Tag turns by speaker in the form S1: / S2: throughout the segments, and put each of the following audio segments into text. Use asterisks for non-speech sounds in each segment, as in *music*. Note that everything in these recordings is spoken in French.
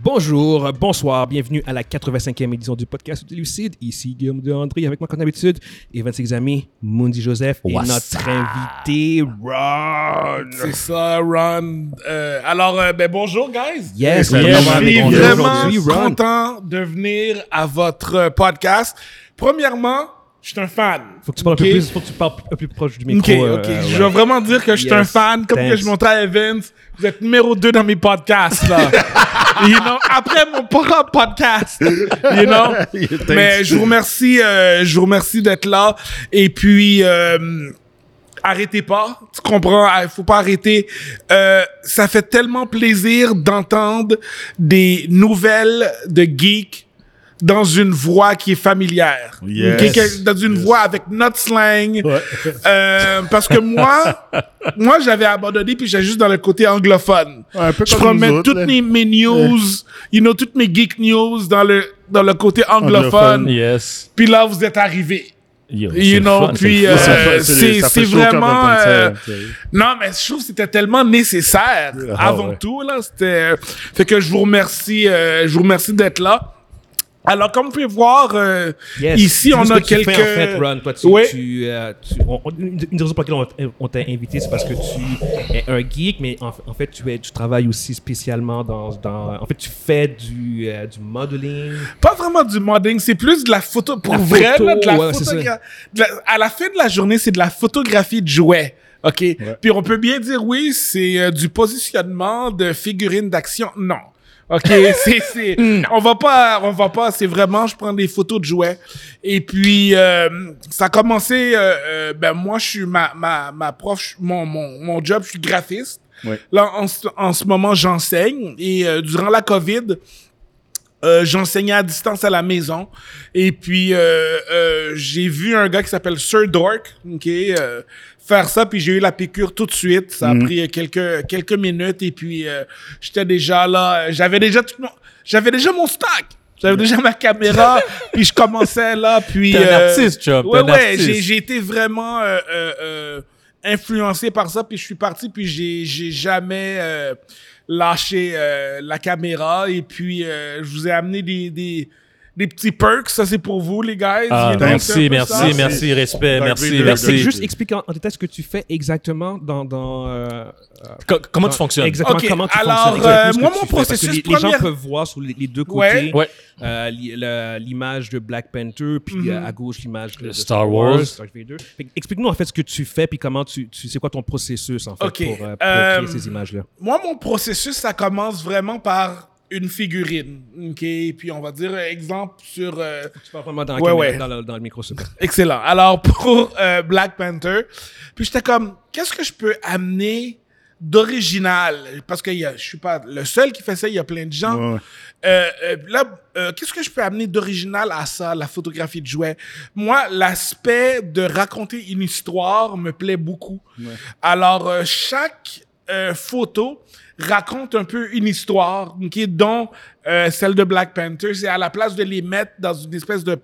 S1: Bonjour, bonsoir, bienvenue à la 85e édition du podcast de Lucide. Ici Guillaume de André avec moi comme d'habitude et 26 amis, Mundi Joseph et
S2: What's
S1: notre invité Ron.
S3: C'est ça, Ron. Euh, alors, euh, ben bonjour, guys.
S1: Yes, yes,
S2: Yes,
S3: Je
S2: Ron,
S3: suis
S2: mais bonjour
S1: Ben, aujourd'hui,
S3: vraiment
S1: Ron.
S3: content de venir à votre euh, podcast. Premièrement, je suis un fan.
S1: Faut que tu parles un
S3: Ok.
S1: peu plus, faut que tu parles un peu plus proche du micro.
S3: Ok,
S1: euh,
S3: ok.
S1: ouais.
S3: Je veux vraiment dire que je suis
S1: Yes,
S3: un fan. Comme que
S1: thanks.
S3: je montrais à Evans, vous êtes numéro 2 dans mes podcasts,
S1: *laughs*
S3: là. you know, après mon propre podcast. You
S1: *laughs*
S3: know? Mais je vous remercie, euh, je vous remercie d'être là. Et puis, euh, arrêtez pas. Tu comprends? Ah, Il faut pas arrêter. Euh, ça fait tellement plaisir d'entendre des nouvelles de geeks dans une voix qui est familière.
S2: Yes.
S3: Qui- qui- dans une voix avec notre slang. Euh, parce que moi, moi, j'avais abandonné puis j'étais juste dans le côté anglophone.
S2: Ouais, un peu
S3: je
S2: comme nous
S3: promets
S2: autres,
S3: toutes
S2: là.
S3: mes, mes news, you know, toutes mes geek news dans le, dans le côté anglophone.
S4: Yes.
S3: Puis là, vous êtes arrivés.
S4: Yo,
S3: You
S4: c'est
S3: know,
S4: fun,
S3: puis
S4: c'est le fun.
S3: euh,
S2: fun, c'est
S3: c'est
S2: le- ça
S3: c'est
S2: fait chaud quand
S3: vraiment...
S2: t'entends ça,
S3: euh,
S2: t'sais.
S3: non, mais je trouve que c'était tellement nécessaire
S2: Ah,
S3: avant
S2: ouais.
S3: tout. Là, c'était... euh, Fait que je vous remercie, euh, je vous remercie d'être là. Alors, comme vous pouvez voir, euh,
S1: Yes.
S3: ici,
S1: Dis-nous
S3: on
S1: ce
S3: a
S1: que tu
S3: quelques...
S1: fais, en fait, Ron. Toi, tu,
S3: Oui.
S1: tu, euh, tu- on- on- une une des raisons pour laquelle on, on t'a invité, c'est parce que tu es un geek, mais en, en fait, tu, es, tu travailles aussi spécialement dans, dans- En fait, tu fais du, euh, du modeling.
S3: pas vraiment du modding, c'est plus de la photo pour
S1: La
S3: vrai
S1: photo,
S3: là, de la
S1: ouais, c'est ça.
S3: photogra- de la- à la fin de la journée, c'est de la photographie de jouets. OK. Puis on peut bien dire oui, c'est euh, du positionnement de figurines d'action. Non. OK, *laughs* c'est c'est on va pas on va pas, c'est vraiment je prends des photos de jouets et puis euh, ça a commencé euh, euh, ben moi je suis ma ma ma prof, je- mon mon mon job, je suis graphiste.
S2: Ouais.
S3: Là en, ce- en ce moment, j'enseigne et euh, durant la Covid, euh, j'enseignais à distance à la maison et puis euh, euh, j'ai vu un gars qui s'appelle Sir Dork ok, euh, faire ça puis j'ai eu la piqûre tout de suite ça a
S4: Mhm.
S3: pris euh, quelques quelques minutes et puis euh, j'étais déjà là euh, j'avais déjà tout mon- j'avais déjà mon stack j'avais déjà ma
S4: *laughs*
S3: caméra puis je commençais là puis euh,
S4: T'es un artiste, Chubb, t'es
S3: ouais
S4: un
S3: ouais
S4: artiste.
S3: j'ai j'ai été vraiment euh, euh, euh, influencé par ça, puis je suis parti, puis j'ai, j'ai jamais euh, lâché euh, la caméra, et puis euh, je vous ai amené des, des, des petits perks, ça c'est pour vous les gars.
S4: Ah,
S3: You know, c'est un
S4: merci,
S3: peu
S4: merci,
S3: ça.
S4: merci, respect,
S2: Dark
S4: merci,
S2: Vader,
S1: C'est
S4: merci.
S2: Dark
S1: juste explique en, en détail ce que tu fais exactement dans. dans euh,
S4: Co- comment
S1: dans-
S4: tu fonctionnes?
S1: Exactement
S3: Ok,
S1: comment tu
S3: alors,
S1: fonctionnes.
S3: euh,
S1: exactement ce
S3: moi,
S1: que
S3: mon
S1: tu fais, parce que
S3: processus
S1: les, les
S3: première-
S1: gens peuvent voir sur les, les deux
S3: Ouais.
S1: côtés
S4: Ouais.
S1: euh, li- la- l'image de Black Panther, puis
S3: Mhm.
S1: euh, à gauche l'image de, de
S4: Star Wars.
S1: Star Vader. Fait que Explique-nous en fait ce que tu fais, puis comment tu, tu c'est quoi ton processus en fait
S3: Ok,
S1: pour, euh, pour
S3: euh,
S1: créer ces images là.
S3: moi, mon processus, ça commence vraiment par une figurine, ok, puis on va dire euh, exemple sur... euh,
S1: Tu parles vraiment dans, la
S3: Ouais,
S1: caméra,
S3: ouais.
S1: dans le, dans le micro. s'il te plaît.
S3: Excellent. Alors *laughs* pour euh, Black Panther, puis j'étais comme, qu'est-ce que je peux amener d'original Parce que il y a- je suis pas le seul qui fait ça. Il y a plein de gens.
S2: Ouais, ouais.
S3: Euh, euh, là, euh, qu'est-ce que je peux amener d'original à ça, la photographie de jouets Moi, l'aspect de raconter une histoire me plaît beaucoup. Alors euh, chaque euh, photo raconte un peu une histoire, ok, dont euh, celle de Black Panther. C'est à la place de les mettre dans une espèce de,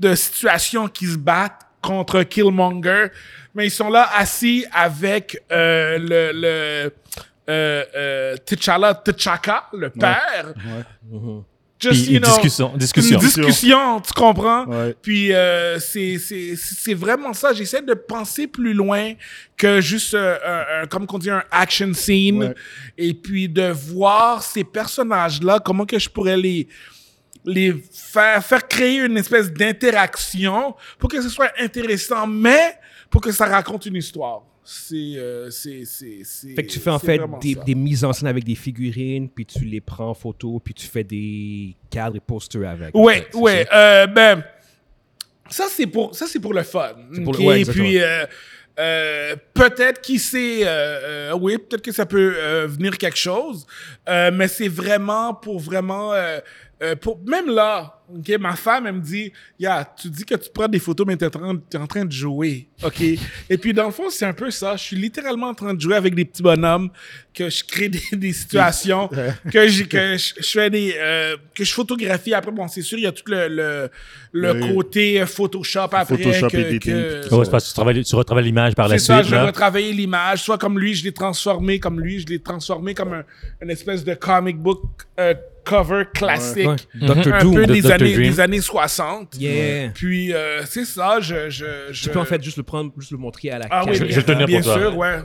S3: de situation qui se battent contre Killmonger, mais ils sont là assis avec euh, le, le euh, euh, T'Challa, T'Chaka, le père. Just,
S4: Puis,
S3: you know,
S4: discussion, discussion.
S3: une discussion, tu comprends?
S2: Ouais.
S3: Puis euh, c'est c'est- c'est vraiment ça. J'essaie de penser plus loin que juste, euh, un- un- comme on dit, un action scene.
S2: Ouais.
S3: Et puis de voir ces personnages-là, comment que je pourrais les les faire, faire créer une espèce d'interaction pour que ce soit intéressant, mais pour que ça raconte une histoire. C'est... euh, c'est- c'est- c'est-
S1: Fait que tu fais en
S3: c'est
S1: fait
S3: vraiment
S1: des,
S3: ça.
S1: des mises en scène avec des figurines, puis tu les prends en photo, puis tu fais des cadres et posters avec. en
S3: Ouais,
S1: fait, c'est
S3: ouais.
S1: ça?
S3: Euh, ben, ça c'est pour ça c'est pour le fun.
S1: pour le-
S3: ok?
S1: ouais,
S3: Et
S1: exactement.
S3: puis euh, euh, peut-être qui sait, euh, euh, oui, peut-être que ça peut euh, venir quelque chose, Euh, mais c'est vraiment pour vraiment euh, euh, pour même là. Ok, ma femme elle me dit, yeah, tu dis que tu prends des photos mais t'es en train, t'es en train de jouer, ok. Et puis dans le fond c'est un peu ça. Je suis littéralement en train de jouer avec des petits bonhommes que je crée des, *laughs* des
S2: *laughs*
S3: situations que j'ai que je, je fais des euh, que je photographie. Après bon c'est sûr il y a tout le le, le
S2: Oui.
S3: côté Photoshop après
S2: Photoshop,
S3: que,
S2: editing,
S3: que-
S2: puis tout ça.
S4: Ouais, c'est parce que tu, travailles- tu retravailles l'image par la
S3: c'est
S4: suite.
S3: ça, je vais
S4: là.
S3: retravailler l'image. Soit comme lui, je l'ai transformé comme lui, je l'ai transformé comme un, une espèce de comic book euh, cover classique.
S4: Dr.
S3: Un
S4: Doom
S3: peu
S4: de
S3: des
S4: Dr.
S3: années,
S4: Dream.
S3: des années 60.
S1: Yeah.
S3: Puis, euh, c'est ça, je, je, je...
S1: Tu peux en fait juste le prendre, juste le montrer à la
S3: Ah
S1: caméra.
S3: oui,
S4: Je- je
S3: bien,
S4: le tenais
S3: bien
S4: pour toi.
S3: sûr, ouais.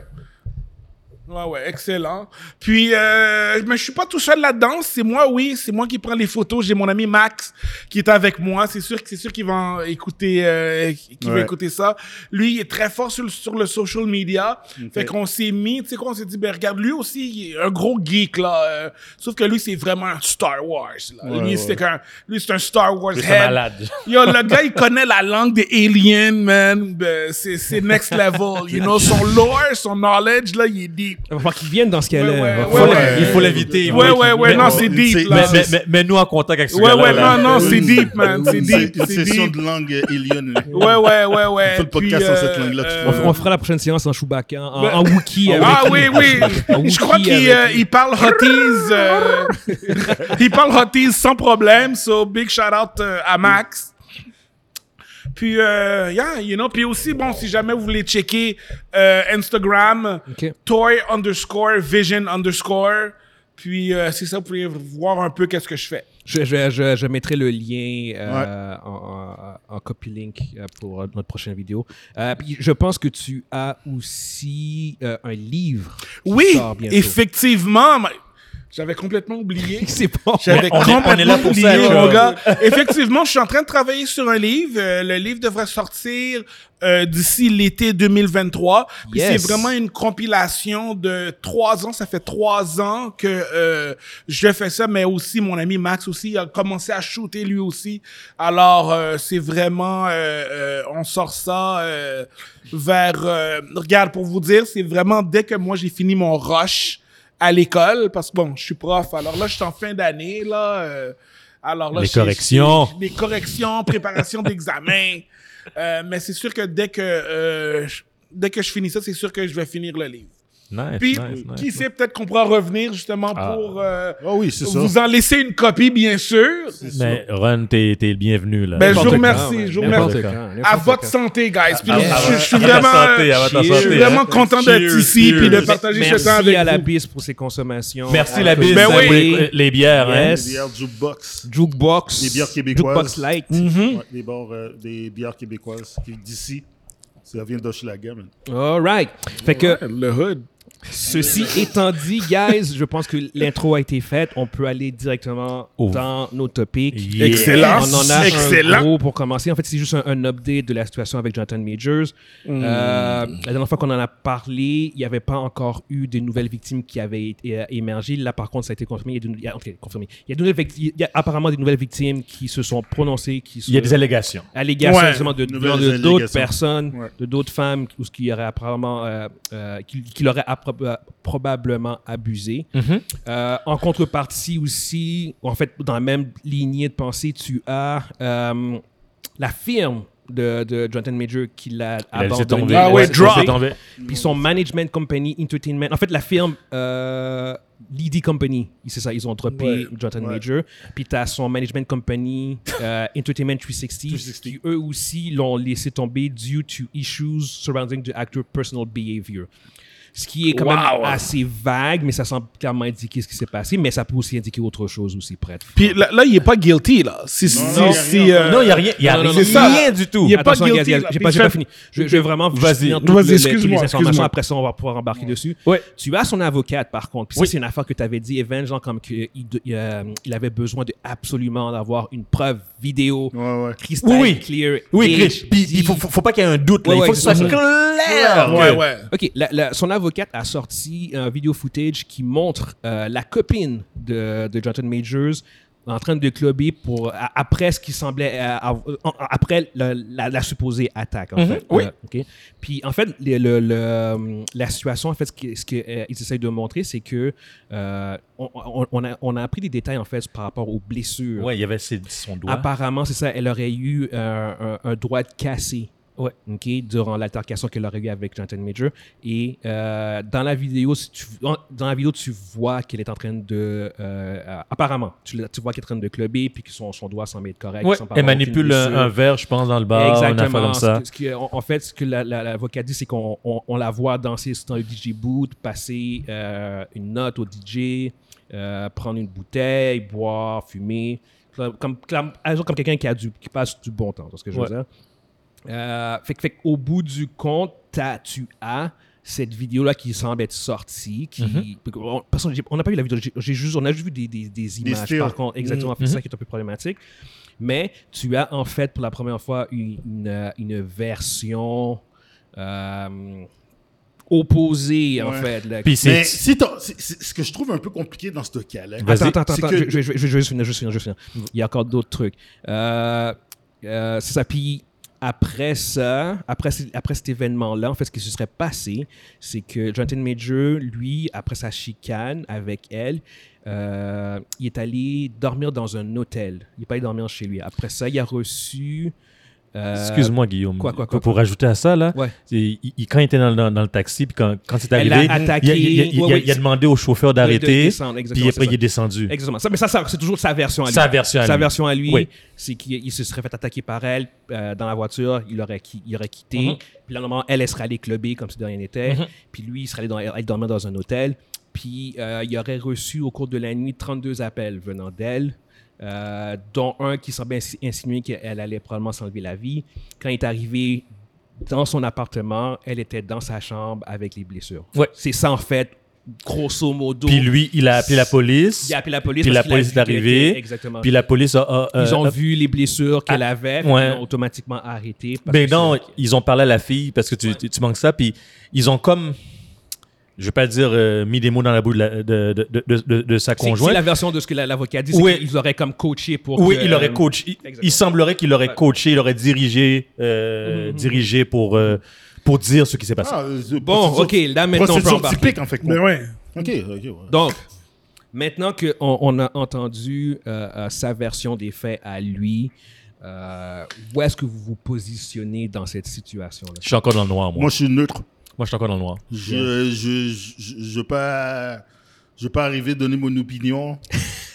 S3: Ouais, ouais, excellent. Puis, euh, mais je suis pas tout seul là-dedans. C'est moi, oui, c'est moi qui prends les photos. J'ai mon ami Max qui est avec moi. C'est sûr, que- c'est sûr qu'il va en écouter, euh, qu'il va
S2: Ouais.
S3: écouter ça. Lui, il est très fort sur le, sur le social media. Fait qu'on s'est mis, tu sais quoi, on s'est dit, ben regarde, lui aussi, il est un gros geek là. euh, sauf que lui, c'est vraiment un Star Wars. Là. lui,
S2: ouais.
S3: c'est qu'un, lui, c'est un Star Wars
S4: C'est
S3: head.
S4: malade.
S3: Yo, le gars, il connaît la langue des aliens, man. Ben, C'est c'est next level. You know, son lore, son knowledge, là, il est deep.
S1: Il va falloir qu'il vienne dans ce cas-là.
S3: Ouais, ouais,
S1: Il va
S3: ouais,
S4: Faut
S1: falloir-
S4: la-
S2: ouais.
S4: Il faut l'éviter. il faut
S3: Ouais,
S4: l'éviter.
S3: ouais, ouais,
S4: Mais-
S3: non, c'est
S2: c'est-
S3: deep,
S4: Mais,
S3: là.
S4: mais, mais, mais nous en contact avec ce
S3: Ouais,
S4: gars-là.
S3: ouais,
S4: là.
S3: non, non, c'est deep, man. C'est
S2: C'est
S3: deep,
S2: une
S3: c'est
S2: session
S3: deep.
S2: de langue euh, alien. là.
S3: Ouais, ouais, ouais, ouais.
S2: fait le podcast
S3: Puis,
S2: en cette
S3: euh,
S2: langue-là, tu
S1: On,
S2: vois.
S1: on fera la prochaine séance en Chewbacca, en,
S3: Ben-
S1: en Wookiee. avec-
S3: Ah oui, oui.
S1: en Wookiee
S3: Je crois qu'il
S1: avec-
S3: euh, il parle hotties. euh,
S1: *laughs*
S3: il parle hotties sans problème. So, big shout out euh, à Max. Puis, euh, yeah, you know. Puis aussi, bon, si jamais vous voulez checker euh, Instagram,
S1: Ok.
S3: toy underscore vision underscore. Puis, euh, c'est ça, vous pouvez voir un peu qu'est-ce que je fais.
S1: Je, je, je, je mettrai le lien euh, en, en, en copy link euh, pour euh, notre prochaine vidéo. Euh, puis je pense que tu as aussi euh, un
S3: *laughs*
S1: livre. qui
S3: Oui,
S1: sort bientôt.
S3: effectivement. mais J'avais complètement oublié.
S4: *laughs*
S1: C'est bon.
S3: J'avais
S4: On est- on est
S3: complètement
S4: là pour ça,
S3: oublié,
S4: là.
S3: mon gars. *laughs* Effectivement, je suis en train de travailler sur un livre. Euh, le livre devrait sortir euh, d'ici l'été 2023. Puis
S1: Yes.
S3: C'est vraiment une compilation de trois ans. Ça fait trois ans que euh, je fais ça, mais aussi mon ami Max aussi a commencé à shooter lui aussi. Alors, euh, c'est vraiment... euh, euh, on sort ça euh, vers... euh, regarde, pour vous dire, c'est vraiment dès que moi j'ai fini mon rush à l'école parce que bon, je suis prof. Alors là, je suis en fin d'année là. euh, alors là,
S4: Les
S3: je suis-
S4: corrections.
S3: je suis- les corrections, préparation
S4: *laughs*
S3: d'examen. Euh, mais c'est sûr que dès que euh, je- dès que je finis ça, c'est sûr que je vais finir le livre.
S4: Nice,
S3: Puis
S4: nice, nice.
S3: qui sait peut-être qu'on pourra revenir justement
S4: Ah.
S3: pour euh,
S2: Ah oui, c'est ça.
S3: vous en laisser une copie bien sûr.
S4: Mais Ron, t'es t'es le bienvenu. Là.
S3: Ben, je vous
S1: N'importe
S3: remercie,
S1: quand, ouais.
S3: je vous
S1: N'importe
S4: remercie.
S1: quand, n'importe
S3: À
S1: quand.
S3: votre santé, guys. Puis
S1: Ah,
S3: je-
S1: ah,
S3: je, je suis
S4: À ta
S3: vraiment
S4: santé, à ta
S1: je
S4: santé,
S3: je suis
S4: hein.
S3: vraiment content d'être
S2: Cheers,
S3: ici puis de
S2: cheers.
S3: partager
S1: Merci
S3: ce temps avec
S1: à la
S3: vous.
S1: bise pour ses consommations.
S4: Merci
S1: À
S4: la bise,
S3: Ben
S4: euh,
S3: oui.
S4: pour les, les bières. hein.
S1: Yes.
S2: Des bières jukebox.
S1: Jukebox.
S2: Des bières québécoises.
S1: Jukebox Light.
S2: Ouais,
S3: Mm-hmm.
S2: des, bords, euh, des bières québécoises qui- d'ici. Ça vient d'Hochelaga, man.
S1: All right. Fait que
S3: Le hood.
S1: ceci étant dit, guys, je pense que l'intro a été faite. On peut aller directement
S4: Oh.
S1: dans nos topics.
S4: Yeah.
S3: Excellent.
S1: On en a
S3: Excellent.
S1: un gros pour commencer. En fait, c'est juste un, un update de la situation avec Jonathan Majors.
S4: Hmm.
S1: Euh, la dernière fois qu'on en a parlé, il n'y avait pas encore eu de nouvelles victimes qui avaient é- é- émergé. Là, par contre, ça a été confirmé. Il y a, de- il y a- ok, confirmé. Il y a, de nouvelles victimes- il y a apparemment des nouvelles victimes qui se sont prononcées, qui se
S4: Il y a des allégations.
S1: allégations
S3: Ouais,
S1: justement de
S2: nouvelles
S1: de- de d'autres
S2: allégations.
S1: personnes,
S2: Ouais.
S1: de d'autres femmes, ou ce qui aurait apparemment, euh, euh, qui, qui l'auraient appro- euh, probablement abusé. Euh, en contrepartie aussi, en fait, dans la même lignée de pensée, tu as euh, la firme de, de Jonathan Major qui l'a
S4: Il a laissé
S1: abandonné.
S4: tomber.
S3: Ah
S4: il a
S3: ouais,
S4: laissé
S3: drop.
S4: tomber.
S1: Puis son management company, entertainment. En fait, la firme euh, Lady Company, c'est ça, ils ont droppé
S2: Ouais,
S1: Jonathan
S2: ouais.
S1: Major. Puis t'as son management company, euh, Entertainment 360,
S2: 360.
S1: qui eux aussi l'ont laissé tomber due to issues surrounding the actor personal behavior. Ce qui est quand même
S3: Wow.
S1: assez vague, mais ça semble clairement indiquer ce qui s'est passé, mais ça peut aussi indiquer autre chose aussi, prête.
S3: Puis là, là, il est pas guilty là. Si si
S2: non,
S3: si,
S2: il y a rien.
S3: euh,
S4: Non, il n'y a rien, il y a
S1: Non, non,
S4: rien,
S3: non, non.
S4: rien du tout.
S3: Il y a- pas
S1: Attention,
S3: guilty,
S1: Gazi,
S3: là.
S1: j'ai
S3: Puis
S1: pas,
S3: je
S1: j'ai pas
S3: fais-
S1: fini. Je, je vais vraiment
S4: Vas-y.
S1: finir toutes
S3: Vas-y,
S1: les- les- toutes
S3: excuse-moi,
S1: les informations.
S3: excuse-moi.
S1: Après ça, on va pouvoir embarquer dessus.
S4: Ouais.
S1: Tu as son avocate, par contre. Puis
S4: Oui.
S1: ça, c'est une affaire que tu avais dit, Evan, genre comme qu'il il avait besoin de absolument d'avoir une preuve vidéo
S2: Ouais, ouais.
S1: crystal
S4: Oui, oui.
S1: clear.
S4: Oui,
S1: HD.
S4: Chris, puis il faut, faut, faut pas qu'il y ait un doute. Là.
S1: Ouais,
S4: il
S1: ouais,
S4: faut que ce soit
S1: c'est
S4: clair.
S3: Ouais, ouais.
S1: OK, la- la- son avocate a sorti un vidéo footage qui montre euh, la copine de, de Jonathan Majors en train de clubber pour, a- après ce qui semblait, euh, av- en- après la, la- la supposée attaque, en fait.
S4: oui.
S1: Euh, OK. Puis, en fait, le- le- le- la situation, en fait, ce qu'ils ce que, euh, ils essayent de montrer, c'est que euh, on, on- on a, on a appris des détails, en fait, par rapport aux blessures.
S4: Ouais, il y avait ses- son doigt.
S1: Apparemment, c'est ça, elle aurait eu euh, un, un doigt cassé Ouais. OK, durant l'altercation qu'elle aurait eue avec Jonathan Major. Et euh, dans la vidéo, si tu, en- dans la vidéo, tu vois qu'elle est en train de. euh, euh, apparemment, tu, la- tu vois qu'elle est en train de clubber, puis que son, son doigt semble être correct.
S4: Ouais,
S1: sans
S4: Elle
S1: avoir aucune
S4: manipule un,
S1: blessure.
S4: un verre, je pense, dans le bar, une affaire comme ça.
S1: Ce que- ce que- en- en fait, ce que la- la- l'avocat dit, c'est qu'on on- on la voit danser dans le DJ booth, passer euh, une note au DJ, euh, prendre une bouteille, boire, fumer. Comme, comme, comme, agir comme quelqu'un qui, a du- qui passe du bon temps, c'est ce que je
S4: Ouais.
S1: veux dire. Euh, fait, que- fait qu'au bout du compte, t'as- tu as cette vidéo-là qui semble être sortie. Qui, on, parce qu'on- j'ai- on n'a pas eu la vidéo, j'ai- j'ai juste, on a juste vu des, des- des images.
S2: stills.
S1: par contre, exactement, c'est ça qui est un peu problématique. Mais tu as en fait pour la première fois une, une- une version euh, opposée, en
S2: Ouais.
S1: fait. là.
S4: Puis
S2: Mais
S4: c'est.
S2: si t'as- c'est- c'est- ce que je trouve un peu compliqué dans ce cas-là,
S4: Vas-y.
S1: Attends, attends, attends,
S2: C'est
S1: attends,
S2: que-
S1: je, je- je- je- je vais juste finir, juste finir, juste finir. Il y a encore d'autres trucs. Euh, euh, c'est ça, puis après ça, après, ce- après cet événement-là, en fait, ce qui se serait passé, c'est que Jonathan Major, lui, après sa chicane avec elle, euh, il est allé dormir dans un hôtel. Il n'est pas allé dormir chez lui. Après ça, il a reçu... euh,
S4: Excuse-moi, Guillaume.
S1: quoi, quoi, quoi,
S4: pour rajouter à ça, là,
S1: Ouais.
S4: c'est- il- il- quand il était dans, dans- dans le taxi, puis quand, quand c'est
S1: Elle
S4: arrivé,
S1: l'a attaqué.
S4: il, a, il a- il a-
S1: Ouais, ouais,
S4: il a demandé au chauffeur
S1: de
S4: d'arrêter,
S1: descendre, exactement,
S4: puis
S1: c'est
S4: après,
S1: ça.
S4: il est descendu.
S1: Exactement. Ça, mais ça, ça, c'est toujours sa version à lui.
S4: Sa version à lui.
S1: version à lui,
S4: Oui.
S1: c'est qu'il il se serait fait attaquer par elle euh, dans la voiture, il aurait, qui- il aurait quitté.
S4: Mhm.
S1: Puis là, normalement, elle, elle serait allée clubber comme si de rien n'était. Puis lui, il serait allé dans, elle dormir dans un hôtel. Puis euh, il aurait reçu au cours de la nuit 32 appels venant d'elle. euh, dont un qui semblait insi- insinuer qu'elle allait probablement s'enlever la vie. Quand il est arrivé dans son appartement, elle était dans sa chambre avec les blessures.
S4: Ouais.
S1: C'est ça en fait, grosso modo.
S4: Puis lui, il a appelé la police.
S1: Il a appelé la police.
S4: Puis la
S1: parce qu'il a
S4: police est
S1: vu qu'elle
S4: arrivée.
S1: était- Exactement.
S4: Puis la police a. a-
S1: ils
S4: a-
S1: ont
S4: a-
S1: vu les blessures qu'elle
S4: ah,
S1: avait. puis
S4: ouais.
S1: Ils l'ont automatiquement arrêtée. parce
S4: Ben
S1: que
S4: non,
S1: c'est-
S4: ils ont parlé à la fille parce que tu, tu- tu manques ça. Puis ils ont comme. Je vais pas dire euh, mis des mots dans la boue de, la- de- de- de- de- de- de sa
S1: c'est- C'est
S4: conjointe.
S1: la version de ce que la- l'avocat dit. c'est
S4: Oui.
S1: qu'ils auraient comme coaché pour.
S4: Oui,
S1: que,
S4: il
S1: euh,
S4: aurait coach. Il,
S1: exactement.
S4: il semblerait qu'il aurait coaché, il aurait dirigé,
S1: Mm-hmm.
S4: euh, dirigé pour, euh, pour dire ce qui s'est passé.
S2: Ah, euh,
S1: Bon,
S2: procédure-
S1: ok, là maintenant on peut
S2: Procédure
S1: embarquer.
S2: typique, en fait.
S3: Mais ouais.
S2: Ok, ok, ouais.
S1: Donc, maintenant qu'on on a entendu euh, euh, sa version des faits à lui, euh, où est-ce que vous vous positionnez dans cette situation-là?
S4: Je suis encore dans le noir, moi.
S2: Moi,
S4: Moi,
S2: je suis neutre.
S4: je suis encore dans le noir.
S2: Je, je, je, je veux pas, je veux pas arriver à donner mon opinion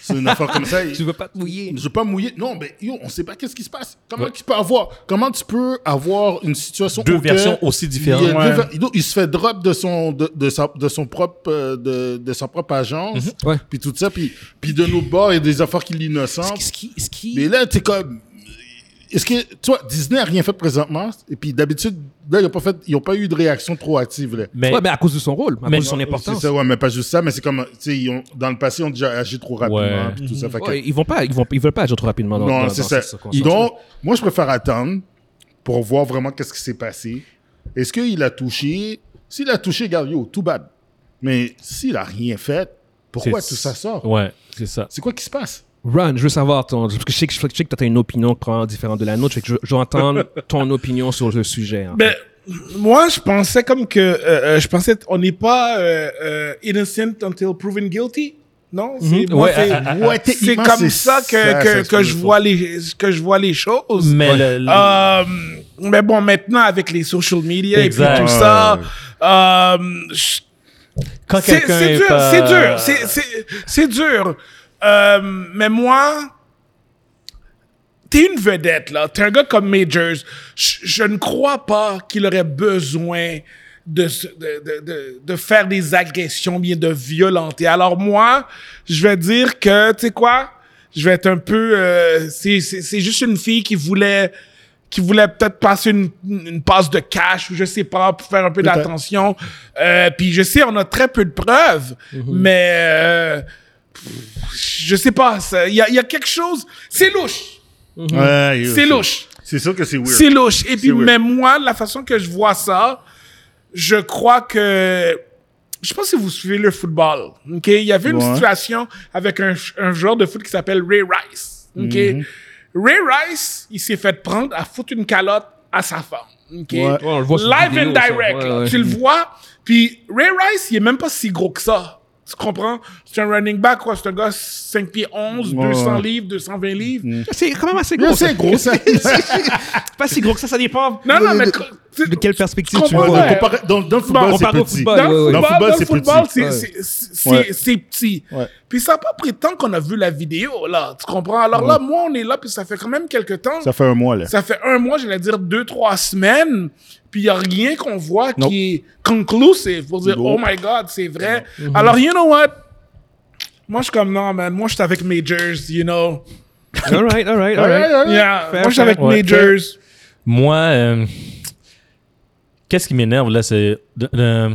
S2: sur une affaire comme
S3: *laughs*
S2: ça.
S1: Tu veux pas te mouiller?
S2: Je veux pas mouiller. Non, mais yo, on sait pas qu'est-ce qui se passe. Comment tu peux avoir, comment tu peux avoir une situation
S4: Deux
S2: auquel
S4: versions aussi différentes.
S2: Il, y a deux
S3: Ouais.
S2: ver- il- il se fait drop de son, de, de sa, de son propre, euh, de, de sa propre agence.
S4: Mhm.
S1: Ouais.
S2: Puis tout ça, puis, puis de nos bords et des affaires qui l'innocentent.
S1: Ce qui. ce qui-
S2: Mais là, t'es comme. Est-ce que, tu vois, Disney a rien fait présentement, et puis d'habitude, là, ils n'ont pas fait, ils ont pas eu de réaction trop hâtive, là.
S4: Mais,
S1: Ouais, mais à cause de son rôle, à
S4: Mais-
S1: cause de son
S2: C'est
S1: importance.
S2: ça, ouais, mais pas juste ça, mais c'est comme, tu sais, ils ont- dans le passé, ils ont déjà agi trop rapidement,
S4: Ouais.
S2: puis tout ça, fait que-
S1: Ouais, ils vont pas, ils vont, ils veulent pas agir trop rapidement. Dans,
S2: non,
S1: dans-
S2: c'est
S1: dans
S2: ça.
S1: cette circonstance.
S2: Donc, moi, je préfère attendre pour voir vraiment qu'est-ce qui s'est passé. Est-ce qu'il a touché? S'il a touché, regarde, yo, tout bad. Mais s'il a rien fait, pourquoi
S4: c'est-
S2: tout ça sort?
S4: Ouais, c'est ça.
S2: C'est quoi qui se passe?
S1: Ron, je veux savoir ton. Parce que je sais que, je sais que tu as une opinion probablement différente de la nôtre. Fait que je, je veux entendre ton opinion sur le sujet. hein. en
S3: Ben,
S1: fait.
S3: moi, je pensais comme que. euh, euh, je pensais, on n'est pas euh, euh, innocent until proven guilty. Non, c'est moi,
S4: Ouais,
S3: c'est-
S4: ah, ah,
S2: ouais,
S3: c'est
S2: techniquement,
S3: comme
S2: c'est
S3: ça que,
S2: ça,
S3: que,
S2: ça
S3: que je
S2: explique
S3: vois les que je vois les choses.
S4: Mais le- le-
S3: Euh, mais bon, maintenant avec les social media et
S4: Exact.
S3: puis tout ça, euh, je-
S4: Quand
S3: c'est
S4: quelqu'un
S3: c'est
S4: est
S3: dur,
S4: pas-
S3: c'est dur, c'est- c'est- c'est dur. Euh, mais moi, t'es une vedette, là. T'es un gars comme Majors. Je, je ne crois pas qu'il aurait besoin de, se- de, de- de- de faire des agressions, bien de violenter. Alors moi, je vais dire que, tu sais quoi, je vais être un peu... euh, c'est c'est- c'est juste une fille qui voulait qui voulait peut-être passer une, une passe de cash ou je sais pas, pour faire un peu
S2: Peut-être.
S3: d'attention. Euh, Puis je sais, on a très peu de preuves, mais... euh, je sais pas, ça- il y a, il y a quelque chose. C'est louche.
S2: Ouais, yo,
S3: C'est louche.
S2: C'est sûr que c'est weird.
S3: C'est louche. Et puis,
S2: weird.
S3: même moi, la façon que je vois ça, je crois que. Je pense que vous suivez le football. OK? Il y avait une
S2: Ouais.
S3: situation avec un, ch- un joueur de foot qui s'appelle Ray Rice. OK?
S2: Mhm.
S3: Ray Rice, il s'est fait prendre à foutre une calotte à sa femme. OK?
S2: Ouais. Ouais,
S1: on le voit sur
S3: Live
S1: vidéo,
S3: and
S1: ça.
S3: direct.
S1: Ouais,
S3: là.
S1: ouais.
S3: Tu le vois. Puis Ray Rice, il est même pas si gros que ça. Tu comprends? C'est un running back, quoi. C'est un gars 5 pieds 11,
S2: Ouais, Mhm.
S3: 200
S2: ouais.
S3: livres, 220 livres.
S1: C'est quand même assez
S2: Mais
S1: gros.
S2: c'est
S1: ça.
S2: gros, ça.
S1: *laughs* C'est pas si gros que ça, ça dépend.
S3: Non, non,
S2: De-
S3: mais.
S2: de-
S3: cr- tu-
S1: de quelle perspective
S3: tu
S1: tu vois?
S3: comprends, ouais.
S2: Comparé- dans, dans le
S3: Bon,
S2: football, c'est
S1: comparé au
S2: petit.
S1: football.
S3: Dans
S1: Ouais,
S3: le
S1: ouais.
S3: football,
S2: Dans le
S3: dans le football,
S2: football,
S3: c'est
S2: c'est
S3: c'est- c'est-
S2: Ouais.
S3: c'est petit.
S2: Ouais.
S3: Puis ça n'a pas pris tant qu'on a vu la vidéo, là. Tu comprends? Alors là, moi, on est là, puis ça fait quand même quelques temps.
S2: Ça fait un mois, là.
S3: Ça fait un mois, j'allais dire deux, trois semaines, puis il n'y a rien qu'on voit
S2: Nope.
S3: qui est conclusive pour dire
S2: Nope.
S3: Oh my God, c'est vrai. Alors, you know what? Moi, je suis comme non, man. Moi, je suis avec Majors, you know.
S1: All right, all right, all right.
S3: Yeah.
S1: Fair,
S3: Moi, je suis avec
S4: fair. Ouais,
S3: Majors.
S4: Moi, euh, qu'est-ce qui m'énerve là, c'est de- de-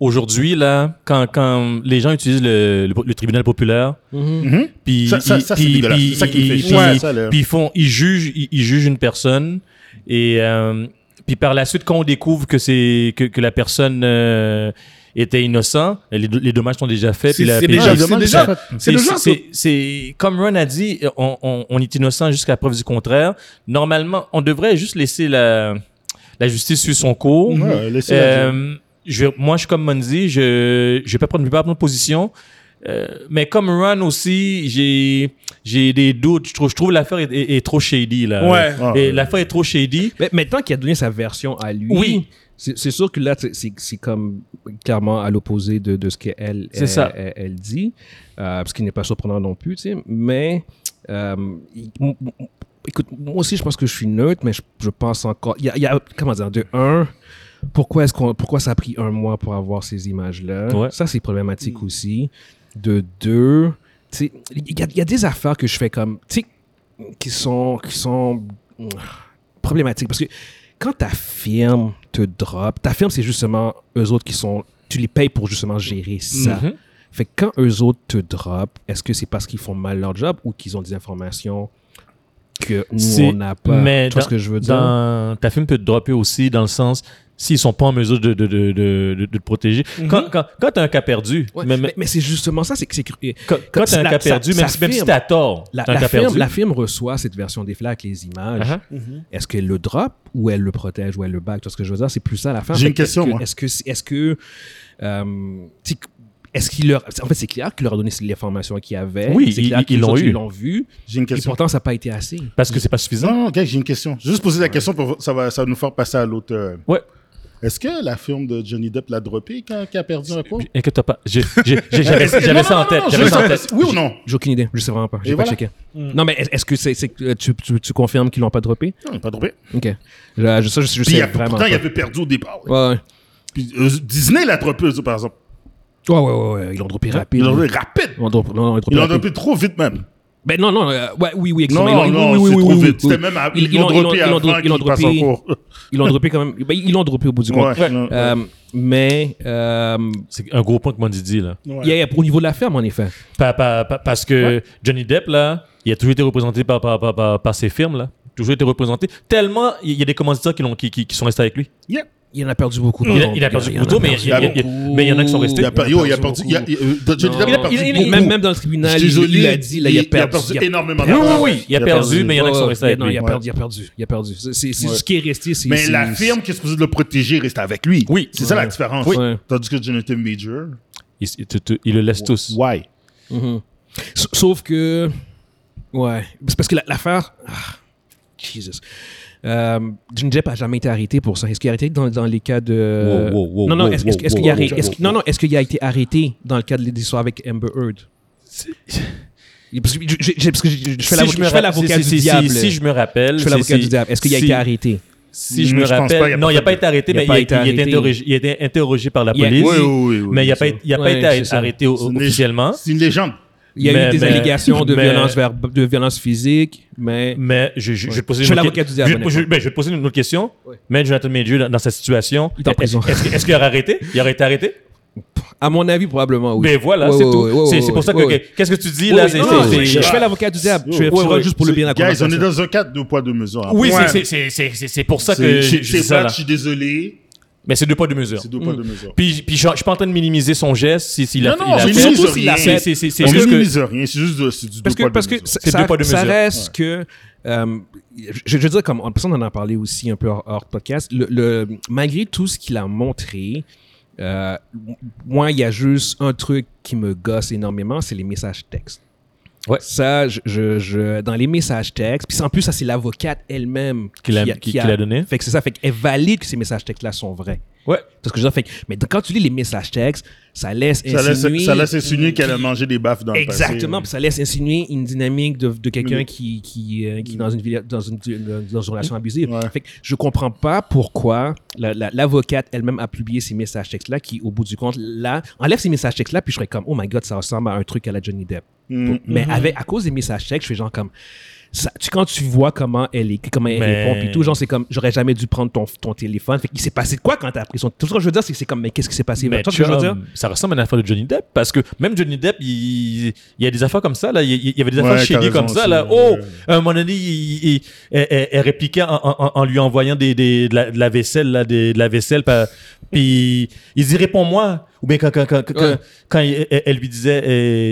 S4: aujourd'hui là, quand, quand les gens utilisent le, le- le tribunal populaire,
S3: Mm-hmm.
S4: puis
S2: Mm-hmm. Ça- ça-
S4: ils-
S2: ça, c'est
S4: puis-
S2: dégueulasse.
S4: puis-
S2: C'est ça qui me fait
S4: puis-
S2: chier. Ouais.
S4: puis-
S2: Ça, là.
S4: puis ils font, ils jugent, ils, ils jugent une personne et euh, puis par la suite quand on découvre que c'est que, que la personne euh, était innocent, les, do- les dommages sont déjà faits.
S3: C'est
S4: puis la-
S3: c'est
S4: puis
S3: déjà.
S4: la-
S2: demande,
S3: C'est
S2: ça
S3: déjà.
S2: fait-
S3: C'est
S4: c'est-
S3: déjà.
S4: c'est- c'est- comme Ron a dit, on, on- on est innocent jusqu'à preuve du contraire. Normalement, on devrait juste laisser la, la justice suivre son cours.
S2: Ouais, laissez la-
S4: Euh, je vais- moi, je suis comme Monzi, je ne vais pas prendre, je vais pas prendre position. Euh, mais comme Ron aussi, j'ai j'ai des doutes. Je trouve, je trouve l'affaire est, est- est trop shady. Là.
S3: Ouais.
S2: Ah,
S4: Et
S2: ouais.
S4: l'affaire est trop shady.
S1: Mais maintenant qu'il a donné sa version à lui,
S4: Oui.
S1: c'est c'est sûr que là, c'est- c'est c'est comme clairement à l'opposé de, de ce qu'elle elle,
S4: C'est ça.
S1: elle- elle dit, euh, ce qui n'est pas surprenant non plus, tu sais. Mais, euh, il- m- m- écoute, moi aussi, je pense que je suis neutre, mais je, je pense encore. Il y a, il y a- comment dire, de un, pourquoi, est-ce qu'on, pourquoi ça a pris un mois pour avoir ces images-là
S4: Ouais. Mm.
S1: Ça, c'est problématique aussi. De deux, tu sais, il y, a- il y a des affaires que je fais comme, tu sais, qui sont, qui sont mm, problématiques. Parce que quand ta firme te drop, ta firme, c'est justement eux autres qui sont. Tu les payes pour justement gérer ça.
S4: Mhm.
S1: Fait que quand eux autres te drop, est-ce que c'est parce qu'ils font mal leur job ou qu'ils ont des informations que nous,
S4: C'est-
S1: on n'a pas?
S4: Mais
S1: tu vois
S4: dans-
S1: ce que je veux dire?
S4: dans- ta film peut te dropper aussi dans le sens s'ils sont pas en mesure de, de, de, de, de- de te protéger. Quand, quand, quand tu as un cas perdu,
S1: Mhm. Ouais,
S4: même-
S1: mais mais c'est justement ça, c'est que c'est que-
S4: quand, quand t'as un
S1: la-
S4: cas
S1: ça-
S4: perdu,
S1: ça
S4: même, si- même si
S1: firme.
S4: t'as tort,
S1: La,
S4: t'as un
S1: la
S4: cas
S1: firme,
S4: perdu.
S1: la firme reçoit cette version des flags avec les images.
S4: Uh-huh.
S1: Est-ce qu'elle le drop ou elle le protège ou elle le back? Tu vois ce que je veux dire? C'est plus ça la fin.
S2: J'ai
S1: Fait
S2: une
S1: que
S2: question,
S1: est-ce que-
S2: moi.
S1: Est-ce que. c'est- Est-ce que. euh, tu sais, est-ce qu'il leur. En fait, c'est clair qu'il leur a donné l'information qu'il avait.
S4: Oui,
S1: c'est
S4: ils-
S1: clair
S4: ils
S1: qu'ils
S4: l'ont
S1: autres,
S4: eu.
S1: Ils l'ont vu.
S2: J'ai une
S1: Et
S2: question.
S1: pourtant, ça n'a pas été assez.
S4: Parce que c'est pas suffisant.
S2: Non, non, gars, j'ai une question. Je vais Juste poser la question, pour, ça, va, ça va nous faire passer à l'autre. euh,
S4: Ouais.
S2: Est-ce que la firme de Johnny Depp l'a droppé quand quand il a perdu un coup?
S4: Inquiète pas. J'ai- j'ai- j'ai- J'avais
S2: Est-ce que-
S4: j'avais
S2: non,
S4: ça en
S2: non, non,
S4: tête.
S2: non,
S4: J'avais
S2: juste
S4: ça en
S2: en-
S4: tête.
S2: Oui ou non?
S1: J'ai aucune idée. Je sais vraiment pas. J'ai
S2: Et
S1: pas
S2: voilà.
S1: checké. Non, mais est- est-ce que c'est, c'est que euh, tu, tu, tu confirmes qu'ils l'ont pas droppé?
S2: Non, il n'a pas droppé.
S1: Ok. Je, je- ça, je, je
S2: Puis il
S1: sais
S2: a-
S1: vraiment.
S2: pourtant, il
S1: pas.
S2: avait perdu au départ.
S1: Ouais, ouais.
S2: Puis, euh, Disney l'a droppé, ça, par exemple.
S1: Ouais, ouais, ouais, ouais, Ils l'ont droppé rapide.
S2: Il l'a droppé rapide.
S1: Ils l'ont droppé- non, non, ils l'ont droppé
S2: Il l'a
S1: rapide.
S2: droppé trop vite, même.
S1: Ben non, non, euh, ouais, oui, oui,
S2: Non,
S1: exactement. Ils l'ont-
S2: non,
S1: oui, oui,
S2: c'est
S1: oui,
S2: trop
S1: oui,
S2: vite.
S1: oui,
S2: C'était
S1: oui.
S2: même à-
S1: Ils- ils
S2: ils l'ont
S1: l'ont- ils
S2: droppé
S1: l'ont-
S2: avant
S1: ils l'ont
S2: qu'il passe
S1: droppé-
S2: en cours.
S1: Ils l'ont droppé quand même. Ben, ils l'ont droppé au bout du compte.
S2: Ouais, non, ouais.
S1: Euh, mais euh,
S4: C'est un gros point que Mondi dit, là.
S3: Ouais.
S1: il y a- au niveau de la ferme, en effet.
S4: Pa- pa- pa- parce que Johnny Depp, là, il a toujours été représenté par, par, par, par, par ses firmes, là. Toujours été représenté. Tellement, il y a des commanditaires qui, l'ont- qui, qui, qui sont restés avec lui.
S2: Yeah.
S1: Il en a perdu beaucoup. par
S4: Il a-
S1: contre.
S4: il a perdu
S1: en
S4: beaucoup, mais il y a-
S1: perdu
S4: il y a- mais il y en a qui sont restés.
S2: Il a perdu, yo, il a perdu. il a-
S1: beaucoup.
S2: il- euh, Johnny
S1: Non.
S2: Depp, il a perdu.
S4: Il- il-
S2: beaucoup.
S1: Même, même dans le tribunal,
S2: Je suis
S1: il,
S2: désolé,
S1: il a dit, là, il, a perdu. il a-
S2: énormément
S4: Oui, oui,
S2: d'argent.
S4: oui, il a perdu, mais il y en a qui sont restés
S1: Ouais,
S4: avec
S1: non,
S4: lui.
S1: il a
S4: Ouais.
S1: perdu, il a perdu, il a perdu. C'est c'est- c'est
S2: Ouais.
S1: ce qui est resté. c'est-
S2: Mais
S1: c'est-
S2: la
S1: c'est-
S2: firme qui est supposée le protéger reste avec lui.
S4: Oui.
S2: C'est ça la différence.
S1: Oui. Ouais.
S2: Tandis que Jonathan Major,
S4: Il, il te- te- il le laisse tous.
S2: why?
S1: S- Sauf que. Ouais. C'est parce que la- l'affaire. ah, Jesus. Euh, Johnny Depp a jamais été arrêté pour ça. Est-ce qu'il a été dans, dans les cas de.
S4: Wow, wow, wow,
S1: non, non,
S4: wow,
S1: est-ce est-ce- est-ce
S4: wow,
S1: qu'il a,
S4: wow,
S1: arrêté-
S4: wow,
S1: est-ce qu'il- non, non, est-ce qu'il a été arrêté dans le cadre de l'histoire avec Amber Heard? Parce que, j'ai- j'ai- parce que j'ai- je fais l'avocat- je fais
S4: ra-
S1: l'avocat
S4: si-
S1: du
S4: si- si-
S1: diable.
S4: Si je me rappelle.
S1: Je fais l'avocat
S4: c'est-
S1: du diable. Est-ce qu'il a
S4: si-
S1: été arrêté?
S4: Si je
S2: Hmm,
S4: me
S2: je pense
S4: rappelle.
S2: pas, il a
S4: non,
S2: pas
S4: il n'a pas
S2: été-
S4: été arrêté,
S1: il a
S4: mais il
S1: pas
S4: a
S1: été
S4: été
S1: arrêté.
S4: interrogé- il a été interrogé par la
S1: Il a-
S4: police.
S2: Oui, oui, oui, oui,
S4: Mais il n'a
S2: c'est
S4: pas
S2: ça.
S4: été- il a pas
S1: Ouais,
S4: été
S1: c'est
S4: arr-
S1: ça.
S4: arrêté au-
S2: C'est une lég-
S4: officiellement.
S2: C'est une légende.
S1: Il y a
S4: Mais-
S1: eu des
S4: mais-
S1: allégations de,
S4: mais-
S1: violence vers- de violence physique, mais.
S4: Mais je, je, je vais te poser
S1: Je suis
S4: une autre
S1: l'avocat
S4: que-
S1: du diable,
S4: je vais te- je-
S1: honnêtement.
S4: ben, je vais te poser une autre question.
S1: Ouais.
S4: Mais Jonathan Major, dans, dans sa situation,
S1: Il est en prison.
S4: Est-ce que- est-ce qu'il aurait arrêté Il aurait été arrêté
S1: À mon avis, probablement oui.
S4: Ben voilà,
S1: Ouais,
S4: c'est
S1: ouais,
S4: tout.
S1: ouais, ouais,
S4: c'est
S1: ouais,
S4: c'est pour ça que.
S1: ouais,
S4: que-
S1: ouais.
S4: Qu'est-ce que tu dis
S1: Oui,
S4: là
S1: oui,
S4: c'est-
S1: non,
S4: c'est-
S1: non,
S4: c'est-
S1: je- Je fais l'avocat du diable. Je fais
S4: Ouais, ouais.
S1: juste pour le bien de la
S2: Guys, on est
S1: conversation.
S2: dans un cadre de poids, de mesure.
S4: Oui,
S3: Ouais.
S4: c'est- c'est- c'est- c'est c'est pour ça que
S2: C'est-
S4: je,
S2: c'est
S4: je dis
S2: c'est
S4: ça.
S2: plate,
S4: Là.
S2: je suis désolé.
S4: Mais c'est deux pas deux mesures.
S2: C'est deux poids, deux mesures.
S4: Puis, puis je, je suis pas en train de minimiser son geste si, s'il a
S2: Non,
S4: il
S2: non,
S4: a
S2: je
S4: fait.
S2: minimise
S4: s'il a
S2: rien.
S4: fait, c'est- c'est- c'est
S2: On
S4: juste que.
S2: minimise rien, c'est juste de- c'est du deux
S1: parce que,
S2: poids, deux
S1: parce que
S2: mesures.
S1: ça,
S4: C'est
S1: ça-
S4: deux poids, deux
S1: ça
S4: mesures.
S1: reste que. euh, je, je veux dire, comme en personne, on en a parlé aussi un peu hors, hors podcast. Le, le- malgré tout ce qu'il a montré, Euh, m- moi, il y a juste un truc qui me gosse énormément, c'est les messages textes.
S4: Ouais.
S1: Ça, je, je- je- dans les messages textes, puis en plus, ça, c'est l'avocate elle-même
S4: Qui l'a- qui- qui l'a donné.
S1: Fait que c'est ça, fait qu'elle valide que ces messages textes-là sont vrais.
S4: Ouais.
S1: Parce que je veux dire, fait, que- mais quand tu lis les messages textes, ça laisse
S2: Ça laisse,
S1: insinuer-
S2: ça laisse insinuer qu'elle a mangé des baffes dans
S1: Exactement,
S2: le
S1: puis
S2: passé.
S1: ça laisse insinuer une dynamique de, de quelqu'un
S2: Mais-
S1: qui, qui, euh, qui est dans une, via- dans une, dans une relation abusive.
S2: Ouais.
S1: Fait que je comprends pas pourquoi la- la- l'avocate elle-même a publié ces messages textes-là qui, au bout du compte, là, enlève ces messages textes-là, puis je serais comme, oh my god, ça ressemble à un truc à la Johnny Depp.
S2: Mm.
S1: Mais avec, à cause des messages textes, je fais genre comme. ça- tu, quand tu vois comment elle écrit, comment elle
S4: Mais-
S1: répond, puis tout, genre, c'est comme, j'aurais jamais dû prendre ton, ton téléphone. Fait qu'il s'est passé de quoi quand t'as pris son. Tout ce que je veux dire, c'est que c'est comme, mais qu'est-ce qui s'est passé?
S4: Mais
S1: Tu vois ce que je veux dire?
S4: chum, ça ressemble à une affaire de Johnny Depp parce que même Johnny Depp, il, il y a des affaires comme ça. Là. Il, il y avait des
S2: Ouais,
S4: affaires
S2: t'as
S4: shady
S2: raison
S4: comme ça.
S2: aussi,
S4: Là.
S2: ouais.
S4: Oh, à un moment donné, il, il- elle, elle- elle répliquait en, en- en lui envoyant des, des- de, la, de la vaisselle. Là, des- de la vaisselle pa- puis il dit Réponds-moi. Ou bien quand, quand, quand, quand-
S1: Ouais.
S4: quand il- elle, elle lui disait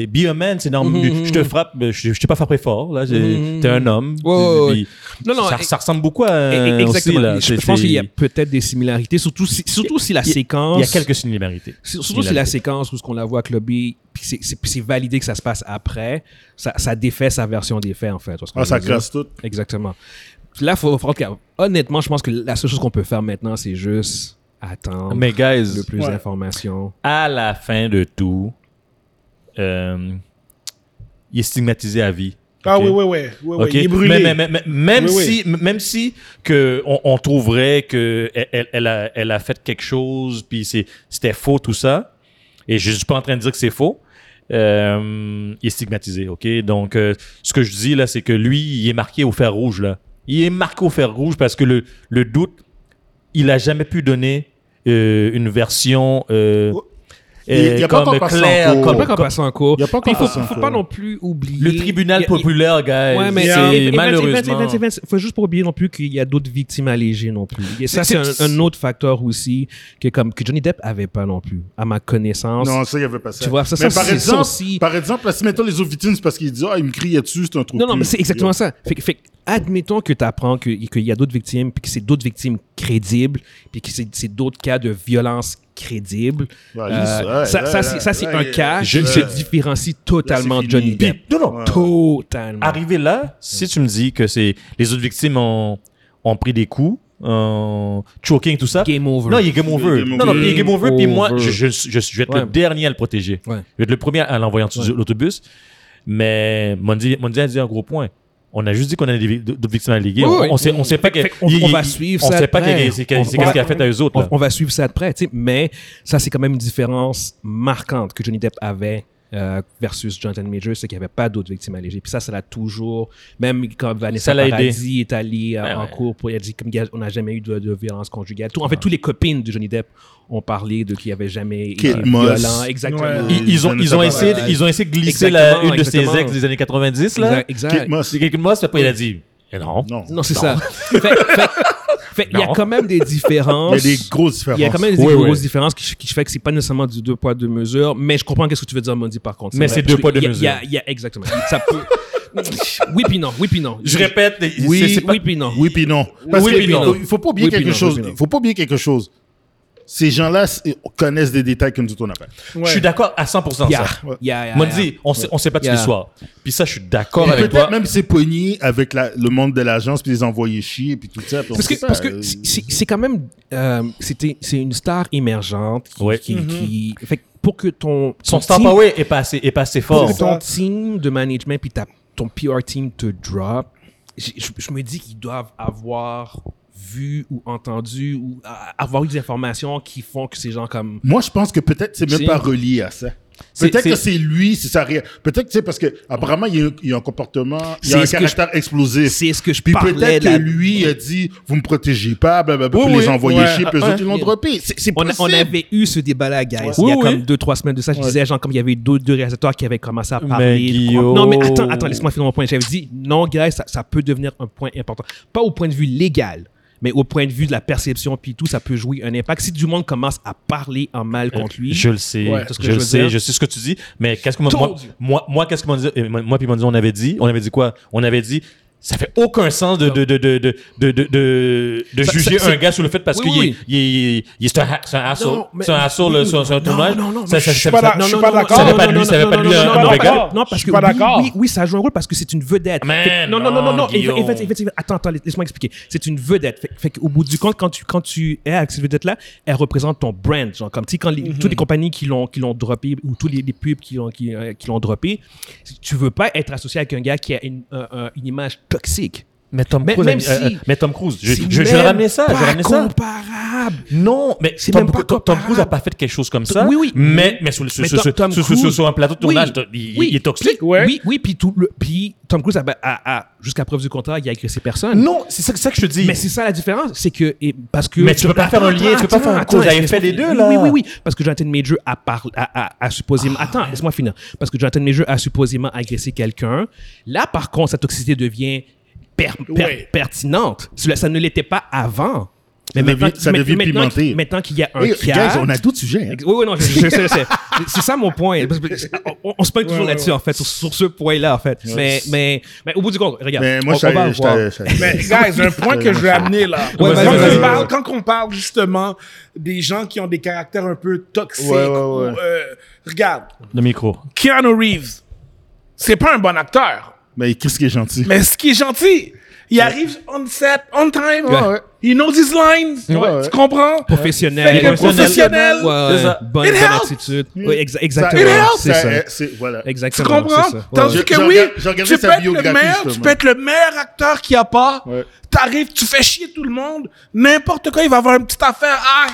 S4: eh, Be a man, c'est normal.
S1: Mhm,
S4: Je te frappe, mais je, je t'ai pas frappé fort. Là. J'ai-
S1: Mhm.
S4: T'es un homme.
S1: Ouais, ouais,
S4: Puis
S1: ouais. Non, eh, non,
S4: ça,
S1: et-
S4: ça ressemble beaucoup à.
S1: Et- et-
S4: Euh, aussi,
S1: Exactement.
S4: là.
S1: Je-
S4: C'est-
S1: je, pense
S4: c'est-
S1: qu'il y a peut-être des similarités, surtout si, surtout si la
S4: il y a-
S1: séquence.
S4: il y a quelques similarités.
S1: Surtout si la séquence où ce qu'on la voit à Clubby, puis c'est- c'est puis c'est validé que ça se passe après, ça, ça défait sa version des faits, en fait. tu vois ce que
S2: Ah,
S1: je
S2: ça
S1: veux dire?
S2: casse tout.
S1: Exactement. Puis là, faut, faut- honnêtement, je pense que la seule chose qu'on peut faire maintenant, c'est juste attendre
S4: Mais guys,
S1: le plus
S2: Ouais.
S1: d'informations.
S4: à la fin de tout, euh, il est stigmatisé à vie.
S3: Ah
S4: Ok?
S3: oui, oui, oui. oui, oui.
S4: Ok?
S3: Il est brûlé.
S4: Mais- mais- mais- même
S3: Oui, oui.
S4: si, m- même si que on, on trouverait que elle- elle, elle a, elle a fait quelque chose, puis c'est- c'était faux tout ça, et je suis pas en train de dire que c'est faux. euh, il est stigmatisé, ok. Donc, euh, ce que je dis là, c'est que lui, il est marqué au fer rouge là. Il est marqué au fer rouge parce que le, le doute, il a jamais pu donner euh, une version euh,
S2: Il- il a pas encore passé en cours.
S1: Faut
S2: Comme-
S1: pas qu'on
S4: comme-
S1: passe en cours.
S2: Il y a pas
S1: Puis
S2: encore
S1: faut,
S2: passé en
S1: faut
S2: cours.
S1: pas non plus oublier.
S4: le
S1: Oh. il
S4: tribunal
S1: y a- il-
S4: populaire, guys.
S1: Ouais, mais euh,
S4: c'est
S1: c'est- Evans,
S4: malheureusement.
S1: Evans, Evans, Evans, faut juste pas oublier non plus qu'il y a d'autres victimes allégées non plus. Et ça, c'est
S4: C'est-
S1: un,
S4: c'est-
S1: un autre facteur aussi que, comme, que Johnny Depp avait pas non plus, à ma connaissance.
S2: Non, ça, il y avait pas ça.
S1: Tu vois, ça,
S2: mais
S1: ça,
S2: par,
S1: c'est ça
S2: exemple,
S1: aussi.
S2: par exemple, là, si mettons les Ovitines, c'est parce qu'il dit, ah, il me criait dessus, c'est un trou.
S1: Non, non, mais c'est exactement ça. Fait, que- fait que admettons que tu apprends qu'il y a d'autres victimes, puis que c'est d'autres victimes crédibles, puis que c'est c'est d'autres cas de violence crédibles.
S2: Ouais,
S1: Euh,
S2: là,
S1: ça,
S2: là,
S1: ça, c'est- ça, c'est
S2: là,
S1: un
S2: là,
S1: cas
S2: je-
S1: qui se
S2: là,
S1: différencie totalement
S2: là,
S1: de
S2: c'est
S1: Johnny
S2: fini.
S1: Depp.
S4: Non, non.
S2: Ouais.
S1: Totalement.
S4: Arrivé là, si tu me dis que c'est les autres victimes ont, ont pris des coups, euh, choking, tout ça.
S1: Game over.
S4: Non, il est game over.
S2: Game
S4: non, non,
S2: over.
S4: il est game over, puis moi,
S1: Over.
S4: je, je, je- je vais être
S1: Ouais.
S4: le dernier à le protéger.
S1: Ouais.
S4: Je vais être le premier à l'envoyer en dessous de l'autobus. Mais Mondi, Mondi a dit un gros point. On a juste dit qu'on a des vi- d'autres victimes alléguées.
S1: Oui,
S4: on,
S1: oui.
S4: on sait, on sait pas que-
S1: Fait qu'on-
S4: il-
S1: on va
S4: il-
S1: suivre
S4: on
S1: ça
S4: sait pas
S1: après.
S4: que- c'est que-
S1: On-
S4: c'est
S1: on
S4: qu'est-ce
S1: va-
S4: qu'il a fait à eux autres.
S1: on,
S4: là.
S1: on va suivre ça de près, tu sais, mais ça, c'est quand même une différence marquante que Johnny Depp avait euh, versus Jonathan Majors, c'est qu'il n'y avait pas d'autres victimes allégées. Puis ça, ça l'a toujours, même quand Vanessa
S4: Ça l'a aidé.
S1: Paradis est allée euh,
S4: Ouais,
S1: en
S4: ouais.
S1: cours, pour, elle a dit comme, gars, on n'a jamais eu de, de violence conjugale. Tout- en fait, tous les copines de Johnny Depp ont parlé de qu'il n'y avait jamais été
S2: Kate Moss.
S1: violent. Exactement.
S3: Ouais.
S2: Euh,
S4: ils, ils ont,
S2: Vanessa
S4: ils, ont essayé,
S2: Paradis.
S4: ils ont essayé de glisser la,
S1: Exactement,
S4: une de ses
S1: exactement.
S4: ex des années 90, là.
S1: Exact. exact.
S2: Kate Moss.
S4: C'est quelqu'un de moi, après il a dit eh Non.
S2: Non.
S1: Non, c'est ça. Fait- fait- fait, Il y a
S4: Non.
S1: quand même
S4: *laughs*
S1: des
S2: Il y a
S1: différences.
S2: des grosses différences.
S1: Il y a quand même des
S4: Oui,
S1: grosses
S4: oui.
S1: différences qui, qui fait que c'est pas nécessairement du deux poids deux mesures, mais je comprends qu'est-ce que tu veux dire, Mondi, par contre.
S4: Mais
S1: vrai,
S4: c'est
S1: parce
S4: deux
S1: que
S4: poids, deux
S1: il y a-
S4: mesures.
S1: il y a- il y a- exactement. Ça peut. *laughs* oui puis non, oui puis non.
S4: Je répète, c'est-
S1: Oui,
S4: c'est pas-
S1: oui puis non.
S2: Oui puis non. Parce
S4: Oui,
S2: que
S4: puis non.
S2: il faut pas oublier
S1: Oui, puis
S2: quelque
S1: non,
S2: chose.
S1: oui, puis non.
S2: Il faut pas oublier quelque chose. Ces gens-là c'est- connaissent des détails que nous autres on n'a pas.
S4: Je suis d'accord à 100%
S1: Yeah,
S4: ça.
S1: yeah, yeah, yeah.
S4: Mondi, on s'est on s'est battu
S1: Yeah.
S4: l'histoire. Puis ça, je suis d'accord
S2: Et
S4: avec toi.
S2: Peut-être même s'est poigné avec la- le monde de l'agence puis les envoyer chier puis tout ça. puis on
S1: Parce
S2: sait
S1: que,
S2: pas,
S1: parce que
S2: euh,
S1: c'est- c'est c'est quand même. euh, c'était- c'est une star émergente qui.
S4: Ouais. Mm-hmm.
S1: qui, qui- fait que pour que ton.
S4: Son
S1: ton
S4: star
S1: team-
S4: power est pas assez, est pas assez
S1: Pour
S4: fort.
S1: que ton team de management puis ta- ton PR team te drop, j- je je me dis qu'ils doivent avoir vu ou entendu ou a- avoir eu des informations qui font que ces gens comme
S2: Moi, je pense que peut-être c'est même
S1: C'est-
S2: pas relié à ça.
S4: C'est-
S2: Peut-être
S4: c'est-
S2: que c'est lui, c'est sa réa- Peut-être que c'est parce que apparemment il y a, un- il y a un comportement, il y
S1: C'est
S2: a un
S1: ce que
S2: caractère explosif.
S1: c'est ce que je
S2: Puis
S1: parlais
S2: peut-être
S1: là.
S2: que lui a dit vous me protégez pas, blablabla,
S4: Oui,
S2: pour les
S4: oui,
S2: envoyer
S4: ouais.
S2: chier, puis eux
S4: Ouais.
S2: autres ils l'ont droppé. C'est c'est
S1: On, a-
S2: possible.
S1: on avait eu ce débat-là, guys. Il y
S4: Oui,
S1: a
S4: oui.
S1: comme deux, trois semaines de ça, je disais, genre, comme il y avait eu deux, deux réalisateurs qui avaient commencé à
S4: Mais
S1: parler. de quoi-
S4: Guillaume.
S1: Non, mais attends, attends, laisse-moi finir mon point. J'avais dit, non, guys, ça, ça peut devenir un point important. Pas au point de vue légal, mais au point de vue de la perception, puis tout, ça peut jouer un impact. Si du monde commence à parler en mal contre lui.
S4: Euh, Je le sais,
S1: Ouais, c'est ce que
S4: je,
S1: je
S4: le
S1: veux
S4: sais,
S1: dire.
S4: je sais ce que tu dis, mais qu'est-ce que moi,
S1: Told
S4: moi, moi, moi, qu'est-ce que Mondi- euh, moi, moi, puis Mondi, on avait dit, on avait dit quoi On avait dit Ça fait aucun sens de, de, de, de, de, de, de- de- de
S1: Ça-
S4: juger
S1: ça-
S4: un gars sur le fait parce
S1: Oui,
S4: qu'il
S1: oui.
S4: est, il est- il est- c'est un ha- c'est un asshole.
S1: Non, mais-
S4: C'est un asshole
S1: oui,
S4: là,
S1: oui.
S4: sur, sur un
S1: Non,
S4: tournage.
S1: non, non,
S4: Ça-
S1: mais je
S4: ça-
S1: suis
S4: ça-
S3: pas
S4: ça-
S3: d'accord.
S4: non,
S3: suis
S1: non,
S3: pas
S1: non,
S3: d'accord.
S1: non,
S4: Ça va pas de
S1: non,
S4: lui, ça
S1: non,
S4: va
S1: non,
S4: pas de lui,
S1: non,
S4: un-
S1: non,
S4: un
S1: non,
S4: mauvais
S1: non,
S4: gars.
S1: Non, parce
S3: Je
S1: que
S3: suis pas
S1: oui,
S3: d'accord.
S1: oui, oui, ça joue un rôle parce que c'est une vedette.
S4: Man,
S1: Fait que- non, non, non, non,
S4: non,
S1: non.
S4: Guillaume.
S1: effectivement, effectivement, attends, attends, laisse- laisse-moi expliquer. C'est une vedette. Fait, fait qu'au bout du compte, quand tu, quand tu es avec cette vedette-là, elle représente ton brand. Genre, comme, tu sais, quand les- toutes les compagnies qui l'ont, qui l'ont droppé ou tous les, les pubs qui l'ont, qui, euh, qui l'ont droppé, tu veux pas être associé avec un gars qui a une, euh, euh, une image toxique.
S4: Mais Tom
S1: Mais-
S4: Cruise,
S1: même
S4: euh, euh,
S1: si-
S4: mais Tom Cruise, je,
S1: C'est
S4: je, je vais
S1: même
S4: ramener ça, je vais
S1: pas
S4: ramener ça.
S1: comparable.
S4: Non, mais
S1: C'est
S4: Tom,
S1: même pas
S4: Tom- Tom Cruise n'a
S1: comparable.
S4: pas fait quelque chose comme ça.
S1: Oui, oui.
S4: Mais, mais sur, le- sur-
S1: Mais
S4: sur-
S1: Tom- Tom
S4: sur- sur- sur-
S1: Cruise-
S4: sur un plateau de
S1: Oui.
S4: tournage, il,
S1: Oui.
S4: il est toxique.
S1: Puis-
S3: ouais.
S1: Oui, oui, puis tout le- puis Tom Cruise a, ben, a- a- jusqu'à preuve du contraire, il a agressé personne.
S4: Non, c'est ça, c'est ça que je te dis.
S1: Mais c'est ça la différence, c'est que et parce que
S4: Mais tu peux pas faire un lien, tu peux pas faire un cause à
S1: laisse-moi
S4: effet des
S1: finir.
S4: deux,
S1: Oui,
S4: là.
S1: Oui, oui, oui, parce que Jonathan Major a par- a, a- a supposément
S4: Ah.
S1: attends, laisse-moi finir, parce que Jonathan Major a supposément agressé quelqu'un. Là, par contre, sa toxicité devient per- per-
S3: Ouais.
S1: pertinente. Cela- Ça ne l'était pas avant.
S2: Ça devient-
S1: maintenant-
S2: ça devient
S1: maintenant-
S2: pimenté.
S1: Maintenant qu'il y a un
S2: Hey,
S1: cadre-
S2: guys, on a d'autres sujets. hein.
S1: Ex- Oui, oui, non, je, je- je sais, je sais. C'est- C'est ça mon point. Parce que On, on se pointe toujours là-dessus, en fait, sur, sur ce point-là, en fait. Mais, mais, mais au bout du compte, regarde.
S2: Mais moi,
S1: on-
S2: je
S1: on va
S2: savais- je
S1: voir.
S2: savais- je savais- *laughs*
S3: Mais, guys, un point que je veux amener là.
S1: Ouais,
S3: quand,
S1: vas-y,
S3: on
S1: vas-y,
S3: parle,
S1: vas-y.
S3: quand on parle justement des gens qui ont des caractères un peu toxiques,
S2: Ouais, ouais, ouais.
S3: ou, euh, regarde,
S4: Le micro.
S3: Keanu Reeves, c'est pas un bon acteur,
S2: Mais qu'est-ce qui est gentil?
S3: mais ce qui est gentil, il arrive on set, on time,
S1: Ouais.
S3: ouais. he knows his lines,
S2: ouais.
S3: tu comprends?
S1: Professionnel.
S3: Fait que professionnel,
S1: Ouais,
S4: c'est ça.
S1: Bonne,
S3: It
S1: bonne
S3: helps.
S1: attitude. Oui, exa-
S2: Ça-
S1: exactement. C'est ça.
S2: euh, c'est- voilà.
S3: Tu
S1: Exactement.
S3: comprends?
S1: c'est ça. Ouais.
S3: Tandis
S2: Ouais.
S3: que
S2: J'ai-
S3: oui,
S2: j'ai- j'ai regardé
S3: tu
S2: sa
S3: peux, être le
S2: biographie,
S3: meilleur, tu
S2: justement.
S3: peux être le meilleur acteur qu'il n'y a pas.
S2: Ouais.
S3: T'arrives, tu fais chier tout le monde. N'importe quoi, il va avoir une petite affaire. Ah,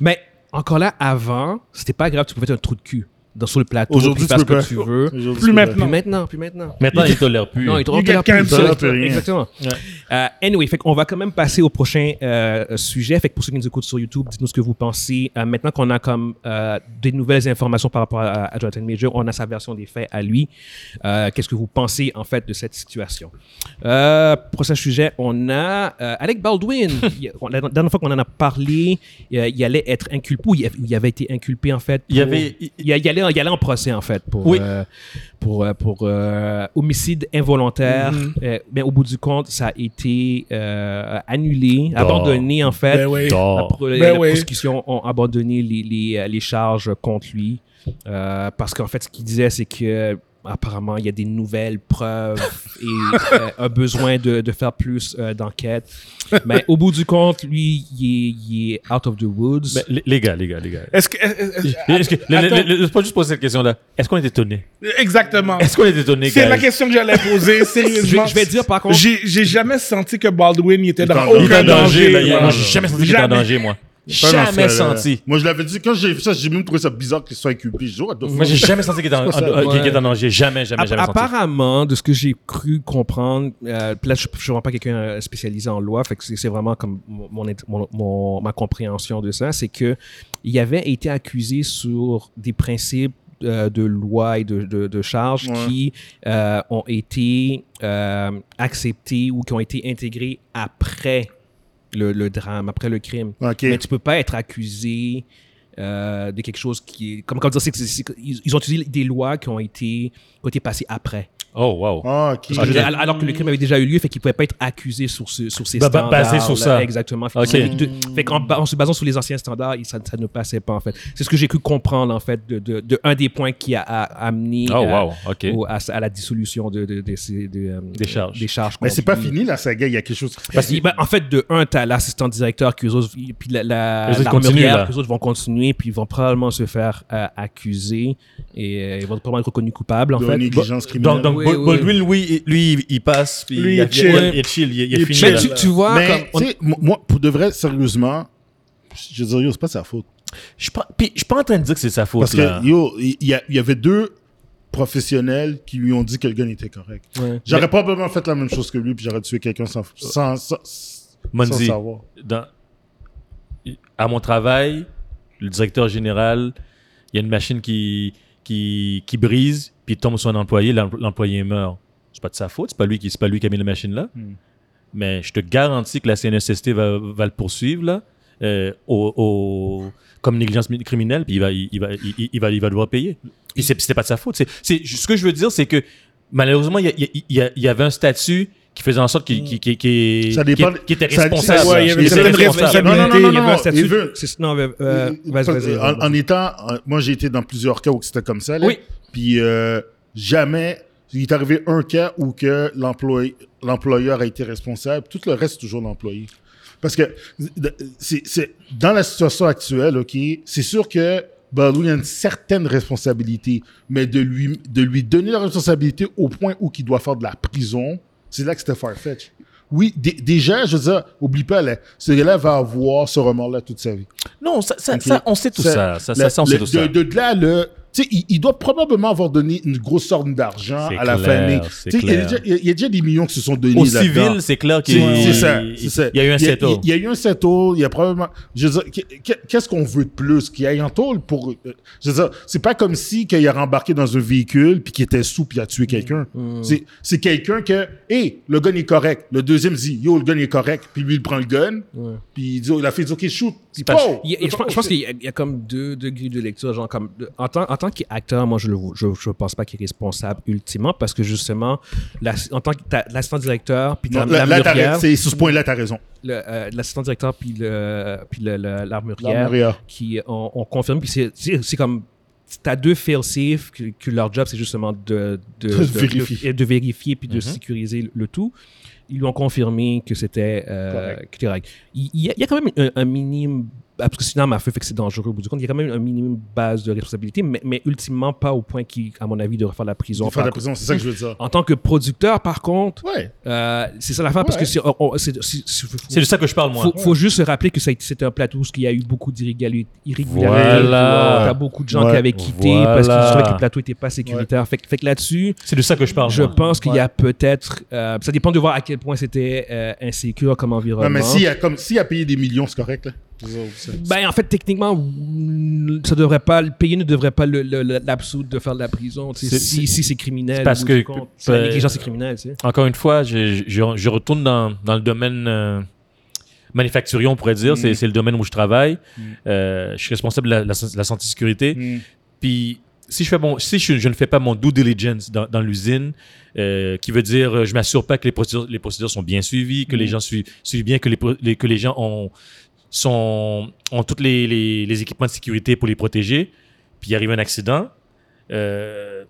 S1: Mais encore là, avant, c'était pas grave, tu pouvais être un trou de cul dans, sur le plateau.
S2: Aujourd'hui,
S1: puis faire
S2: tu peux
S1: ce que tu veux.
S2: Aujourd'hui,
S3: plus
S2: c'est-
S1: Puis
S3: maintenant.
S1: maintenant, puis maintenant.
S4: Maintenant, il ne tolère plus.
S1: Non, il te
S2: You get
S1: regarde plus.
S2: canceled,
S1: Ça,
S2: plus rien.
S1: Exactement. Euh, anyway, fait qu'on va quand même passer au prochain euh, sujet. Fait que pour ceux qui nous écoutent sur YouTube, dites-nous ce que vous pensez. Euh, maintenant qu'on a comme euh, des nouvelles informations par rapport à, à Jonathan Major, on a sa version des faits à lui. Euh, Qu'est-ce que vous pensez en fait de cette situation euh, Prochain sujet, on a euh, Alec *laughs* Baldwin. Il- on- la dernière fois qu'on en a parlé, euh, il allait être inculpé, ou il, av- il avait été inculpé en fait.
S4: Il
S1: pour-
S4: avait-
S1: il, il allait, il allait en procès en fait pour
S4: Oui.
S1: euh, pour, euh, pour euh, homicide involontaire.
S3: Mhm.
S1: Euh, mais au bout du compte, ça a été euh, annulé, abandonné en fait.
S3: Ben oui.
S1: La, pro-
S3: Ben
S1: la
S3: oui.
S1: prosecution ont abandonné les, les, euh, les charges contre lui Euh, parce qu'en fait, ce qu'il disait, c'est que euh, apparemment, il y a des nouvelles preuves et euh, un besoin de, de faire plus euh, d'enquêtes. Mais au bout du compte, lui, il est, il est out of the woods.
S4: Mais les- les gars, les gars, les gars.
S3: Est-ce que. est- est-
S4: *laughs*
S2: *laughs*
S4: Est-ce que- le-
S3: Euh, attends.
S4: le- le- le- Laisse-moi juste poser cette question-là. Est-ce qu'on est étonné?
S3: Exactement.
S4: Est-ce qu'on est étonné,
S3: C'est
S4: guys?
S3: la question que j'allais
S1: *laughs*
S3: poser,
S1: je,
S3: sérieusement.
S1: vais, je vais dire par contre,
S3: J'ai j'ai jamais senti que Baldwin il était dans
S2: en-
S4: Il est
S3: aucun
S4: en
S3: danger.
S4: danger. là. Il-
S3: voilà.
S4: Moi, j'ai jamais senti qu'il était en
S3: Jamais.
S4: danger, moi.
S2: Pas dans
S4: Jamais
S2: ce cas-là.
S4: senti.
S2: Moi, je l'avais dit, quand j'ai vu ça, j'ai même trouvé ça bizarre qu'il soit inculpé. Je dis, what the fuck?
S4: Moi, j'ai jamais senti qu'il était en
S2: C'est pas ça.
S4: euh, qu'il
S1: Ouais.
S4: était en danger. Jamais, jamais,
S1: App-
S4: jamais senti.
S1: Apparemment, de ce que j'ai cru comprendre, euh, puis là, je ne suis vraiment pas quelqu'un euh, spécialisé en loi, fait que c'est c'est vraiment comme mon, mon int- mon- mon- ma compréhension de ça, c'est que il avait été accusé sur des principes euh, de loi et de, de, de charges
S2: Ouais.
S1: qui euh, ont été euh, acceptés ou qui ont été intégrés après le, le drame, après le crime.
S2: Ok.
S1: Mais tu peux pas être accusé euh, de quelque chose qui est. Comme, comme dire, c'est que c'est- c'est que ils, ils ont utilisé des lois qui ont été, qui ont été passées après.
S4: Oh, wow.
S2: Ah, ok.
S1: Je veux dire, al- Alors que le crime avait déjà eu lieu, fait qu'ils ne pouvaient pas être accusés sur, ce- sur ces
S4: Ba- ba-
S1: standards.
S4: Bah, basé sur ça.
S1: Exactement. Fait,
S4: Ok.
S1: que de- de- fait qu'en ba- en se basant sur les anciens standards, il- ça, ça ne passait pas, en fait. C'est ce que j'ai cru comprendre, en fait, de, de- de un des points qui a, a- amené
S4: Oh,
S1: à,
S4: wow. OK.
S1: au- à- à la dissolution de, de- de ces- de, euh,
S4: Des charges.
S1: Des charges
S2: Mais c'est pas
S1: contre lui.
S2: fini, la saga. Il y a quelque chose.
S1: Parce que, ben, en fait, de un, t'as l'assistant directeur, qui eux autres, ils- puis la, la,
S4: Eux autres
S1: l'armurière,
S4: continuent, là.
S1: qui eux autres vont continuer, puis ils vont probablement se faire euh, accuser et euh, ils vont probablement être reconnus coupables, en
S2: de
S1: fait. bah,
S2: négligence
S4: Donc,
S2: criminelle.
S4: donc
S1: Oui,
S4: Bal-
S1: oui.
S4: Baldwin, lui, il- lui, il passe. Puis
S3: Lui,
S4: il,
S3: il
S4: a-
S3: est chill.
S4: il est- il est chill. Il, est- il est
S3: Il est
S4: fini.
S3: chill.
S1: Mais
S4: là.
S1: tu, tu vois,
S2: mais,
S1: comme,
S2: tu sais, mo- moi, pour de vrai, sérieusement, je veux dire, yo, c'est pas sa faute.
S4: Je suis pas- puis je suis pas en train de dire que c'est sa faute.
S2: Parce
S4: là.
S2: que, yo, il y, a- il y avait deux professionnels qui lui ont dit que le gars était correct.
S1: on- ouais.
S2: J'aurais probablement fait la même chose que lui, puis j'aurais tué quelqu'un sans, sans, sans, sans
S4: Monzi,
S2: savoir.
S4: dans- à mon travail, le directeur général, il y a une machine qui, qui, qui brise, puis tombe sur un employé, l'em- l'employé meurt. C'est pas de sa faute, c'est pas lui qui, c'est pas lui qui a mis la machine là.
S2: Hmm.
S4: Mais je te garantis que la CNSST va, va le poursuivre là, euh, au, au- comme négligence mi- criminelle, puis il va, il, il va, il, il- il va, il va devoir payer. Puis c'est, c'était pas de sa faute. C'est, c'est- ce que je veux dire, c'est que malheureusement, il y, a- il y a- il y a- il y avait un statut qui faisait en sorte qu'il qu'il- qu'il- qu'il-
S2: Hmm. Ça dépend-
S4: qu'il- qu'il était
S2: ça-
S4: responsable.
S2: ça- ouais,
S1: il y avait
S4: Il était
S1: certaines
S4: responsable.
S2: Non, non, non,
S1: Il y
S2: non,
S1: avait
S2: non,
S1: un statut-
S2: il veut-
S1: c'est- non, euh, euh, vas-y,
S2: Parce-
S1: vas-y.
S2: en, en étant, en- moi j'ai été dans plusieurs cas où c'était comme ça. là.
S4: Oui.
S2: Puis euh, jamais, il est arrivé un cas où que l'employé- l'employeur a été responsable. Tout le reste, c'est toujours l'employé. Parce que c'est c'est- dans la situation actuelle, ok, c'est sûr que Balou il a une certaine responsabilité, mais de lui, de lui donner la responsabilité au point où il doit faire de la prison, c'est là que c'était farfetch. Oui, dé- déjà, je veux dire, oublie pas, là, ce gars-là va avoir ce remords-là toute sa vie.
S4: Non, ça, ça-
S2: Ok.
S4: ça, on sait tout ça. Ça, ça,
S2: le-
S4: ça, on sait
S2: le-
S4: tout
S2: de,
S4: ça.
S2: De, de là, le, tu sais, il, il doit probablement avoir donné une grosse somme d'argent à
S4: C'est
S2: la
S4: clair,
S2: famille.
S4: c'est
S2: Tu sais, Il y, a
S4: clair.
S2: déjà- il y a- il y a déjà des millions qui se sont donnés
S4: Au
S2: là-dedans.
S4: civil, c'est clair qu'il
S2: C'est c'est ça, c'est
S4: il-
S2: ça.
S4: il y a eu un settle.
S2: Il y a eu un settle. Il y a probablement. Je veux dire, qu'est- qu'est- qu'est-ce qu'on veut de plus qu'il aille en tôle pour. euh, Je veux dire, c'est pas comme si qu'il a rembarqué dans un véhicule puis qu'il était sous puis il a
S4: Mm.
S2: tué quelqu'un. C'est- C'est quelqu'un que, hé, le gun est correct. Le deuxième dit, yo, le gun est correct. Puis lui, il prend le gun. Puis il dit, oh, il a fait, ok, shoot. Puis
S4: parce-
S2: pow!
S1: Il y a- je, pense- je pense qu'il y, a- il y a comme deux degrés de lecture. Genre comme, de- en tant, en tant qu'acteur, moi, je ne je, je pense pas qu'il est responsable ultimement parce que justement, la- en tant que t'as l'assistant directeur, puis
S2: Non,
S1: t'as
S2: là, là, t'as
S1: l'armurière,
S2: raison. c'est sur ce point-là, t'as raison.
S1: le, euh, l'assistant directeur, puis le- puis le- le- l'armurière,
S2: L'armurière.
S1: qui ont, ont confirmé, puis c'est- c'est c'est comme. T'as deux fail-safe que, que leur job, c'est justement de, de,
S2: De vérifier.
S1: de- de vérifier puis de sécuriser le tout. Ils lui ont confirmé que c'était euh,
S2: Correct.
S1: que c'était correct. Il, il y a, il y a quand même un, un minimum, ah, parce que sinon, ma feu fait que c'est dangereux au bout du compte, il y a quand même un minimum base de responsabilité, mais, mais ultimement pas au point qui, à mon avis, de refaire la prison.
S2: Ils font de la
S1: Par-
S2: prison, c'est ça que je veux dire.
S1: En tant que producteur, par contre,
S2: Ouais.
S1: euh, c'est ça l'affaire, parce
S2: Ouais.
S1: que c'est- on- on- c'est- c'est- c'est-
S4: C'est de ça que je parle, moi.
S1: faut, faut juste se rappeler que ça a été- c'était un plateau où il y a eu beaucoup d'irrégularités.
S4: Voilà.
S1: T'as beaucoup de gens
S2: Ouais.
S1: qui avaient quitté
S4: Voilà.
S1: parce qu'ils trouvaient que le plateau n'était pas sécuritaire. Fait, que- fait que là-dessus,
S4: C'est de ça que je parle,
S1: je
S4: moi.
S1: pense qu'il y a peut-être. euh, ça dépend de voir à quel point c'était euh, insécure comme environnement.
S2: Non, mais s'il a, comme, s'il a payé des millions, c'est correct, là.
S1: Ben, en fait, techniquement, mm, ça devrait pas, le pays ne devrait pas le- le- le- l'absoudre de faire de la prison. tu sais,
S4: C'est-
S1: si si c'est criminel.
S4: c'est parce
S1: au bout du
S4: que-
S1: compte.
S4: ben-
S1: La négligence est criminelle, tu sais.
S4: Encore une fois, je, je- je- je retourne dans, dans le domaine euh, manufacturier, on pourrait dire.
S2: Mm.
S4: C'est, c'est le domaine où je travaille. Euh, je suis responsable de la, la, la santé sécurité. Puis si je fais mon, si je, je ne fais pas mon due diligence dans, dans l'usine, euh, qui veut dire euh, je m'assure pas que les procédures, les procédures sont bien suivies, que les gens suivent, suivent bien, que les, pro- les- que les gens ont sont ont tous les, les, les équipements de sécurité pour les protéger. Puis il arrive un accident. euh,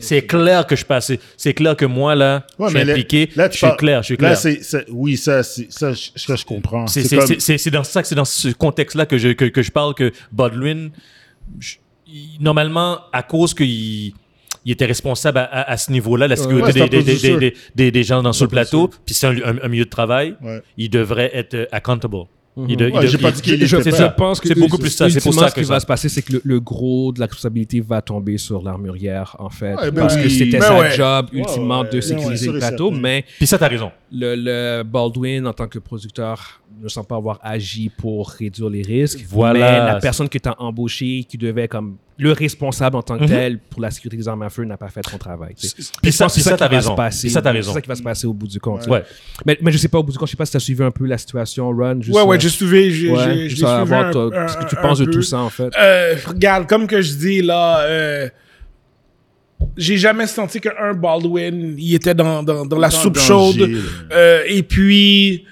S4: c'est clair que je passe. C'est clair que moi là,
S2: Ouais,
S4: je suis
S2: mais là-
S4: impliqué.
S2: là, tu
S4: je suis
S2: parles-
S4: clair, je suis clair.
S2: Là, c'est, c'est- oui, ça, c'est, ça, je, ça, je comprends.
S4: C'est-
S2: C'est
S4: C'est
S2: comme-
S4: c'est- c'est- c'est dans ça, que- c'est dans ce contexte-là que je, que, que je parle que Baldwin, je- il- normalement, à cause qu'il il était responsable à, à- à ce niveau-là, la sécurité
S2: ouais, c'est à
S4: des,
S2: cause
S4: des,
S2: du
S4: des,
S2: sûr.
S4: des- des- des gens dans sur
S2: cause
S4: le
S2: du
S4: plateau, puis c'est un, un- un milieu de travail,
S2: Ouais.
S4: il devrait être euh, accountable. Il de- il
S2: Ouais,
S4: de-
S2: j'ai pas
S4: il-
S2: dit qu'il
S4: je-
S2: était
S4: c'est
S2: pas.
S4: ça.
S1: Je pense que
S4: C'est beaucoup plus ça, c'est pour
S1: ultimement,
S4: ça
S1: ce
S4: que
S1: qui
S4: ça-
S1: va se passer, c'est que le, le gros de la responsabilité va tomber sur l'armurière, en fait.
S2: Ouais, ben
S1: parce
S2: oui.
S1: que c'était
S2: Ben
S1: sa
S3: ouais.
S1: job,
S2: Ouais,
S1: ultimement,
S2: ouais, ben
S1: de
S2: ouais,
S1: sécuriser
S2: sûr
S1: le
S2: et
S1: plateau.
S2: certain.
S1: Mais
S4: Puis ça, t'as raison.
S1: le, le Baldwin, en tant que producteur, ne semble pas avoir agi pour réduire les risques.
S4: Voilà.
S1: Mais la personne que tu as embauchée, qui devait comme le responsable en tant que
S4: Mhm.
S1: tel pour la sécurité des armes à feu, n'a pas fait son travail. tu sais.
S4: Puis
S1: Je
S4: ça,
S1: pense que
S4: puis
S1: c'est
S4: ça,
S1: qui
S4: t'as
S1: va se
S4: raison.
S1: passer.
S4: Puis ça, t'as
S1: C'est
S4: raison.
S1: ça qui va se passer au bout du compte.
S4: Ouais.
S1: Mais, mais je sais pas, au bout du compte, je sais pas si tu as suivi un peu la situation, Ron. juste,
S3: Ouais, ouais,
S1: euh,
S3: j'ai suivi. J'ai
S1: Ouais,
S3: j'ai-
S1: je
S3: j'ai
S1: veux
S3: suivi.
S1: savoir
S3: un-
S1: toi,
S3: un-
S1: ce que tu
S3: un-
S1: penses
S3: un
S1: de
S3: peu.
S1: tout ça, en fait.
S3: Euh, regarde, comme que je dis, là, euh, j'ai jamais senti qu'un Baldwin, il était dans, dans, dans la
S2: Dans le
S3: soupe
S2: danger,
S3: chaude.
S2: là.
S3: Euh, et puis,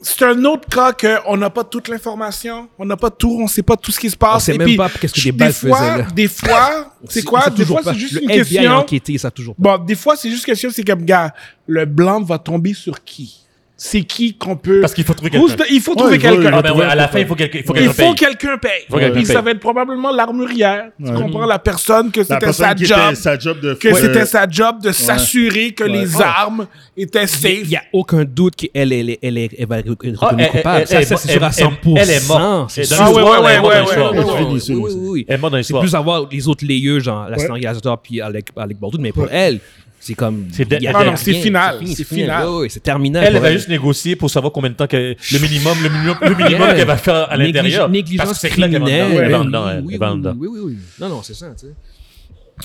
S3: c'est un autre cas qu'on n'a pas toute l'information, on n'a pas tout, on sait pas tout ce qui se passe.
S1: On sait
S3: et
S1: même
S3: puis,
S1: pas qu'est-ce que
S3: je-
S1: des balles
S3: fois,
S1: faisaient, là.
S3: Des fois,
S1: *laughs*
S3: c'est quoi?
S1: Ils savent
S3: Des
S1: toujours
S3: fois,
S1: pas.
S3: c'est juste
S1: le
S3: une
S1: FBI a
S3: question.
S1: enquêté, ils savent toujours pas.
S3: Bon, des fois, c'est juste question, c'est comme, gars, le blanc va tomber sur qui? C'est qui qu'on peut...
S4: Parce qu'il faut trouver
S3: Who's
S4: quelqu'un.
S3: the- Il faut trouver
S2: il faut-
S3: quelqu'un.
S4: Ah, ben ouais, à la fin, il faut quelqu'un il faut
S3: Il
S4: quelqu'un
S3: faut
S4: paye.
S3: quelqu'un paye.
S4: Faut quelqu'un
S3: Puis ça
S4: paye.
S3: va être probablement l'armurière. Tu
S2: Ouais.
S3: comprends la personne que
S2: La
S3: c'était
S2: personne
S3: sa
S2: qui
S3: job.
S2: était sa job de euh,
S3: Que
S2: Ouais.
S3: c'était sa job de s'assurer que les
S2: Ouais.
S3: armes étaient safe.
S1: Il n'y a aucun doute qu'elle elle, est- elle, est- elle va être reconnue
S4: Ah, elle-
S1: coupable.
S4: elle-
S1: Ça,
S4: elle-
S1: ça, c'est sûr à
S4: elle- elle-
S1: 100%.
S4: eh, elle est morte.
S1: C'est
S4: Elle est
S1: sûr.
S4: dans
S3: l'histoire, Ah ouais, elle est ouais, morte ouais, dans
S1: Oui,
S3: l'histoire. ouais, ouais,
S1: oui,
S2: ouais.
S1: oui, oui.
S4: Elle est morte dans
S1: C'est
S4: l'histoire.
S1: plus avoir les autres layers, genre la Yasador puis Alec, Alec Baldwin, mais pour elle, c'est comme.
S4: C'est de-
S1: il y a
S4: Non, non,
S1: rien.
S3: Ah c'est final,
S1: fini,
S3: c'est
S1: fini.
S3: final.
S1: Oui, oui, c'est terminé.
S4: Elle,
S1: pour
S4: elle va
S1: elle.
S4: juste négocier pour savoir combien de temps qu'elle- le minimum, le minimum, le minimum
S1: Yeah.
S4: qu'elle va faire à
S1: Néglige-
S4: l'intérieur.
S1: Négligence
S4: Parce que c'est clair qu'elle va en dedans.
S1: criminelle.
S4: Elle va en
S1: Oui,
S4: dedans, elle.
S1: oui,
S4: Elle va en
S1: oui,
S4: dedans.
S1: Oui, oui, oui. Non, non, c'est ça, tu sais.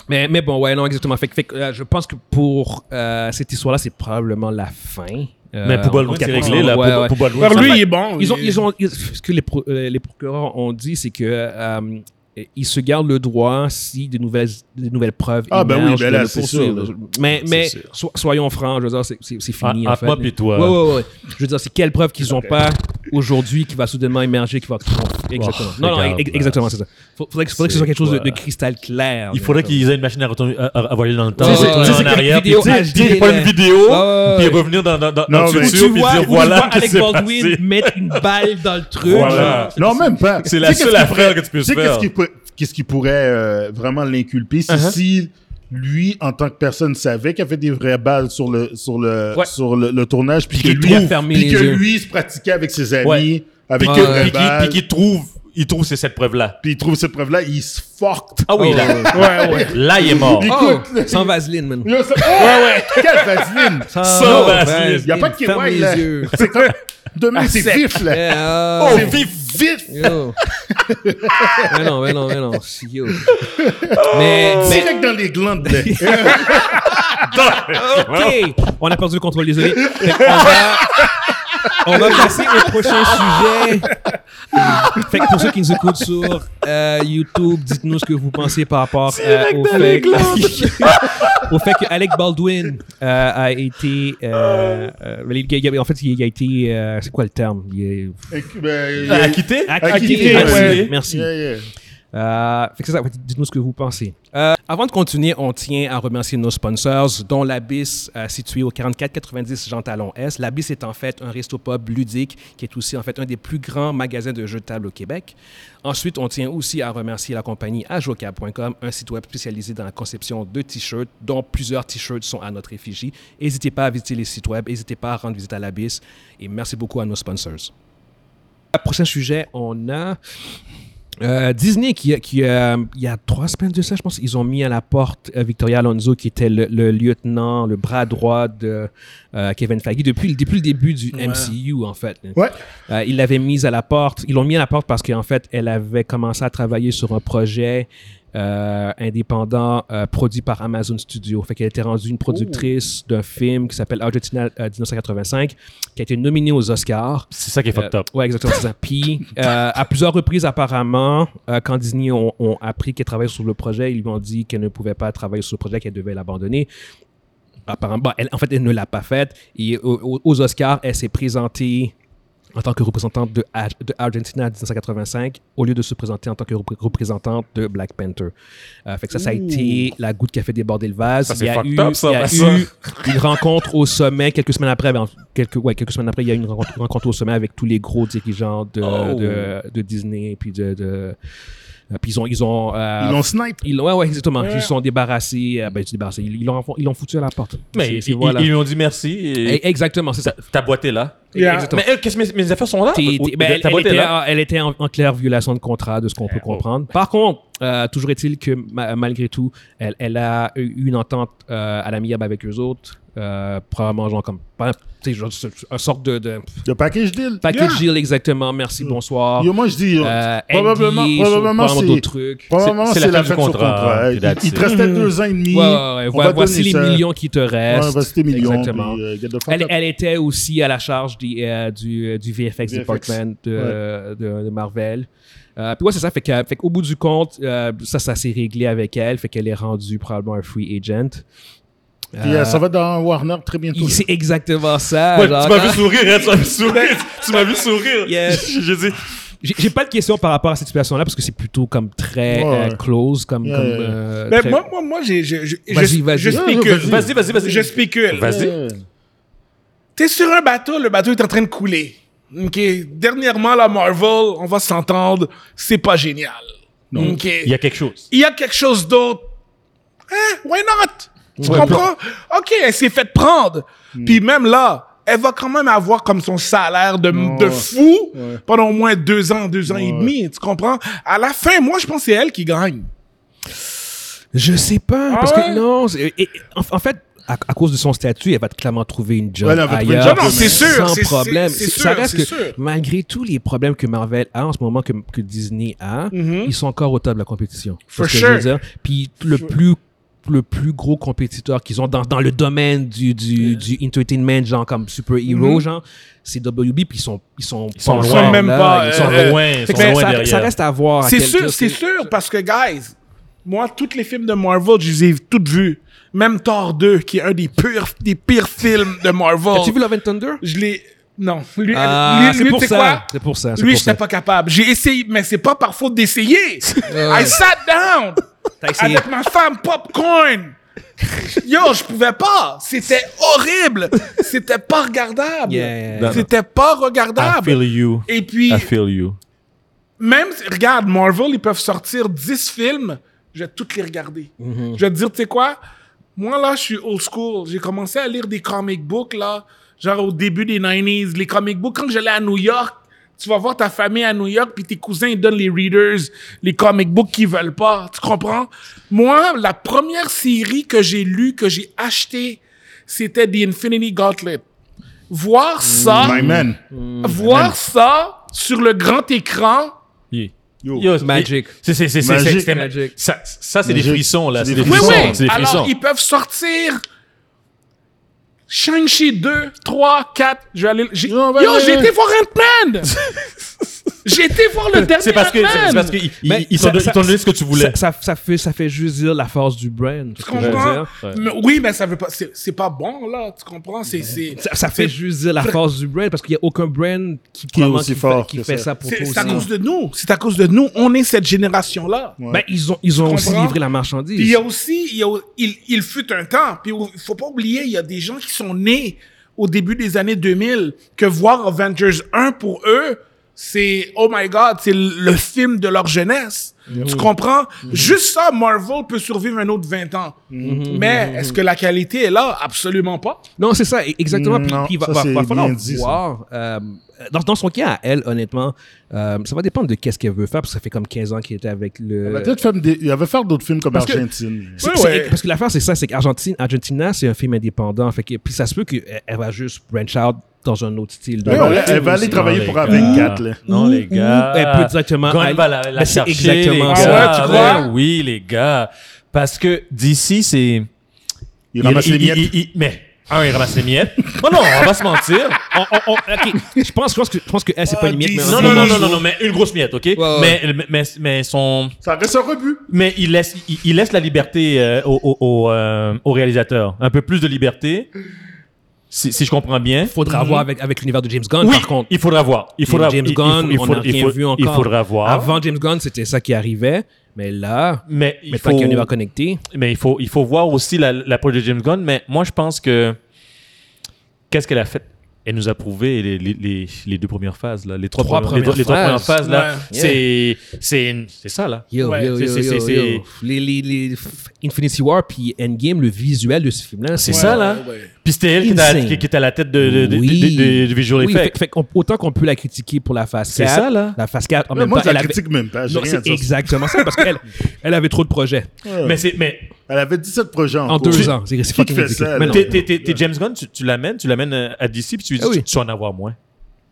S1: Mais, mais bon, ouais, non, exactement. Fait, que- fait que, euh, je pense que pour euh, cette histoire-là, c'est probablement la fin. Euh,
S4: Mais pour
S1: en-
S4: Baldwin,
S1: en
S4: c'est
S1: quatre-
S4: réglé. Là,
S1: ouais,
S4: pour,
S1: ouais.
S4: pour Baldwin,
S3: Alors,
S4: ça
S3: lui,
S4: va.
S3: il est bon.
S1: Ils ont,
S3: Il-
S1: ils ont, ils- ce que les, pro- euh, les procureurs ont dit, c'est que euh, euh, il se garde le droit, si de nouvelles, de nouvelles preuves
S2: Ah, ben oui,
S1: émergent,
S2: ben
S1: de
S2: là,
S1: le
S2: c'est
S1: poursuivre.
S2: sûr, là.
S1: Mais,
S4: C'est
S1: mais
S4: sûr.
S1: so- soyons francs, je veux dire, c'est- c'est c'est fini.
S4: Ah,
S1: en
S4: ah,
S1: fait.
S4: moi pis toi.
S1: Ouais, ouais, ouais. Je veux dire, c'est quelles preuves qu'ils n'ont pas aujourd'hui qui va soudainement émerger, qui va. Exactement. non, non,
S4: regarde,
S1: ex- exactement, c'est ça. Faut- Faudrait que, faudrait que ce soit quelque chose de, de cristal clair.
S4: Il faudrait qu'ils aient une machine à, retourner, à, à- à voyager dans le temps,
S1: Tu
S2: sais, c'est-
S4: retourner
S2: tu sais,
S1: c'est
S4: en
S1: comme une
S4: arrière, puis
S1: vidéo
S4: tu sais,
S1: HD,
S4: puis prendre
S1: là.
S4: une vidéo,
S1: Ah, ouais,
S4: puis
S1: ouais.
S4: revenir dans, dans, dans,
S2: Non,
S4: dans
S2: mais-
S4: le
S1: Ou
S4: futur,
S1: tu
S4: puis
S1: vois,
S4: dire
S1: ou tu
S4: voilà,
S1: vois
S4: *laughs* qu'est-ce qui
S1: Alec
S4: s'est
S1: Baldwin
S4: passé.
S1: mettre une balle dans le truc.
S4: Voilà.
S2: Non, même pas.
S4: C'est la
S2: Tu sais
S4: seule
S2: qu'est-ce
S4: affaire
S2: qu'il
S4: que tu peux
S2: sais
S4: faire.
S2: Qu'est-ce qui, pourrait- qu'est-ce qui pourrait euh, vraiment l'inculper, c'est
S1: Uh-huh.
S2: si lui, en tant que personne, savait qu'il avait des vraies balles sur le, sur le,
S1: Ouais.
S2: sur le, le tournage, puis,
S1: Puis
S2: que,
S1: qu'il
S2: lui,
S1: a fermé
S2: puis
S1: les
S2: que
S1: yeux.
S2: lui se pratiquait avec ses amis,
S4: Ouais.
S2: avec
S4: Puis
S1: Ouais,
S2: des
S4: que-
S1: ouais.
S2: vraies
S4: puis qu'il-
S2: balles,
S4: puis qu'ils trouvent, ils trouvent c'est cette preuve-là.
S2: puis il trouve cette preuve-là, il se fucked.
S4: Ah oui,
S1: Oh,
S4: là,
S1: ouais.
S2: ouais, ouais.
S4: là, il est mort.
S2: Il-
S1: Oh,
S2: Écoute.
S1: sans vaseline, man.
S2: Yo, ça- Oh, *laughs* Quelle vaseline!
S4: Sans vaseline.
S2: Il n'y a pas de
S1: Ferme
S2: kéwaï,
S1: les
S2: là.
S1: yeux. *laughs*
S2: C'est comme... Demain, c'est
S3: sec.
S2: vif, là.
S1: Yeah,
S4: Oh,
S1: euh,
S4: vif, vif!
S1: Yo. mais non, mais non, mais non. Si, Yo. Mais, mais-
S2: Direct dans les
S1: *laughs*
S2: glandes, là. Euh,
S1: Oh, OK. On a perdu le contrôle, désolé. Fait qu'on va- On va passer au prochain sujet. Fait que pour ceux qui nous écoutent sur euh, YouTube, dites-nous ce que vous pensez par rapport euh, au, fait *laughs* au fait que Alec Baldwin euh, a été. euh, euh, il a- il a- en fait, il a été. euh, c'est quoi le terme Il est-
S2: Et que, ben, il-
S4: Ah, Acquitté?
S2: Acquitté,
S1: Merci.
S2: ouais.
S1: Merci.
S2: Yeah, yeah.
S1: Euh, fait que c'est ça, fait que dites-nous ce que vous pensez. Euh, avant de continuer, on tient à remercier nos sponsors, dont l'Abyss, euh, situé au 4490 Jean Talon S. L'Abyss est en fait un resto-pub ludique qui est aussi en fait un des plus grands magasins de jeux de table au Québec. Ensuite, on tient aussi à remercier la compagnie Ajocab.com, un site web spécialisé dans la conception de t-shirts, dont plusieurs t-shirts sont à notre effigie. N'hésitez pas à visiter les sites web, n'hésitez pas à rendre visite à l'Abyss et merci beaucoup à nos sponsors. Prochain sujet, on a euh, Disney, qui, qui euh, il y a trois semaines de ça, je pense, ils ont mis à la porte euh, Victoria Alonso, qui était le, le lieutenant, le bras droit de euh, Kevin Feige depuis, le- depuis le début du MCU, en fait.
S2: Ouais.
S1: Euh, ils l'avaient mise à la porte. Ils l'ont mis à la porte parce qu'en fait, elle avait commencé à travailler sur un projet euh, indépendant euh, produit par Amazon Studio. Fait qu'elle était rendue une productrice d'un film qui s'appelle Argentina euh, 1985, qui a été nominé aux Oscars.
S4: C'est ça qui est fucked
S1: Euh,
S4: up.
S1: ouais, exactement, c'est ça. Puis, euh, à plusieurs reprises, apparemment, euh, quand Disney ont, ont appris qu'elle travaillait sur le projet, ils lui ont dit qu'elle ne pouvait pas travailler sur le projet, qu'elle devait l'abandonner. Apparemment, bah, elle- en fait, elle ne l'a pas faite. Et au- au- aux Oscars, elle s'est présentée en tant que représentante de, Ar- de Argentina en 1985 au lieu de se présenter en tant que repré- représentante de Black Panther. Euh, fait que ça, ça a été la goutte qui a fait déborder le vase.
S4: Ça,
S1: il y
S4: c'est
S1: a
S4: fucked
S1: eu,
S4: up, ça,
S1: il y a
S4: ben, ça.
S1: eu une rencontre au sommet quelques semaines après. ben, quelques, ouais, quelques semaines après, il y a eu une rencontre, rencontre au sommet avec tous les gros dirigeants de,
S4: Oh.
S1: de, de Disney. Puis, de, de- euh, puis ils ont... Ils ont, euh,
S2: Ils l'ont snipe.
S1: ils- ouais, ouais, exactement. Ils se sont débarrassés. euh, ben, ils se sont débarrassés. Ils ils l'ont ils l'ont foutu à la porte. C'est-
S4: Mais
S1: c'est-
S4: ils
S1: voilà.
S4: ils lui ont dit merci et
S1: Eh, Exactement, c'est ça.
S4: ta- ta boîte est là.
S3: Yeah.
S1: Exactement.
S4: Ah, Mais elle, qu'est-ce que mes, mes affaires sont là?
S1: T'es-
S4: Ou-
S1: t'es- ben, elle,
S4: ta
S1: elle
S4: boîte est
S1: était,
S4: là?
S1: en- elle était en, en claire violation de contrat, de ce qu'on peut comprendre. Par contre, euh, toujours est-il que ma- malgré tout, elle, elle a eu une entente euh, à l'amiable avec eux autres. euh, probablement, genre, comme. pas- tu sais, genre, ce- un sorte de, de
S2: Le package deal.
S1: Ah. package
S2: Yeah. Mm.
S1: deal, exactement. Merci, bonsoir.
S2: Yo, moi, je dis, yo,
S1: Euh,
S2: probablement,
S1: NDA,
S2: probablement,
S1: sur-
S2: c'est,
S1: d'autres trucs.
S2: probablement,
S4: C'est-
S2: c'est,
S4: c'est
S2: la
S4: la fin
S2: fête
S4: du
S2: sur
S4: contrat,
S2: contrat.
S4: puis
S2: Il,
S4: that's
S2: il
S4: it.
S2: te restait deux ans et demi.
S1: Ouais, ouais, ouais.
S2: On
S1: Vo-
S2: va
S1: voici
S2: donner
S1: les
S2: ça.
S1: millions qui te restent.
S2: Ouais, voici tes millions.
S1: Exactement.
S2: puis, euh, get the fuck
S1: Elle,
S2: up.
S1: elle était aussi à la charge des, euh, du, euh, du VFX,
S2: VFX.
S1: Department de, de- de Marvel. Euh, puis ouais, c'est ça. Fait, que- fait qu'au bout du compte, euh, ça, ça s'est réglé avec elle. Fait qu'elle est rendue probablement un free
S2: *laughs*
S1: agent.
S2: Puis, euh, ça va dans Warner très bientôt.
S1: Il- C'est exactement ça.
S4: Ouais,
S1: genre,
S4: tu m'as
S1: quand-
S4: vu sourire, hein, tu m'as vu sourire, *laughs* tu m'as vu sourire.
S1: Yes.
S4: *laughs* J'ai j'ai dit,
S1: J'ai j'ai pas de question par rapport à cette situation-là parce que c'est plutôt comme très
S2: Ouais,
S1: euh,
S2: ouais.
S1: close. Comme,
S2: Yeah,
S1: comme,
S2: yeah, yeah.
S1: euh,
S3: Ben,
S1: très-
S3: moi, moi, moi, j'ai, je, je,
S1: Vas-y,
S3: je-
S1: vas-y.
S3: je
S1: Non,
S2: non,
S3: spécule.
S2: vas-y.
S4: vas-y, vas-y, vas-y.
S3: Je spécule.
S4: Vas-y.
S2: Yeah.
S3: T'es sur un bateau, le bateau est en train de couler. OK. Dernièrement, la Marvel, on va s'entendre, c'est pas génial. OK.
S4: Il y a quelque chose.
S3: il y a quelque chose d'autre. Hein? Why not? Tu comprends? OK, elle s'est faite prendre.
S1: Hmm.
S3: Puis même là, elle va quand même avoir comme son salaire de, de fou pendant au moins deux ans, deux ans et demi. Tu comprends? À la fin, moi, je pense que c'est elle qui gagne.
S1: Je sais pas,
S3: Ah
S1: parce
S3: ouais?
S1: que non. c'est- et- et- en, en fait, à, à cause de son statut, elle va clairement trouver une job
S2: Ouais, elle va trouver une
S1: ailleurs.
S2: job,
S1: sans
S2: Non, non, c'est
S3: sûr, c'est- c'est-
S1: problème.
S3: c'est
S1: Ça
S3: sûr,
S1: reste
S3: c'est
S1: que,
S3: sûr.
S1: malgré tous les problèmes que Marvel a en ce moment, que, que Disney a, ils sont encore au top de la compétition. C'est
S3: For
S1: ce que je veux
S3: sure.
S1: dire. Puis le plus le plus gros compétiteur qu'ils ont dans, dans le domaine du, du, du entertainment, genre comme super hero, genre, c'est WB, puis ils sont, ils sont,
S4: Ils sont
S1: pas
S4: loin,
S1: encore
S3: même
S1: là,
S3: pas,
S1: ils
S4: Ils
S1: sont-
S4: sont
S3: Euh,
S4: loin, ils
S1: Fait
S4: sont
S1: que ça-
S4: loin
S1: ça,
S4: derrière.
S1: ça reste à voir. à
S3: C'est
S1: Ah, quel-
S3: sûr, c'est sûr, parce que, guys, moi, tous les films de Marvel, je les ai tous vus. Même Thor 2, qui est un des pires, des pires films de Marvel.
S1: As-tu vu Love and Thunder?
S3: Je l'ai... Non. Lui,
S1: Ah,
S3: lui-
S1: c'est
S3: lui,
S1: pour
S3: tu sais
S1: ça.
S3: quoi?
S1: C'est pour ça, Ah, c'est
S3: Lui,
S1: pour
S3: j'étais
S1: ça.
S3: pas capable. J'ai essayé, mais c'est pas par faute d'essayer.
S1: Ouais.
S3: I sat down
S1: T'as essayé.
S3: avec ma femme popcorn. Yo, je pouvais pas. C'était horrible. C'était pas regardable.
S1: Yeah, yeah, yeah.
S3: C'était pas
S4: I feel
S3: regardable.
S4: you.
S3: Et puis,
S4: I feel you.
S3: même, si- regarde, Marvel, ils peuvent sortir 10 films, je vais toutes les regarder. Je vais te dire, tu sais quoi? Moi, là, je suis old school. J'ai commencé à lire des comic books, là, genre au début des 90s. Les comic books, quand j'allais à New York, tu vas voir ta famille à New York, puis tes cousins, ils donnent les readers, les comic books qu'ils veulent pas. Tu comprends? Moi, la première série que j'ai lue, que j'ai achetée, c'était The Infinity Gauntlet. Voir ça,
S2: My man.
S3: voir ça sur le grand écran,
S4: Yeah.
S2: Yo.
S4: Yo, c'est-
S1: Magic.
S4: c'est- c'est- c'est-
S2: Magic.
S4: c'est- c'est-
S1: Magic.
S4: Ça, ça, c'est des
S2: Magic.
S4: frissons, là.
S2: C'est
S4: C'est
S2: des
S4: des
S3: Oui,
S4: frissons. C'est
S3: oui.
S4: des
S3: Alors,
S4: frissons.
S3: ils peuvent sortir Shang-Chi 2, 3, 4. Je vais aller. j'ai-
S2: Non, bah,
S3: Yo,
S2: ouais,
S3: j'ai
S2: ouais.
S3: été voir Ant-Man! *laughs* j'ai été voir le dernier
S4: C'est parce que c'est parce
S3: Ant-Man!
S4: qu'ils
S1: Mais
S4: ils- ils t'ont
S1: ça-
S4: don-
S1: ça-
S4: ils t'ont donné ce que tu voulais.
S1: Ça, ça, ça fait, ça fait juste dire la force du brand.
S3: Tu
S1: ce que je veux
S3: comprends?
S1: dire.
S4: Ouais.
S3: Mais oui, mais ça veut pas. C'est c'est pas bon, là. Tu comprends? C'est. c'est-
S1: Ça, ça fait
S3: c'est-
S1: juste dire la force du brand parce qu'il n'y a aucun brand qui, probablement, qui
S2: aussi
S1: fait-
S2: fort
S1: qui
S2: que
S1: fait
S2: ça.
S1: ça pour
S3: C'est
S1: toi
S3: c'est à
S1: aussi.
S3: cause de nous. C'est à cause de nous. On est cette génération-là.
S2: Ouais.
S1: Ben, ils ont, ils ont aussi
S3: comprends?
S1: livré la
S3: Puis euh, il
S1: marchandise.
S3: y a aussi, il, y a- il, il fut un temps, puis il faut pas oublier, il y a des gens qui sont nés au début des années 2000, que voir Avengers 1 pour eux, c'est, oh my god, c'est le le film de leur jeunesse. Tu comprends?
S4: Mm-hmm.
S3: Juste ça, Marvel peut survivre un autre 20 ans.
S4: Mm-hmm.
S3: Mais est-ce que la qualité est là? Absolument pas.
S1: Non, c'est ça, e- exactement. Puis,
S2: Non,
S1: puis il va,
S2: ça,
S1: va-
S2: c'est
S1: va falloir
S2: bien dit, ça.
S1: voir. euh, dans, dans son cas, à elle, honnêtement, euh, ça va dépendre de qu'est-ce qu'elle veut faire parce que ça fait comme 15 ans qu'elle était avec
S2: Il
S1: le.
S3: Ah, ben,
S2: avait peut-être fait des- il avait fait d'autres films comme
S1: Parce que-
S2: Argentine.
S1: C'est-
S3: Ouais,
S1: c'est-
S3: ouais.
S1: Parce que l'affaire, c'est ça, c'est qu'Argentine, Argentina, c'est un film indépendant. Fait que, puis ça se peut qu'elle elle va juste branch out dans un autre style. de-
S2: Ouais,
S4: Ouais,
S2: elle- elle va aller
S4: aussi.
S2: travailler
S4: Non,
S2: pour
S4: les
S2: A24,
S4: gars.
S2: là.
S4: Non,
S1: Ou-
S4: les gars.
S1: ou Eh, elle peut directement
S4: Gunn
S1: aller-
S4: va la, la
S1: Ben, c'est
S4: chercher,
S1: exactement
S4: les
S1: ça.
S4: gars.
S3: Ah ouais, tu crois?
S4: Ben oui, les gars. Parce que d'ici, c'est...
S2: Il ramasse les miettes.
S4: il- il- mais, un, il ramasse les miettes. Oh Non, non, on va se mentir. On- on- on- OK.
S1: Je pense, je pense que, je pense que elle, c'est pas
S3: Ah,
S1: une limite. mais-
S3: dis-
S4: Non, non, non, non, non, non, mais une grosse miette, OK?
S1: ouais.
S4: Mais, mais, mais, mais son...
S2: Ça reste un rebut.
S4: Mais il laisse, il, il laisse la liberté euh, au, au, au, euh, au réalisateur. Un peu plus de liberté, si, si je comprends bien.
S1: Faudra voir avec, avec l'univers de James Gunn,
S4: Oui,
S1: par contre.
S4: il faudra voir. Il faudra,
S1: James
S4: il- il
S1: Gunn,
S4: faut- il
S1: on
S4: faut-
S1: n'a
S4: il
S1: rien
S4: faut-
S1: vu encore.
S4: Il faudra voir.
S1: Avant James Gunn, c'était ça qui arrivait. Mais là,
S4: mais il
S1: maintenant
S4: faut,
S1: qu'il y a un univers connecté,
S4: mais il faut, il faut voir aussi la- l'approche de James Gunn. Mais moi, je pense que qu'est-ce qu'elle a fait Elle nous a prouvé les, les, les, les deux premières phases, là, les trois,
S1: Trois
S4: premières, les
S1: premières
S4: deux- les trois premières
S1: phases.
S4: phases, là.
S3: Ouais.
S4: C'est, c'est, une- c'est ça, là.
S1: yo,
S3: Ouais,
S1: yo,
S4: c'est-
S1: yo,
S4: c'est-
S1: yo,
S4: c'est-
S1: yo. Les, les, les f- Infinity War puis Endgame, le visuel de ce film-là,
S4: C'est ça, là. Puis c'était elle qui était, à,
S1: Insane.
S4: qui- qui était à la tête de, de, de,
S1: Oui.
S4: de- de- de visual
S1: Oui, fait,
S4: effects.
S1: fait qu'on- autant qu'on peut la critiquer pour la phase 4.
S4: C'est ça, là.
S1: La phase 4, en
S2: Mais
S1: même
S2: Moi,
S1: temps,
S2: je
S1: elle
S2: la
S1: avait...
S2: critique même pas. j'ai
S1: Non,
S2: rien à
S1: c'est
S2: dire.
S1: exactement ça, parce
S2: *laughs*
S1: qu'elle elle avait trop de projets.
S2: Ouais.
S4: Mais c'est, mais
S2: Elle avait 17 projets en,
S1: En
S2: cours.
S1: deux ans, c'est- c'est
S2: Qui te
S1: fucking
S2: fait
S1: ridicule.
S2: ça,
S1: Mais
S2: là?
S1: non.
S4: T'es, t'es- t'es- t'es James Gunn, tu, tu l'amènes, tu l'amènes euh, à DC, puis tu lui dis,
S1: Ah oui.
S4: tu, tu vas en avoir moins.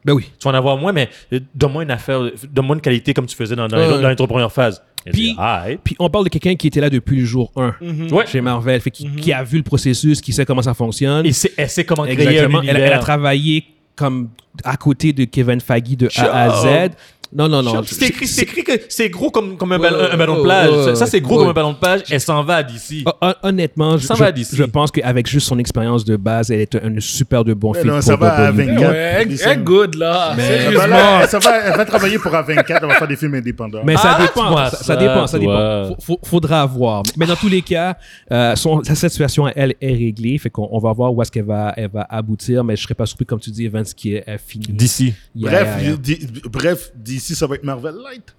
S1: Ben oui.
S4: Tu vas en avoir moins, mais euh, donne-moi une affaire, euh, donne-moi une qualité comme tu faisais dans, dans, les,
S1: Ouais.
S4: autres- dans les trois premières phases. ah, Et
S1: Puis-
S4: puis, aïe.
S1: Puis on parle de quelqu'un qui était là depuis le jour 1
S2: Mhm.
S4: Ouais.
S1: chez Marvel, fait, qui, qui a vu le processus, qui sait comment ça fonctionne.
S4: Et c'est, elle sait comment créer
S1: Exactement.
S4: un
S1: Elle, elle a
S4: univers.
S1: travaillé comme à côté de Kevin Feige de A à Z. Non, non, non.
S4: Oh. c'est, écrit, c'est écrit que c'est gros comme, comme un,
S1: Ouais,
S4: ballon,
S1: ouais,
S4: un ballon de
S1: ouais,
S4: plage.
S1: ouais,
S4: Ça- ça, c'est gros
S1: ouais. Ah.
S4: comme un ballon de plage. Elle s'en va à DC.
S1: Hon- hon- Honnêtement, je,
S4: Ça va
S1: je-
S4: d'ici.
S1: je pense qu'avec juste son expérience de base, elle est un, un super de bon
S2: Mais
S1: film.
S2: non, ça va à 24.
S3: Ouais, elle- elle good, là.
S2: Ça
S3: Sérieusement.
S2: va, là, ça va, elle va travailler pour A24, elle va faire des films indépendants.
S1: Mais ça dépend,
S4: Arrête-moi
S1: ça, ça
S4: ça,
S1: dépend, ça
S4: toi.
S1: dépend. Faut- faut- faudra voir. Mais dans tous les cas, euh, son, sa situation à elle est réglée, fait qu'on on va voir où est-ce qu'elle va, elle va aboutir. Mais je serais pas surpris, comme tu dis, Evans, qui est est euh, fini.
S4: DC.
S1: Yeah,
S2: Bref,
S1: yeah, yeah.
S2: d- bref, d'ici, ça va être Marvel Light.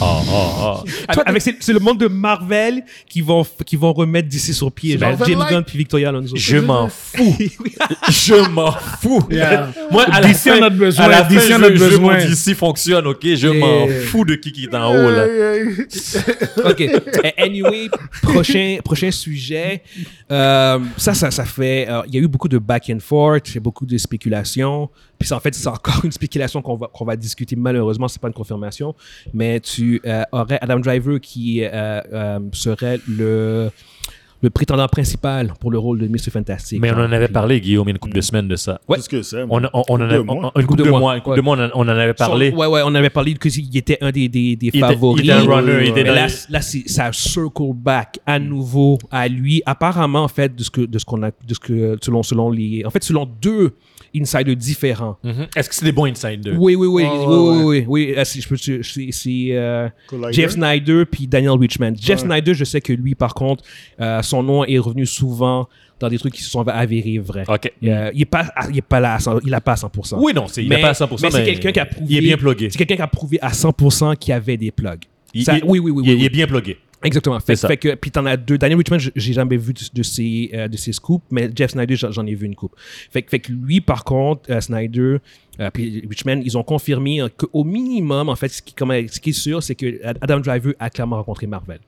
S4: Ah, ah, ah.
S1: Avec- avec- c'est c'est le monde de Marvel qui vont f- qui vont remettre d'ici sur pied, genre
S2: Marvel
S1: James
S2: Light.
S1: Gunn puis Victoria Alonso.
S4: Je m'en *laughs* fous. je m'en fous.
S3: Yeah.
S4: *laughs* Moi, à la
S3: DC,
S4: fin,
S3: on a besoin.
S4: À la
S3: DC,
S4: fin,
S3: on
S4: je
S3: a
S4: veux- je veux
S3: besoin.
S4: mon DC fonctionne, ok? Je
S1: Yeah.
S4: m'en fous de qui qui est en haut, là.
S1: OK. Eh, Anyway, prochain, prochain sujet. Euh, ça, ça, ça fait. euh, Il y a eu beaucoup de back and forth, il y a beaucoup de spéculations. Puis ça, en fait, c'est encore une spéculation qu'on va, qu'on va discuter. Malheureusement, c'est pas une confirmation. Mais tu euh, aurais Adam Driver qui euh, euh, serait le. le prétendant principal pour le rôle de Mr. Fantastic.
S4: Mais on en avait
S1: Puis-
S4: parlé, Guillaume, il y a une couple de semaines de ça. Ouais.
S2: Qu'est-ce que c'est?
S4: On, on, on en a,
S2: de mois.
S4: on- une couple de mois, une couple de mois, on en- on en avait parlé.
S1: Son- ouais, ouais, on avait parlé qu'il était un des, des, des
S4: Il était-
S1: favoris.
S4: il était un runner, il était
S1: Mais
S4: dans
S1: là,
S4: les-
S1: là, c'est- ça circle back à nouveau à lui. Apparemment, en fait, de ce que, de ce qu'on a, de ce que, selon, selon les, en fait, selon deux insiders différents.
S4: Mhm. Est-ce que c'est des bons insiders?
S1: Oui, oui, oui,
S3: Ouais,
S1: oui,
S3: ouais,
S1: oui, oui, oui. Ah, si je peux, tu- c'est, c'est, euh,
S2: Collider?
S1: Jeff Snyder puis Daniel Richman. Jeff Snyder, je sais que lui, par contre, euh, son nom est revenu souvent dans des trucs qui se sont avérés vrais.
S4: OK.
S1: Euh, il est pas, il est pas là, à 100 il a pas à 100%.
S4: Oui, non, c'est- il n'est
S1: Mais-
S4: pas à 100%,
S1: mais c'est quelqu'un qui a prouvé-
S4: Il est bien plugué.
S1: C'est quelqu'un qui a prouvé à 100% qu'il y avait des plugs.
S4: Il-
S1: Ça-
S4: il-
S1: oui, oui, oui.
S4: il,
S1: oui,
S4: il
S1: oui.
S4: est bien plugué.
S1: Exactement. Fait,
S4: C'est ça.
S1: fait que, puis t'en as deux. Daniel Richman, j- j'ai jamais vu de, de ses, euh, de ses scoops, mais Jeff Snyder, j'en- j'en ai vu une coupe. Fait, que- fait que lui, par contre, euh, Snyder, euh, puis Richman, ils ont confirmé euh, qu'au minimum, en fait, ce qui, comme, euh, ce qui est sûr, c'est que Adam Driver a clairement rencontré Marvel.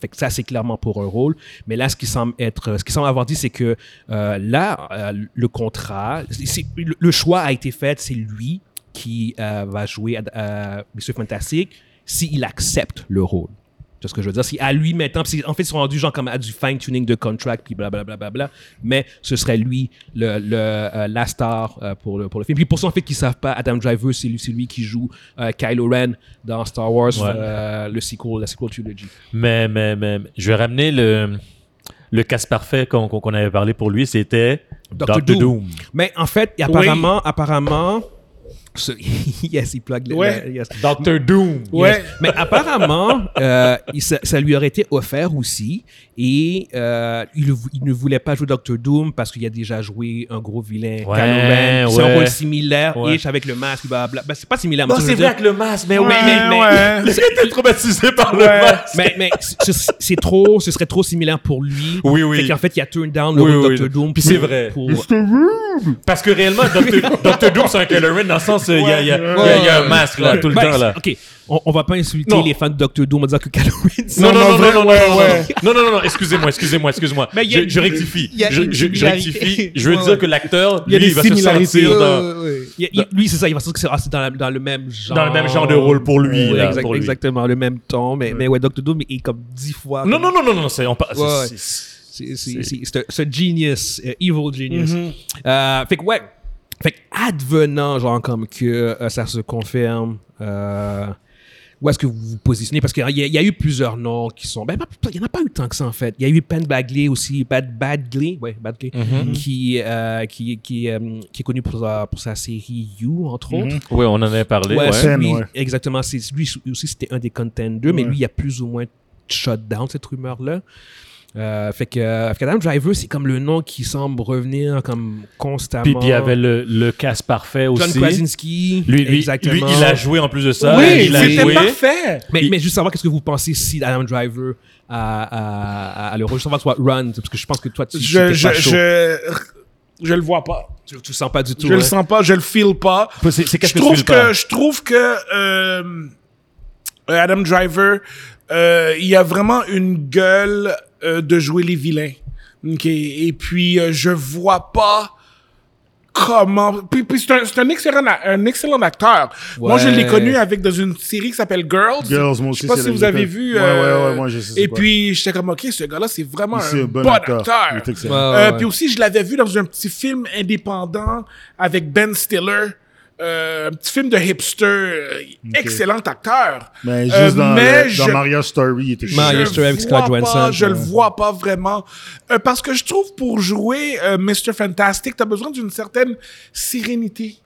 S1: Fait que ça, c'est clairement pour un rôle. Mais là, ce qui semble être, ce qui semble avoir dit, c'est que euh, là, euh, le contrat, c'est- c'est- le, le choix a été fait. C'est lui qui euh, va jouer euh, Monsieur Fantastique s'il accepte le rôle. C'est ce que je veux dire. Si à lui maintenant, parce qu'en fait, ils sont rendus genre comme à du fine tuning de contract, puis blablabla. Bla, bla, mais ce serait lui le, le, euh, la star euh, pour, le, pour le film. Puis pour ceux en fait qui savent pas, Adam Driver, c'est lui, c'est lui qui joue euh, Kylo Ren dans Star Wars,
S4: Ouais.
S1: euh, le sequel, la sequel trilogy.
S4: Mais, mais, mais mais je vais ramener le, le casse parfait qu'on qu'on- qu'on avait parlé pour lui, c'était
S1: Dr.
S4: Doctor,
S1: Doom.
S4: Doom.
S1: Mais en fait, apparemment, apparemment, ce- *laughs* yes, il plug. le-
S3: Ouais.
S1: le- yes.
S4: Doctor Doom.
S3: Ouais.
S1: Mais apparemment, euh, il- ça, ça lui aurait été offert aussi. Et euh, il, le vou- il ne voulait pas jouer Doctor Doom parce qu'il a déjà joué un gros vilain, Kylo Ren. C'est un
S4: ouais.
S1: rôle similaire,
S4: Ouais.
S1: ish, avec le masque, blablabla. Ben, c'est pas similaire, mais
S4: Non,
S1: ça, je
S4: c'est
S1: veux dire-
S4: vrai que le masque, mais oui.
S3: Ouais,
S1: mais- mais-
S3: ouais.
S1: *laughs*
S4: Le gars était traumatisé par le
S3: Ouais.
S4: masque.
S1: mais, mais ce- ce- c'est trop, ce serait trop similaire pour lui.
S4: Oui, oui.
S1: Fait qu'en fait, il a turn down le
S4: Oui,
S1: rôle
S4: oui.
S1: Doctor Doom.
S4: Puis
S1: pour-
S4: c'est vrai.
S1: pour-
S4: Parce que réellement, Dr. Dr. Doom, c'est un Kylo Ren dans le sens, euh, il y a- il y a- il y a- il y a un masque là, Ah, tout le
S1: Ben,
S4: temps là.
S1: Ok, on, on va pas insulter
S4: Non.
S1: les fans de Doctor Doom en disant que Kylo Ren, c'est-
S4: Non, non, non,
S3: vrai,
S4: non, non, non,
S3: ouais,
S4: non, non,
S3: ouais.
S4: non, non, non, non, excusez-moi, excusez-moi, excusez-moi.
S1: Mais il y a
S4: Je,
S1: une-
S4: je rectifie.
S5: il y a
S4: Je,
S5: une
S4: je, je
S5: similarité.
S4: rectifie. Je veux
S5: Ouais,
S4: dire
S5: ouais.
S4: que l'acteur,
S3: Il y a
S4: lui,
S3: des
S4: il va se
S3: similarités, euh,
S4: sentir dans,
S5: Ouais, ouais.
S1: Il- il- lui, c'est ça, il va sentir que c'est ah, c'est dans, la- dans le même genre.
S4: dans le même genre de rôle pour lui.
S1: Ouais,
S4: là,
S1: exact-
S4: pour lui.
S1: Exactement, le même ton. Mais, mais ouais, Doctor Doom est comme dix fois.
S4: Non,
S1: comme-
S4: non, non, non, non, c'est, on parle,
S1: Ouais,
S4: c'est- c'est-
S1: C'est c'est- c'est- c'est un- c'est un genius, euh, evil genius. Euh, fait que ouais, fait que advenant genre comme que euh, ça se confirme. euh, où est-ce que vous vous positionnez Parce qu'il y, a- il y a eu plusieurs noms qui sont. Ben, pas- pas- il n'y en a pas eu tant que ça, en fait. Il y a eu Penn Bagley aussi, Bad Badgley, ouais, Badgley, qui, euh, qui, qui, euh, qui est connu pour, sa- pour sa série You, entre autres.
S4: Ouais, on en avait parlé.
S1: Ouais,
S4: ouais.
S1: c'est lui,
S2: Ouais.
S1: exactement. C'est lui aussi, c'était un des contenders, mais lui, il a plus ou moins shut down cette rumeur-là. Euh, fait que euh, fait qu'Adam Driver, c'est comme le nom qui semble revenir comme constamment.
S4: Puis puis il y avait le, le casse parfait
S1: John
S4: aussi.
S1: Krasinski.
S4: Lui, lui, lui,
S1: exactement.
S4: il a joué en plus de ça.
S3: oui,
S4: euh, il a
S3: c'était
S4: joué.
S3: parfait.
S1: Mais,
S4: il-
S1: mais juste savoir qu'est-ce que vous pensez si Adam Driver a, a, a, a le rôle. Juste savoir toi, Run, parce que je pense que toi, tu,
S3: Je,
S1: t'es
S3: je,
S1: pas chaud.
S3: je, je le vois pas.
S1: Tu, tu le sens pas du tout.
S3: je
S1: hein.
S3: le sens pas, je le feel pas.
S4: C'est, c'est qu'est-ce
S3: Je
S4: que tu
S3: trouve
S4: veux pas?
S3: que, je trouve que euh, Adam Driver, euh, il a vraiment une gueule euh, de jouer les vilains. Ok, Et puis, euh, je vois pas comment... Puis, puis c'est un, c'est un excellent, un excellent acteur. Moi, je l'ai
S1: Ouais.
S3: connu avec dans une série qui s'appelle Girls.
S2: Girls, moi
S3: Je
S2: aussi,
S3: sais pas
S2: c'est
S3: si
S2: la-
S3: vous
S2: j'ai
S3: avez
S2: fait-
S3: vu.
S2: Ouais,
S3: euh,
S2: ouais, ouais, moi, je sais c'est
S3: Et
S2: quoi.
S3: puis, j'étais comme, OK, ce gars-là, c'est vraiment
S2: C'est
S3: un, bon acteur.
S2: Il est excellent.
S1: Ouais, ouais,
S3: Euh,
S1: ouais.
S3: Puis aussi, je l'avais vu dans un petit film indépendant avec Ben Stiller. euh, un petit film de hipster, euh, excellent acteur.
S2: Mais Ben, juste
S3: Euh,
S2: dans,
S3: mais
S2: le- dans
S3: je-
S2: Mario Story, il était excellent.
S1: Mario-
S3: je
S1: Story avec
S3: vois
S1: Scarlett
S3: pas,
S1: Johansson,
S3: Je le
S1: ouais.
S3: vois pas vraiment. Euh, parce que je trouve pour jouer euh, Mr. Fantastic, t'as besoin d'une certaine sérénité.